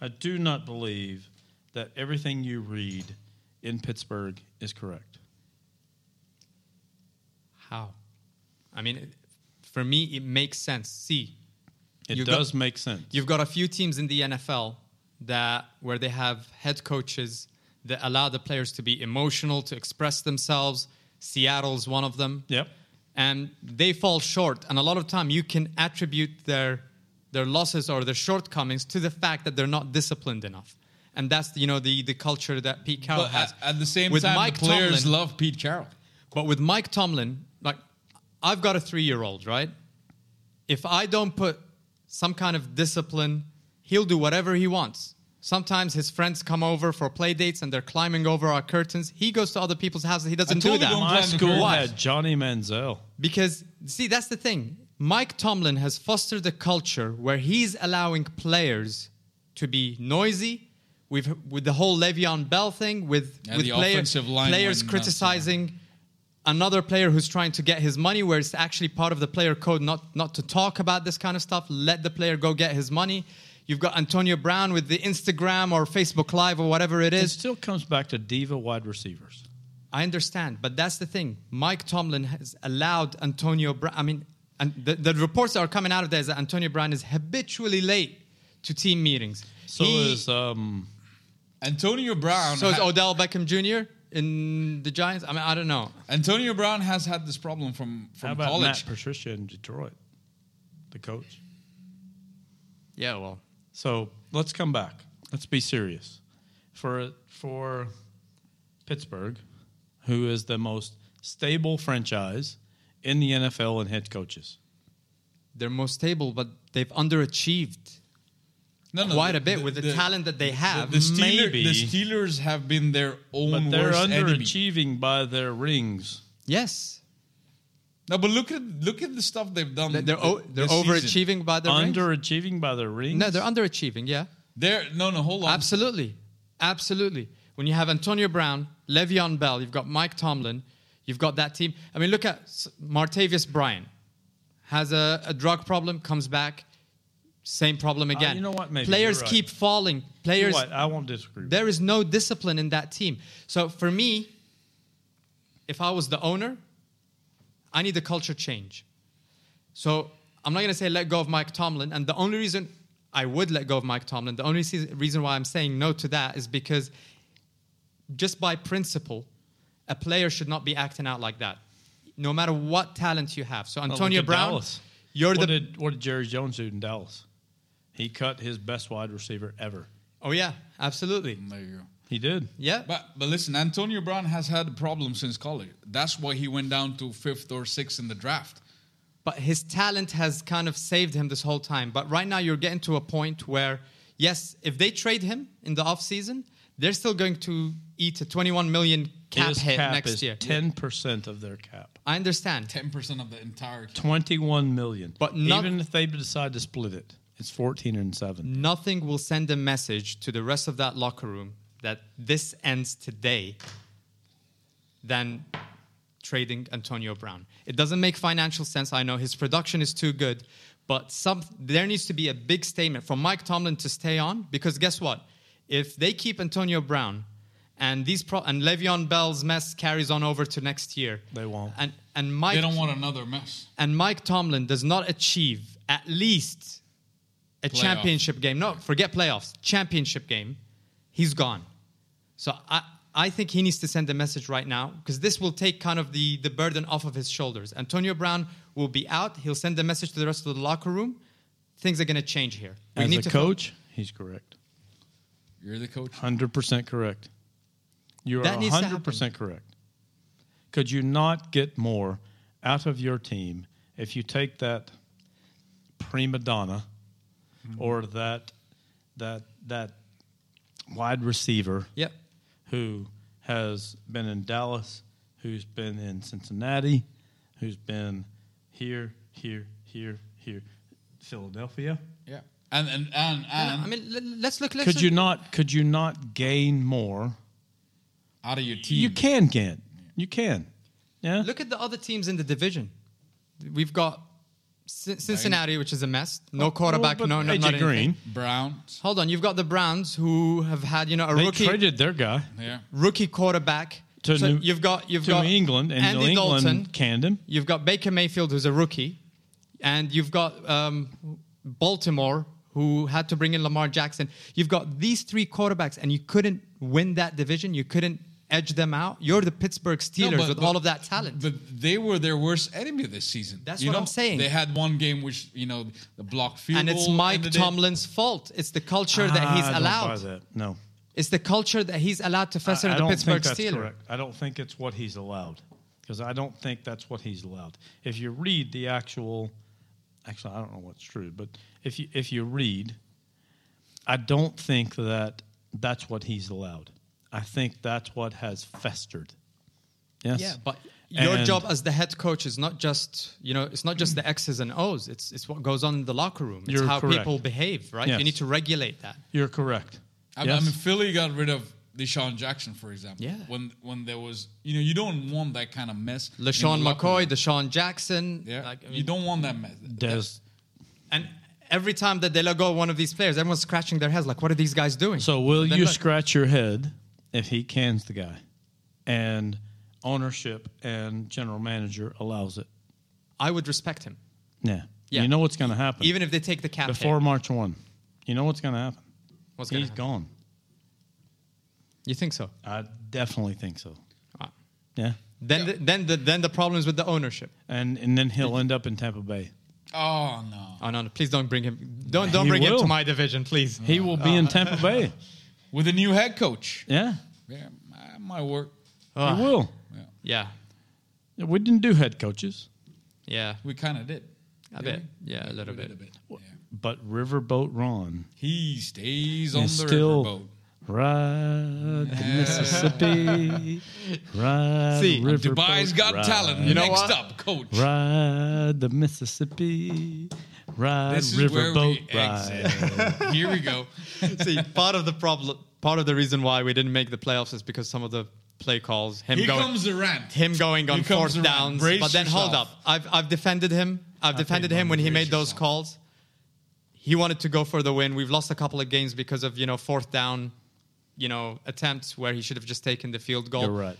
[SPEAKER 4] I do not believe that everything you read in Pittsburgh is correct.
[SPEAKER 2] How? I mean, it- for me, it makes sense. See,
[SPEAKER 4] It
[SPEAKER 2] You got-
[SPEAKER 4] does make sense.
[SPEAKER 2] you've got a few teams in the NFL that where they have head coaches that allow the players to be emotional, to express themselves. Seattle's one of them.
[SPEAKER 4] Yep.
[SPEAKER 2] And they fall short. And a lot of time you can attribute their their losses or their shortcomings to the fact that they're not disciplined enough. And that's you know the the culture that Pete Carroll
[SPEAKER 3] but
[SPEAKER 2] has.
[SPEAKER 3] at, at the same
[SPEAKER 2] With
[SPEAKER 3] time,
[SPEAKER 2] Mike
[SPEAKER 3] the players
[SPEAKER 2] Tomlin-
[SPEAKER 3] love Pete Carroll.
[SPEAKER 2] but with Mike Tomlin, like I've got a three year old, right? If I don't put some kind of discipline, he'll do whatever he wants. Sometimes his friends come over for play dates and they're climbing over our curtains. He goes to other people's houses. He doesn't do
[SPEAKER 3] totally
[SPEAKER 2] that.
[SPEAKER 3] don't
[SPEAKER 4] My
[SPEAKER 3] plan the
[SPEAKER 4] school
[SPEAKER 3] Why?
[SPEAKER 4] had Johnny Manziel.
[SPEAKER 2] Because see, that's the thing. Mike Tomlin has fostered a culture where he's allowing players to be noisy. With with the whole Le'Veon Bell thing, with
[SPEAKER 3] And
[SPEAKER 2] with
[SPEAKER 3] the
[SPEAKER 2] player-
[SPEAKER 3] offensive line
[SPEAKER 2] players
[SPEAKER 3] went nuts,
[SPEAKER 2] criticizing another player who's trying to get his money, where it's actually part of the player code not not to talk about this kind of stuff. Let the player go get his money. You've got Antonio Brown with the Instagram or Facebook Live or whatever it
[SPEAKER 4] It
[SPEAKER 2] is.
[SPEAKER 4] still comes back to diva wide receivers.
[SPEAKER 2] I understand, but that's the thing. Mike Tomlin has allowed Antonio Brown. I mean, and the, the reports that are coming out of there is that Antonio Brown is habitually late to team meetings.
[SPEAKER 4] So
[SPEAKER 2] He-
[SPEAKER 4] is um,
[SPEAKER 3] Antonio uh, Brown.
[SPEAKER 2] so is
[SPEAKER 3] ha-
[SPEAKER 2] Odell Beckham Jr. in the Giants. I mean, I don't know.
[SPEAKER 3] Antonio Brown has had this problem from
[SPEAKER 4] how
[SPEAKER 3] from
[SPEAKER 4] about
[SPEAKER 3] college.
[SPEAKER 4] Matt Patricia in Detroit, the coach.
[SPEAKER 2] Yeah, well,
[SPEAKER 4] So let's come back. Let's be serious. For for Pittsburgh, who is the most stable franchise in the NFL and head coaches.
[SPEAKER 2] they're more stable, but they've underachieved
[SPEAKER 3] No, no,
[SPEAKER 2] quite
[SPEAKER 3] the-
[SPEAKER 2] a bit with the, talent that they have.
[SPEAKER 3] The, Steeler,
[SPEAKER 4] Maybe.
[SPEAKER 3] the Steelers have been their own
[SPEAKER 4] But they're
[SPEAKER 3] worst enemy.
[SPEAKER 4] underachieving by their rings.
[SPEAKER 2] yes,
[SPEAKER 3] No, but look at look at the stuff they've done.
[SPEAKER 2] they're they're,
[SPEAKER 3] thi-
[SPEAKER 2] o- they're
[SPEAKER 3] this season.
[SPEAKER 2] overachieving by the ranks.
[SPEAKER 4] underachieving by their rings.
[SPEAKER 2] No, they're underachieving. Yeah.
[SPEAKER 3] They're no, no, hold on.
[SPEAKER 2] Absolutely. Absolutely. When you have Antonio Brown, Le'Veon Bell, you've got Mike Tomlin, you've got that team. I mean, look at S- Martavius Bryan. Has a, a drug problem, comes back, same problem again.
[SPEAKER 4] Uh, you know what? Maybe
[SPEAKER 2] Players
[SPEAKER 4] you're right.
[SPEAKER 2] keep falling.
[SPEAKER 4] You
[SPEAKER 2] Players,
[SPEAKER 4] know what? I won't disagree. with
[SPEAKER 2] there is no discipline in that team. So for me, if I was the owner, I need a culture change. So I'm not going to say let go of Mike Tomlin. And the only reason I would let go of Mike Tomlin, the only se- reason why I'm saying no to that is because just by principle, a player should not be acting out like that, no matter what talent you have. So
[SPEAKER 4] Well, look
[SPEAKER 2] Antonio
[SPEAKER 4] at
[SPEAKER 2] Brown,
[SPEAKER 4] Dallas.
[SPEAKER 2] you're
[SPEAKER 4] what
[SPEAKER 2] the
[SPEAKER 4] did what did Jerry Jones do in Dallas? He cut his best wide receiver ever.
[SPEAKER 2] oh yeah, absolutely,
[SPEAKER 3] There you go.
[SPEAKER 4] He did.
[SPEAKER 2] yeah.
[SPEAKER 3] But but listen, Antonio Brown has had a problem since college. That's why he went down to fifth or sixth in the draft.
[SPEAKER 2] but his talent has kind of saved him this whole time. But right now, you're getting to a point where, yes, if they trade him in the offseason, they're still going to eat a 21 million cap
[SPEAKER 4] his
[SPEAKER 2] hit
[SPEAKER 4] cap
[SPEAKER 2] next
[SPEAKER 4] is
[SPEAKER 2] year.
[SPEAKER 4] ten percent of their cap.
[SPEAKER 2] I understand.
[SPEAKER 3] Ten percent of the entire. team.
[SPEAKER 4] Twenty-one million.
[SPEAKER 2] But not-
[SPEAKER 4] even if they decide to split it, it's fourteen and seven.
[SPEAKER 2] Nothing will send a message to the rest of that locker room that this ends today than trading Antonio Brown. It doesn't make financial sense. I know his production is too good, but some there needs to be a big statement from Mike Tomlin to stay on because guess what? If they keep Antonio Brown and these pro- and Le'Veon Bell's mess carries on over to next year,
[SPEAKER 4] They won't.
[SPEAKER 2] And and Mike
[SPEAKER 3] They don't want another mess.
[SPEAKER 2] and Mike Tomlin does not achieve at least a
[SPEAKER 3] Playoff.
[SPEAKER 2] championship game, no, forget playoffs, championship game, he's gone. So I, I think he needs to send a message right now because this will take kind of the, the burden off of his shoulders. Antonio Brown will be out. He'll send a message to the rest of the locker room. Things are going to change here. We
[SPEAKER 4] As
[SPEAKER 2] need
[SPEAKER 4] a
[SPEAKER 2] to
[SPEAKER 4] coach, he's correct.
[SPEAKER 3] You're the coach.
[SPEAKER 4] Hundred percent correct. You
[SPEAKER 2] That
[SPEAKER 4] are
[SPEAKER 2] needs to
[SPEAKER 4] hundred percent correct. Could you not get more out of your team if you take that
[SPEAKER 2] Mm-hmm.
[SPEAKER 4] prima donna or that that that wide receiver
[SPEAKER 2] Yep.
[SPEAKER 4] who has been in Dallas, who's been in Cincinnati, who's been here, here, here, here, Philadelphia.
[SPEAKER 3] Yeah. And and and and
[SPEAKER 2] I mean, l- let's look. Let's
[SPEAKER 4] Could
[SPEAKER 2] look-
[SPEAKER 4] you not? Could you not gain more?
[SPEAKER 3] out of your team.
[SPEAKER 4] You can gain. You can. Yeah.
[SPEAKER 2] Look at the other teams in the division. We've got C- Cincinnati, which is a mess. No quarterback.
[SPEAKER 4] Oh, Well,
[SPEAKER 2] no,
[SPEAKER 4] but
[SPEAKER 2] no,
[SPEAKER 4] AJ
[SPEAKER 2] not anything.
[SPEAKER 4] Green.
[SPEAKER 3] Brown.
[SPEAKER 2] Hold on. You've got the Browns, who have had you know a
[SPEAKER 4] They
[SPEAKER 2] rookie
[SPEAKER 4] traded their guy
[SPEAKER 3] Yeah.
[SPEAKER 2] rookie quarterback.
[SPEAKER 4] to
[SPEAKER 2] So
[SPEAKER 4] New,
[SPEAKER 2] you've got you've
[SPEAKER 4] to
[SPEAKER 2] got
[SPEAKER 4] New England and
[SPEAKER 2] Andy
[SPEAKER 4] New England
[SPEAKER 2] Dalton.
[SPEAKER 4] canned him.
[SPEAKER 2] You've got Baker Mayfield, who's a rookie, and you've got um, Baltimore, who had to bring in Lamar Jackson. You've got these three quarterbacks, and you couldn't win that division. You couldn't edge them out. You're the Pittsburgh Steelers
[SPEAKER 3] but-
[SPEAKER 2] with
[SPEAKER 3] but-
[SPEAKER 2] all of that talent.
[SPEAKER 3] But they were their worst enemy this season.
[SPEAKER 2] That's
[SPEAKER 3] You
[SPEAKER 2] what I'm
[SPEAKER 3] know,
[SPEAKER 2] saying.
[SPEAKER 3] They had one game which you know the block field
[SPEAKER 2] and it's
[SPEAKER 3] goal
[SPEAKER 2] Mike
[SPEAKER 3] ended it.
[SPEAKER 2] Tomlin's fault. It's the culture that
[SPEAKER 4] Ah, I
[SPEAKER 2] he's
[SPEAKER 4] don't buy
[SPEAKER 2] allowed.
[SPEAKER 4] that. No.
[SPEAKER 2] It's the culture that he's allowed to fester
[SPEAKER 4] I, I
[SPEAKER 2] the
[SPEAKER 4] don't
[SPEAKER 2] Pittsburgh
[SPEAKER 4] think that's
[SPEAKER 2] Steelers.
[SPEAKER 4] correct. I don't think it's what he's allowed because I don't think that's what he's allowed. If you read the actual, actually, I don't know what's true, but if you if you read, I don't think that that's what he's allowed. I think that's what has festered. Yes.
[SPEAKER 2] Yeah, but your
[SPEAKER 4] And-
[SPEAKER 2] job as the head coach is not just you know it's not just the X's and O's. It's it's what goes on in the locker room. It's
[SPEAKER 4] You're
[SPEAKER 2] how
[SPEAKER 4] correct.
[SPEAKER 2] people behave, right?
[SPEAKER 4] Yes.
[SPEAKER 2] You need to regulate that.
[SPEAKER 4] You're correct.
[SPEAKER 3] I, I
[SPEAKER 4] Yes.
[SPEAKER 3] mean, Philly got rid of Deshaun Jackson, for example.
[SPEAKER 2] Yeah.
[SPEAKER 3] When when there was, you know, you don't want that kind of mess. in
[SPEAKER 2] LaShawn
[SPEAKER 3] the locker room.
[SPEAKER 2] McCoy, Deshaun Jackson.
[SPEAKER 3] Yeah.
[SPEAKER 2] Like, I
[SPEAKER 3] you
[SPEAKER 2] mean,
[SPEAKER 3] don't want that mess.
[SPEAKER 4] Des,
[SPEAKER 2] and every time that they let go of one of these players, everyone's scratching their heads like, what are these guys doing?
[SPEAKER 4] So will
[SPEAKER 2] Then
[SPEAKER 4] you
[SPEAKER 2] look-
[SPEAKER 4] scratch your head if he cans the guy, and ownership and general manager allows it?
[SPEAKER 2] I would respect him,
[SPEAKER 4] Yeah.
[SPEAKER 2] Yeah.
[SPEAKER 4] You know what's going to happen.
[SPEAKER 2] even if they take the cap hit.
[SPEAKER 4] before March one, you know what's going to happen.
[SPEAKER 2] What's gonna
[SPEAKER 4] He's
[SPEAKER 2] happen?
[SPEAKER 4] gone.
[SPEAKER 2] You think so?
[SPEAKER 4] I definitely think so.
[SPEAKER 2] Ah.
[SPEAKER 4] Yeah.
[SPEAKER 2] Then, the, then the then the problem is with the ownership.
[SPEAKER 4] And and then he'll end up in Tampa Bay.
[SPEAKER 3] Oh no.
[SPEAKER 2] Oh no, no please don't bring him. Don't don't
[SPEAKER 4] He
[SPEAKER 2] bring him
[SPEAKER 4] will.
[SPEAKER 2] to my division, please.
[SPEAKER 4] He will be in
[SPEAKER 3] Uh,
[SPEAKER 4] Tampa Bay.
[SPEAKER 3] With a new head coach.
[SPEAKER 4] Yeah.
[SPEAKER 3] Yeah, that might work. Ah.
[SPEAKER 4] He will.
[SPEAKER 2] Yeah,
[SPEAKER 4] We didn't do head coaches,
[SPEAKER 2] yeah,
[SPEAKER 3] We kind of did.
[SPEAKER 2] a
[SPEAKER 3] Did
[SPEAKER 2] bit, yeah, a
[SPEAKER 3] we?
[SPEAKER 2] little
[SPEAKER 3] We
[SPEAKER 2] bit.
[SPEAKER 3] did a bit. Yeah.
[SPEAKER 4] but Riverboat Ron
[SPEAKER 3] He stays on the
[SPEAKER 4] is still
[SPEAKER 3] riverboat.
[SPEAKER 4] ride the Mississippi. Ride
[SPEAKER 2] See,
[SPEAKER 4] riverboat,
[SPEAKER 3] Dubai's got
[SPEAKER 4] ride.
[SPEAKER 3] talent.
[SPEAKER 2] know
[SPEAKER 3] Next
[SPEAKER 2] what?
[SPEAKER 3] up, coach.
[SPEAKER 4] Ride the Mississippi. Ride
[SPEAKER 3] This is where we
[SPEAKER 4] riverboat ride.
[SPEAKER 3] exit. Here we go.
[SPEAKER 2] See, part of the problem, part of the reason why we didn't make the playoffs is because some of the play calls, him
[SPEAKER 3] Here
[SPEAKER 2] going,
[SPEAKER 3] comes the rant.
[SPEAKER 2] him going on
[SPEAKER 3] Here comes
[SPEAKER 2] fourth
[SPEAKER 3] the rant.
[SPEAKER 2] downs.
[SPEAKER 3] Brace
[SPEAKER 2] but then hold up,
[SPEAKER 3] yourself.
[SPEAKER 2] I've I've defended him. I've defended
[SPEAKER 3] think,
[SPEAKER 2] him when he
[SPEAKER 3] Manu,
[SPEAKER 2] made
[SPEAKER 3] brace
[SPEAKER 2] those
[SPEAKER 3] yourself.
[SPEAKER 2] calls. He wanted to go for the win. We've lost a couple of games because of you know fourth down, you know attempts where he should have just taken the field goal.
[SPEAKER 4] You're right.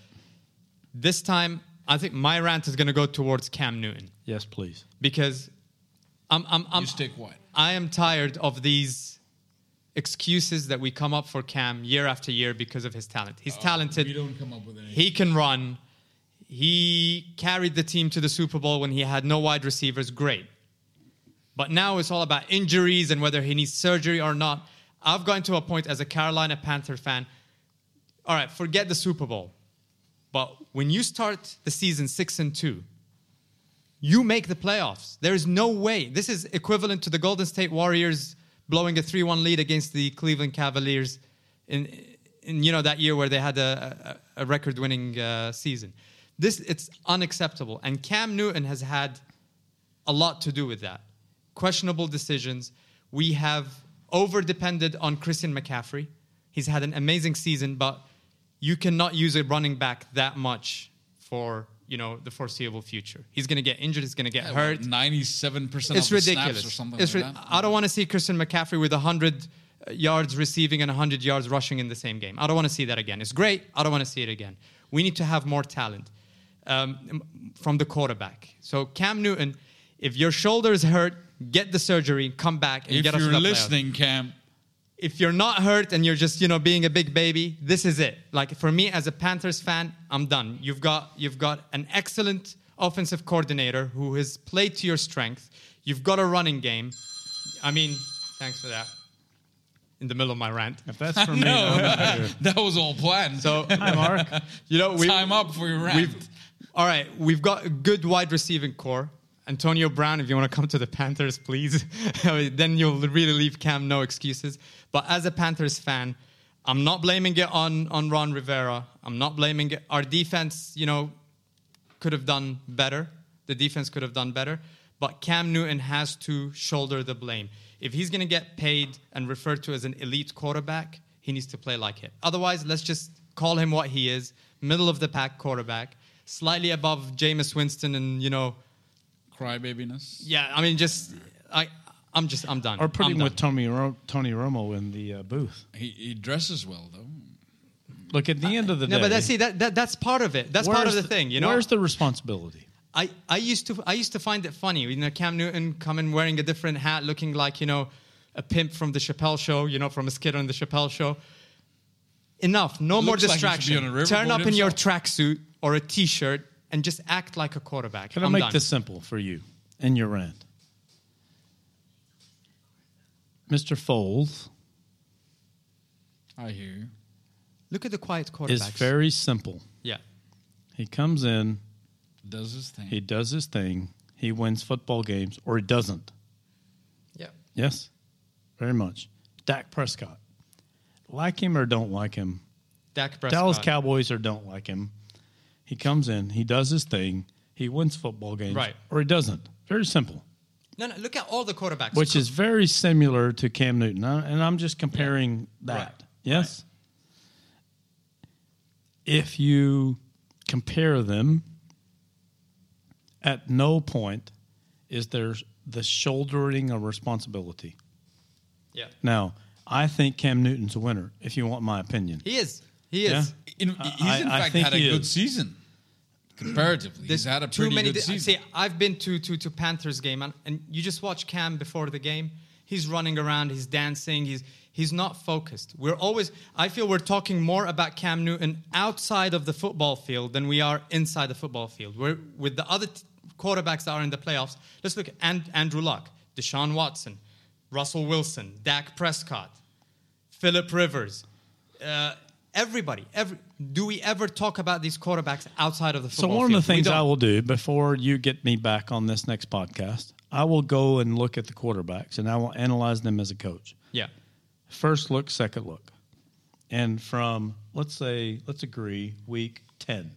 [SPEAKER 2] This time, I think my rant is going to go towards Cam Newton
[SPEAKER 4] Yes, please.
[SPEAKER 2] because I'm I'm, I'm
[SPEAKER 3] You stick what?
[SPEAKER 2] I am tired of these excuses that we come up for Cam year after year because of his talent. He's talented.
[SPEAKER 3] Oh, We don't come up with anything.
[SPEAKER 2] He can run. He carried the team to the Super Bowl when he had no wide receivers. Great. But now it's all about injuries and whether he needs surgery or not. I've gotten to a point as a Carolina Panther fan. All right, forget the Super Bowl. But when you start the season 6 and 2, you make the playoffs. There is no way. This is equivalent to the Golden State Warriors blowing a 3-1 lead against the Cleveland Cavaliers in, in you know that year where they had a, a, a record-winning uh, season. This it's unacceptable. And Cam Newton has had a lot to do with that. Questionable decisions. We have over-depended on Christian McCaffrey. He's had an amazing season, but you cannot use a running back that much for you know the foreseeable future. He's going to get injured. He's going to get
[SPEAKER 3] Yeah,
[SPEAKER 2] hurt.
[SPEAKER 3] what, 97%
[SPEAKER 2] It's
[SPEAKER 3] of the snaps
[SPEAKER 2] ridiculous.
[SPEAKER 3] or something
[SPEAKER 2] It's
[SPEAKER 3] like
[SPEAKER 2] ri-
[SPEAKER 3] that.
[SPEAKER 2] I don't want to see Christian McCaffrey with 100 yards receiving and 100 yards rushing in the same game. I don't want to see that again. It's great. I don't want to see it again. We need to have more talent um, m- from the quarterback. So Cam Newton, if your shoulder is hurt, get the surgery, come back, and
[SPEAKER 3] if
[SPEAKER 2] get us to
[SPEAKER 3] you're
[SPEAKER 2] the playoffs.
[SPEAKER 3] listening, Cam,
[SPEAKER 2] If you're not hurt and you're just you know being a big baby, this is it. Like for me as a Panthers fan, I'm done. You've got you've got an excellent offensive coordinator who has played to your strength. You've got a running game. I mean, thanks for that. In the middle of my rant.
[SPEAKER 4] If that's for me,
[SPEAKER 3] No.
[SPEAKER 4] I'm out of here.
[SPEAKER 3] that was all planned.
[SPEAKER 2] So,
[SPEAKER 4] Hi, Mark.
[SPEAKER 2] you know, we,
[SPEAKER 3] Time up for your rant.
[SPEAKER 2] We've, all right, we've got a good wide receiving core. Antonio Brown, if you want to come to the Panthers, please. I mean, then you'll really leave Cam no excuses. But as a Panthers fan, I'm not blaming it on on Ron Rivera. I'm not blaming it. Our defense, you know, could have done better. The defense could have done better. But Cam Newton has to shoulder the blame. If he's going to get paid and referred to as an elite quarterback, he needs to play like it. Otherwise, let's just call him what he is middle of the pack quarterback, slightly above Jameis Winston and, you know,
[SPEAKER 3] Crybabiness.
[SPEAKER 2] yeah, I mean, just, I, I'm just, I'm done.
[SPEAKER 4] Or
[SPEAKER 2] I'm
[SPEAKER 4] putting
[SPEAKER 2] done.
[SPEAKER 4] with Tony Ro- Tony Romo in the uh, booth.
[SPEAKER 3] He, he dresses well though.
[SPEAKER 4] Look at the end of the
[SPEAKER 2] No,
[SPEAKER 4] day.
[SPEAKER 2] but that's, see, that, that, that's part of it. That's part of
[SPEAKER 4] where's
[SPEAKER 2] the thing, you know?
[SPEAKER 4] Where's the responsibility?
[SPEAKER 2] I, I used to I used to find it funny, you know, Cam Newton coming wearing a different hat, looking like you know a pimp from the Chappelle Show, you know, from a skit on the Chappelle Show. Enough, no more
[SPEAKER 3] Looks like he should be
[SPEAKER 2] distraction.
[SPEAKER 3] on a riverboat
[SPEAKER 2] Turn up in your
[SPEAKER 3] himself.
[SPEAKER 2] tracksuit or a t-shirt and just act like a quarterback.
[SPEAKER 4] Can i
[SPEAKER 2] I'm
[SPEAKER 4] make
[SPEAKER 2] done.
[SPEAKER 4] this simple for you and your rant? Mr. Foles
[SPEAKER 3] I hear you.
[SPEAKER 2] Look at the quiet quarterbacks.
[SPEAKER 4] is very simple.
[SPEAKER 2] Yeah,
[SPEAKER 4] He comes in,
[SPEAKER 3] Does his thing.
[SPEAKER 4] he does his thing, he wins football games, or he doesn't.
[SPEAKER 2] yeah.
[SPEAKER 4] Yes, very much. Dak Prescott. Like him or don't like him.
[SPEAKER 2] Dak Prescott.
[SPEAKER 4] Dallas Cowboys or don't like him. He comes in, he does his thing, he wins football games,
[SPEAKER 2] Right.
[SPEAKER 4] or he doesn't. Very simple.
[SPEAKER 2] No, no. Look at all the quarterbacks.
[SPEAKER 4] which is very similar to Cam Newton. I- And I'm just comparing that.
[SPEAKER 2] Right.
[SPEAKER 4] Yes. If you compare them, at no point is there the shouldering of responsibility.
[SPEAKER 2] yeah.
[SPEAKER 4] Now, I think Cam Newton's a winner, if you want my opinion.
[SPEAKER 2] He is. He is.
[SPEAKER 4] Yeah.
[SPEAKER 3] In-
[SPEAKER 4] I-
[SPEAKER 3] he's in
[SPEAKER 4] I
[SPEAKER 3] fact
[SPEAKER 4] think
[SPEAKER 3] had a
[SPEAKER 4] he
[SPEAKER 3] good
[SPEAKER 4] is.
[SPEAKER 3] season. Comparatively,
[SPEAKER 2] There's
[SPEAKER 3] he's had a pretty good
[SPEAKER 2] di- uh,
[SPEAKER 3] season.
[SPEAKER 2] See, I've been to to to Panthers game and, and you just watch Cam before the game. He's running around, he's dancing, he's he's not focused. We're always I feel we're talking more about Cam Newton outside of the football field than we are inside the football field. We're with the other t- quarterbacks that are in the playoffs. Let's look at and, Andrew Luck, Deshaun Watson, Russell Wilson, Dak Prescott, Philip Rivers. Uh, Everybody, every, do we ever talk about these quarterbacks outside of the
[SPEAKER 4] So
[SPEAKER 2] football
[SPEAKER 4] one of
[SPEAKER 2] field?
[SPEAKER 4] the
[SPEAKER 2] We
[SPEAKER 4] things I
[SPEAKER 2] don't.
[SPEAKER 4] will do before you get me back on this next podcast, I will go and look at the quarterbacks and I will analyze them as a coach.
[SPEAKER 2] Yeah.
[SPEAKER 4] first look, second look. And from, let's say, let's agree, week 10.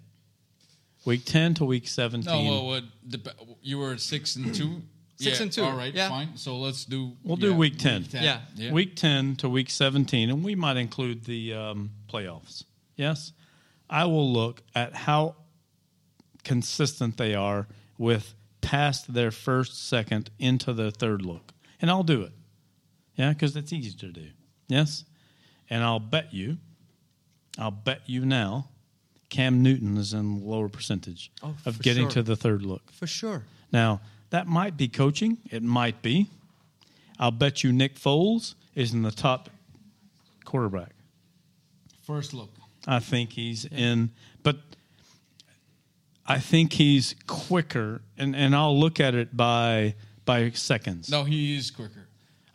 [SPEAKER 4] Week 10 to week 17.
[SPEAKER 3] no, well, what, dep- you were six and two.
[SPEAKER 2] Six
[SPEAKER 3] Yeah,
[SPEAKER 2] and two,
[SPEAKER 3] All right,
[SPEAKER 2] yeah.
[SPEAKER 3] fine. So let's do.
[SPEAKER 4] We'll do week 10.
[SPEAKER 2] Yeah.
[SPEAKER 4] Week 10 to week 17, and we might include the um, playoffs. Yes. I will look at how consistent they are with past their first, second, into their third look. And I'll do it. Yeah, because that's easy to do. Yes. And I'll bet you, I'll bet you now, Cam Newton is in lower percentage
[SPEAKER 2] Oh,
[SPEAKER 4] of
[SPEAKER 2] for
[SPEAKER 4] getting
[SPEAKER 2] sure.
[SPEAKER 4] to the third look.
[SPEAKER 2] For sure.
[SPEAKER 4] Now, that might be coaching. It might be. I'll bet you Nick Foles is in the top quarterback.
[SPEAKER 3] First look.
[SPEAKER 4] I think he's in, but I think he's quicker, and, and I'll look at it by by seconds.
[SPEAKER 3] No, he is quicker.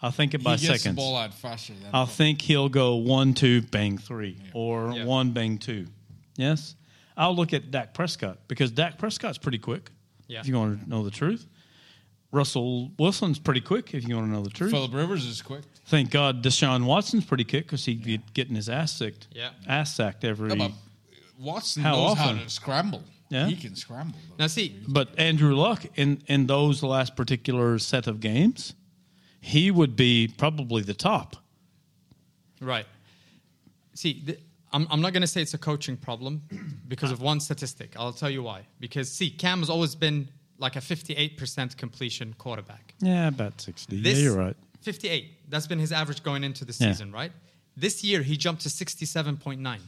[SPEAKER 4] I'll think it by
[SPEAKER 3] he gets the
[SPEAKER 4] seconds.
[SPEAKER 3] ball out faster than.
[SPEAKER 4] I'll think he'll go one, two, bang three, or
[SPEAKER 2] Yeah.
[SPEAKER 4] one, bang two. Yes? I'll look at Dak Prescott because Dak Prescott's pretty quick,
[SPEAKER 2] Yeah.
[SPEAKER 4] if you want to know the truth. Russell Wilson's pretty quick, if you want to know the truth.
[SPEAKER 3] Philip Rivers is quick.
[SPEAKER 4] Thank God Deshaun Watson's pretty quick because he'd be getting his ass sacked,
[SPEAKER 2] Yeah.
[SPEAKER 4] ass sacked every.
[SPEAKER 3] Yeah, but Watson
[SPEAKER 4] How
[SPEAKER 3] knows
[SPEAKER 4] often?
[SPEAKER 3] how to scramble.
[SPEAKER 4] Yeah.
[SPEAKER 3] He can scramble. though.
[SPEAKER 2] Now see,
[SPEAKER 4] But Andrew Luck in in those last particular set of games, he would be probably the top.
[SPEAKER 2] right. See, th- I'm, I'm not going to say it's a coaching problem because of one statistic. I'll tell you why. Because see, Cam has always been like a 58% completion quarterback.
[SPEAKER 4] Yeah, about sixty.
[SPEAKER 2] This,
[SPEAKER 4] yeah, you're right.
[SPEAKER 2] 58. That's been his average going into the
[SPEAKER 4] Yeah.
[SPEAKER 2] season, right? This year he jumped to 67.9.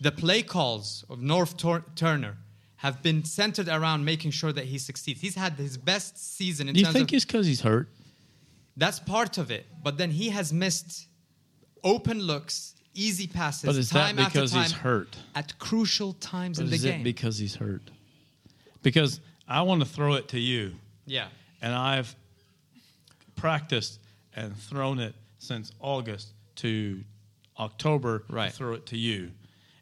[SPEAKER 2] The play calls of North Tor- Turner have been centered around making sure that he succeeds. He's had his best season in
[SPEAKER 4] Do you
[SPEAKER 2] terms
[SPEAKER 4] think
[SPEAKER 2] of
[SPEAKER 4] it's because he's hurt?
[SPEAKER 2] That's part of it. But then he has missed open looks, easy passes,
[SPEAKER 4] But is that
[SPEAKER 2] time after
[SPEAKER 4] because
[SPEAKER 2] time
[SPEAKER 4] he's hurt?
[SPEAKER 2] at crucial times
[SPEAKER 4] Or
[SPEAKER 2] in the
[SPEAKER 4] is
[SPEAKER 2] game.
[SPEAKER 4] it because he's hurt? Because I want to throw it to you,
[SPEAKER 2] yeah,
[SPEAKER 4] and I've practiced and thrown it since August to October
[SPEAKER 2] Right.
[SPEAKER 4] to throw it to you.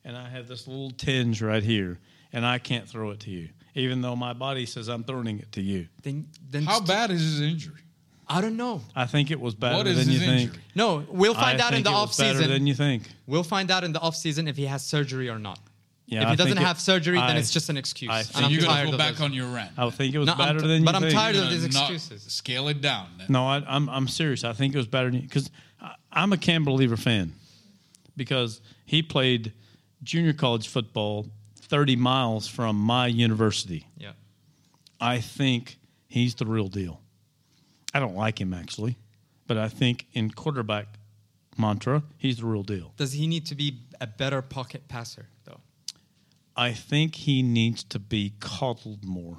[SPEAKER 4] And I have this little tinge right here, and I can't throw it to you, even though my body says I'm throwing it to you.
[SPEAKER 2] then then
[SPEAKER 3] How
[SPEAKER 2] st-
[SPEAKER 3] bad is his injury?
[SPEAKER 2] I don't know.
[SPEAKER 4] I think it was better
[SPEAKER 3] What is
[SPEAKER 4] than you
[SPEAKER 3] his
[SPEAKER 4] think.
[SPEAKER 3] injury?
[SPEAKER 2] No, we'll find
[SPEAKER 4] I
[SPEAKER 2] out in
[SPEAKER 4] think
[SPEAKER 2] the
[SPEAKER 4] it
[SPEAKER 2] off
[SPEAKER 4] was Better than
[SPEAKER 2] season.
[SPEAKER 4] you think.
[SPEAKER 2] We'll find out in the off season if he has surgery or not.
[SPEAKER 4] Yeah,
[SPEAKER 2] if
[SPEAKER 4] I
[SPEAKER 2] he doesn't
[SPEAKER 4] think it-
[SPEAKER 2] have surgery, then
[SPEAKER 4] I-
[SPEAKER 2] it's just an excuse.
[SPEAKER 4] I
[SPEAKER 2] And
[SPEAKER 4] think
[SPEAKER 3] So
[SPEAKER 2] I'm
[SPEAKER 3] you're
[SPEAKER 2] tired
[SPEAKER 3] gonna go
[SPEAKER 2] of
[SPEAKER 3] back
[SPEAKER 2] those.
[SPEAKER 3] on your rant.
[SPEAKER 4] I think it was
[SPEAKER 2] No, I'm
[SPEAKER 4] better
[SPEAKER 2] t-
[SPEAKER 4] than you
[SPEAKER 2] but I'm
[SPEAKER 4] think.
[SPEAKER 2] tired of
[SPEAKER 3] You're
[SPEAKER 2] these
[SPEAKER 3] gonna knock-
[SPEAKER 2] excuses.
[SPEAKER 3] Scale it down. then.
[SPEAKER 4] No, I, I'm I'm serious. I think it was better because I'm a Cam Believer fan because he played junior college football 30 miles from my university.
[SPEAKER 2] Yeah.
[SPEAKER 4] I think he's the real deal. I don't like him actually, but I think in quarterback mantra, he's the real deal.
[SPEAKER 2] Does he need to be a better pocket passer though?
[SPEAKER 4] I think he needs to be coddled more.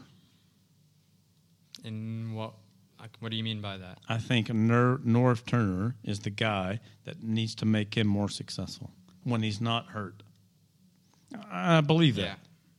[SPEAKER 2] In what? Like, what do you mean by that?
[SPEAKER 4] I think Ner- Norv Turner is the guy that needs to make him more successful when he's not hurt. I believe that.
[SPEAKER 2] Yeah.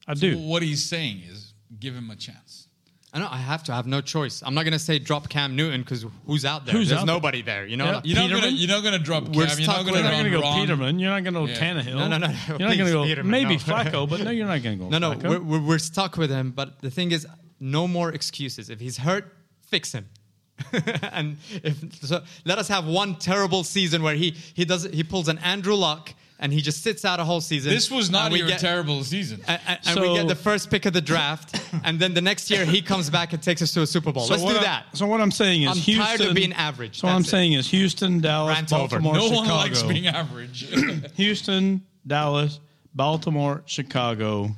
[SPEAKER 4] I
[SPEAKER 3] So
[SPEAKER 4] do.
[SPEAKER 3] What he's saying is, give him a chance.
[SPEAKER 2] I know I have to. I have no choice. I'm not gonna say drop Cam Newton because who's out there?
[SPEAKER 4] Who's
[SPEAKER 2] There's
[SPEAKER 4] out there?
[SPEAKER 2] nobody there. You know.
[SPEAKER 4] Yeah.
[SPEAKER 2] Like-
[SPEAKER 3] You're not gonna.
[SPEAKER 4] Peterman?
[SPEAKER 3] You're not gonna drop. Cam.
[SPEAKER 2] We're
[SPEAKER 3] You're not
[SPEAKER 2] stuck
[SPEAKER 3] gonna.
[SPEAKER 2] with-
[SPEAKER 4] You're not
[SPEAKER 3] drop
[SPEAKER 4] going to go
[SPEAKER 3] Ron.
[SPEAKER 4] Peterman. You're not going to go
[SPEAKER 3] Yeah.
[SPEAKER 4] Tannehill.
[SPEAKER 2] No, no, no, no.
[SPEAKER 4] You're not
[SPEAKER 2] Please,
[SPEAKER 4] going to go
[SPEAKER 2] Peterman,
[SPEAKER 4] maybe
[SPEAKER 2] no.
[SPEAKER 4] Flacco, but no, you're not going to go.
[SPEAKER 2] No, no,
[SPEAKER 4] Flacco.
[SPEAKER 2] we're, we're, we're stuck with him. But the thing is, no more excuses. If he's hurt, fix him. and if so, let us have one terrible season where he he does he pulls an Andrew Luck and he just sits out a whole season.
[SPEAKER 3] This was not
[SPEAKER 2] and we
[SPEAKER 3] your
[SPEAKER 2] get-
[SPEAKER 3] terrible season.
[SPEAKER 2] And, and- and we
[SPEAKER 4] So-
[SPEAKER 2] get the first pick of the draft, and then the next year he comes back and takes us to a Super Bowl. Let's
[SPEAKER 4] what
[SPEAKER 2] do
[SPEAKER 4] I-
[SPEAKER 2] that.
[SPEAKER 4] so what I'm saying is
[SPEAKER 2] I'm
[SPEAKER 4] Houston,
[SPEAKER 2] tired of being average.
[SPEAKER 4] So what I'm
[SPEAKER 2] That's it.
[SPEAKER 4] saying is Houston, Dallas,
[SPEAKER 2] Rant over.
[SPEAKER 4] Baltimore,
[SPEAKER 3] no
[SPEAKER 4] Chicago.
[SPEAKER 3] one likes being average.
[SPEAKER 4] Houston, Dallas, Baltimore, Chicago,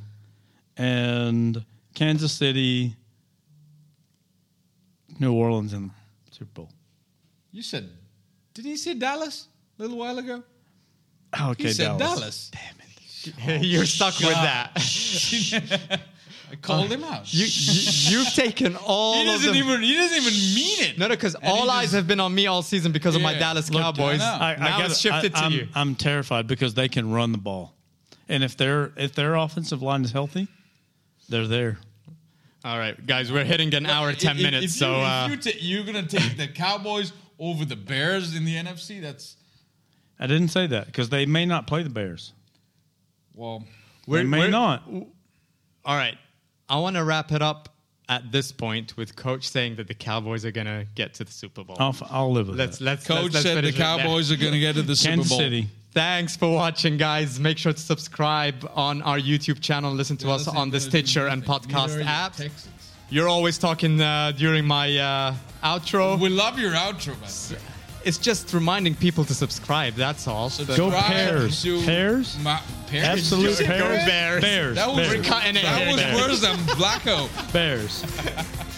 [SPEAKER 4] and Kansas City, New Orleans in the Super Bowl.
[SPEAKER 3] you said, didn't you say Dallas a little while ago?
[SPEAKER 4] Oh, Okay,
[SPEAKER 3] He said
[SPEAKER 4] Dallas.
[SPEAKER 3] Dallas.
[SPEAKER 2] You're stuck with that.
[SPEAKER 3] I called him out.
[SPEAKER 2] You, you you've taken all
[SPEAKER 3] he
[SPEAKER 2] of them.
[SPEAKER 3] doesn't even. He doesn't even mean it.
[SPEAKER 2] no, no, because
[SPEAKER 3] he
[SPEAKER 2] all eyes
[SPEAKER 3] just-
[SPEAKER 2] have been on me all season because of my
[SPEAKER 3] Yeah.
[SPEAKER 2] Dallas
[SPEAKER 3] Look,
[SPEAKER 2] Cowboys.
[SPEAKER 3] I know.
[SPEAKER 4] I, I
[SPEAKER 2] now
[SPEAKER 4] gotta-
[SPEAKER 2] it's shifted
[SPEAKER 4] I-
[SPEAKER 2] to
[SPEAKER 4] I'm,
[SPEAKER 2] you.
[SPEAKER 4] I'm terrified because they can run the ball, and if their if their offensive line is healthy, they're there.
[SPEAKER 2] All right, guys, we're hitting an hour,
[SPEAKER 3] If-
[SPEAKER 2] ten
[SPEAKER 3] if-
[SPEAKER 2] minutes.
[SPEAKER 3] if
[SPEAKER 2] so
[SPEAKER 3] you,
[SPEAKER 2] uh,
[SPEAKER 3] if you ta- you're gonna take the Cowboys over the Bears in the NFC, that's
[SPEAKER 4] I didn't say that because they may not play the Bears.
[SPEAKER 3] well.
[SPEAKER 4] they may not.
[SPEAKER 2] All right, I want to wrap it up at this point with Coach saying that the Cowboys are gonna get to the Super Bowl.
[SPEAKER 4] I'll, I'll live with
[SPEAKER 2] let's
[SPEAKER 4] that.
[SPEAKER 2] let's
[SPEAKER 3] Coach
[SPEAKER 2] let's, let's
[SPEAKER 3] said the
[SPEAKER 2] finish it there.
[SPEAKER 3] Cowboys are going to get to the Super
[SPEAKER 4] Kansas
[SPEAKER 3] Bowl.
[SPEAKER 4] City.
[SPEAKER 2] Thanks for watching, guys. Make sure to subscribe on our YouTube channel. Listen to us on the Stitcher and podcast apps. You're always talking uh, during my uh, outro.
[SPEAKER 3] We love your outro, man.
[SPEAKER 2] It's just reminding people to subscribe. That's all.
[SPEAKER 4] Go
[SPEAKER 3] Subscribe
[SPEAKER 4] Bears.
[SPEAKER 3] to
[SPEAKER 4] Bears?
[SPEAKER 3] My, Bears?
[SPEAKER 4] Absolute
[SPEAKER 3] Did you say
[SPEAKER 4] Bears.
[SPEAKER 2] Bears.
[SPEAKER 4] Bears.
[SPEAKER 3] That was,
[SPEAKER 4] Bears.
[SPEAKER 2] We're cutting it
[SPEAKER 3] that
[SPEAKER 2] here,
[SPEAKER 3] was
[SPEAKER 2] Bears.
[SPEAKER 3] worse than Blacko.
[SPEAKER 4] Bears.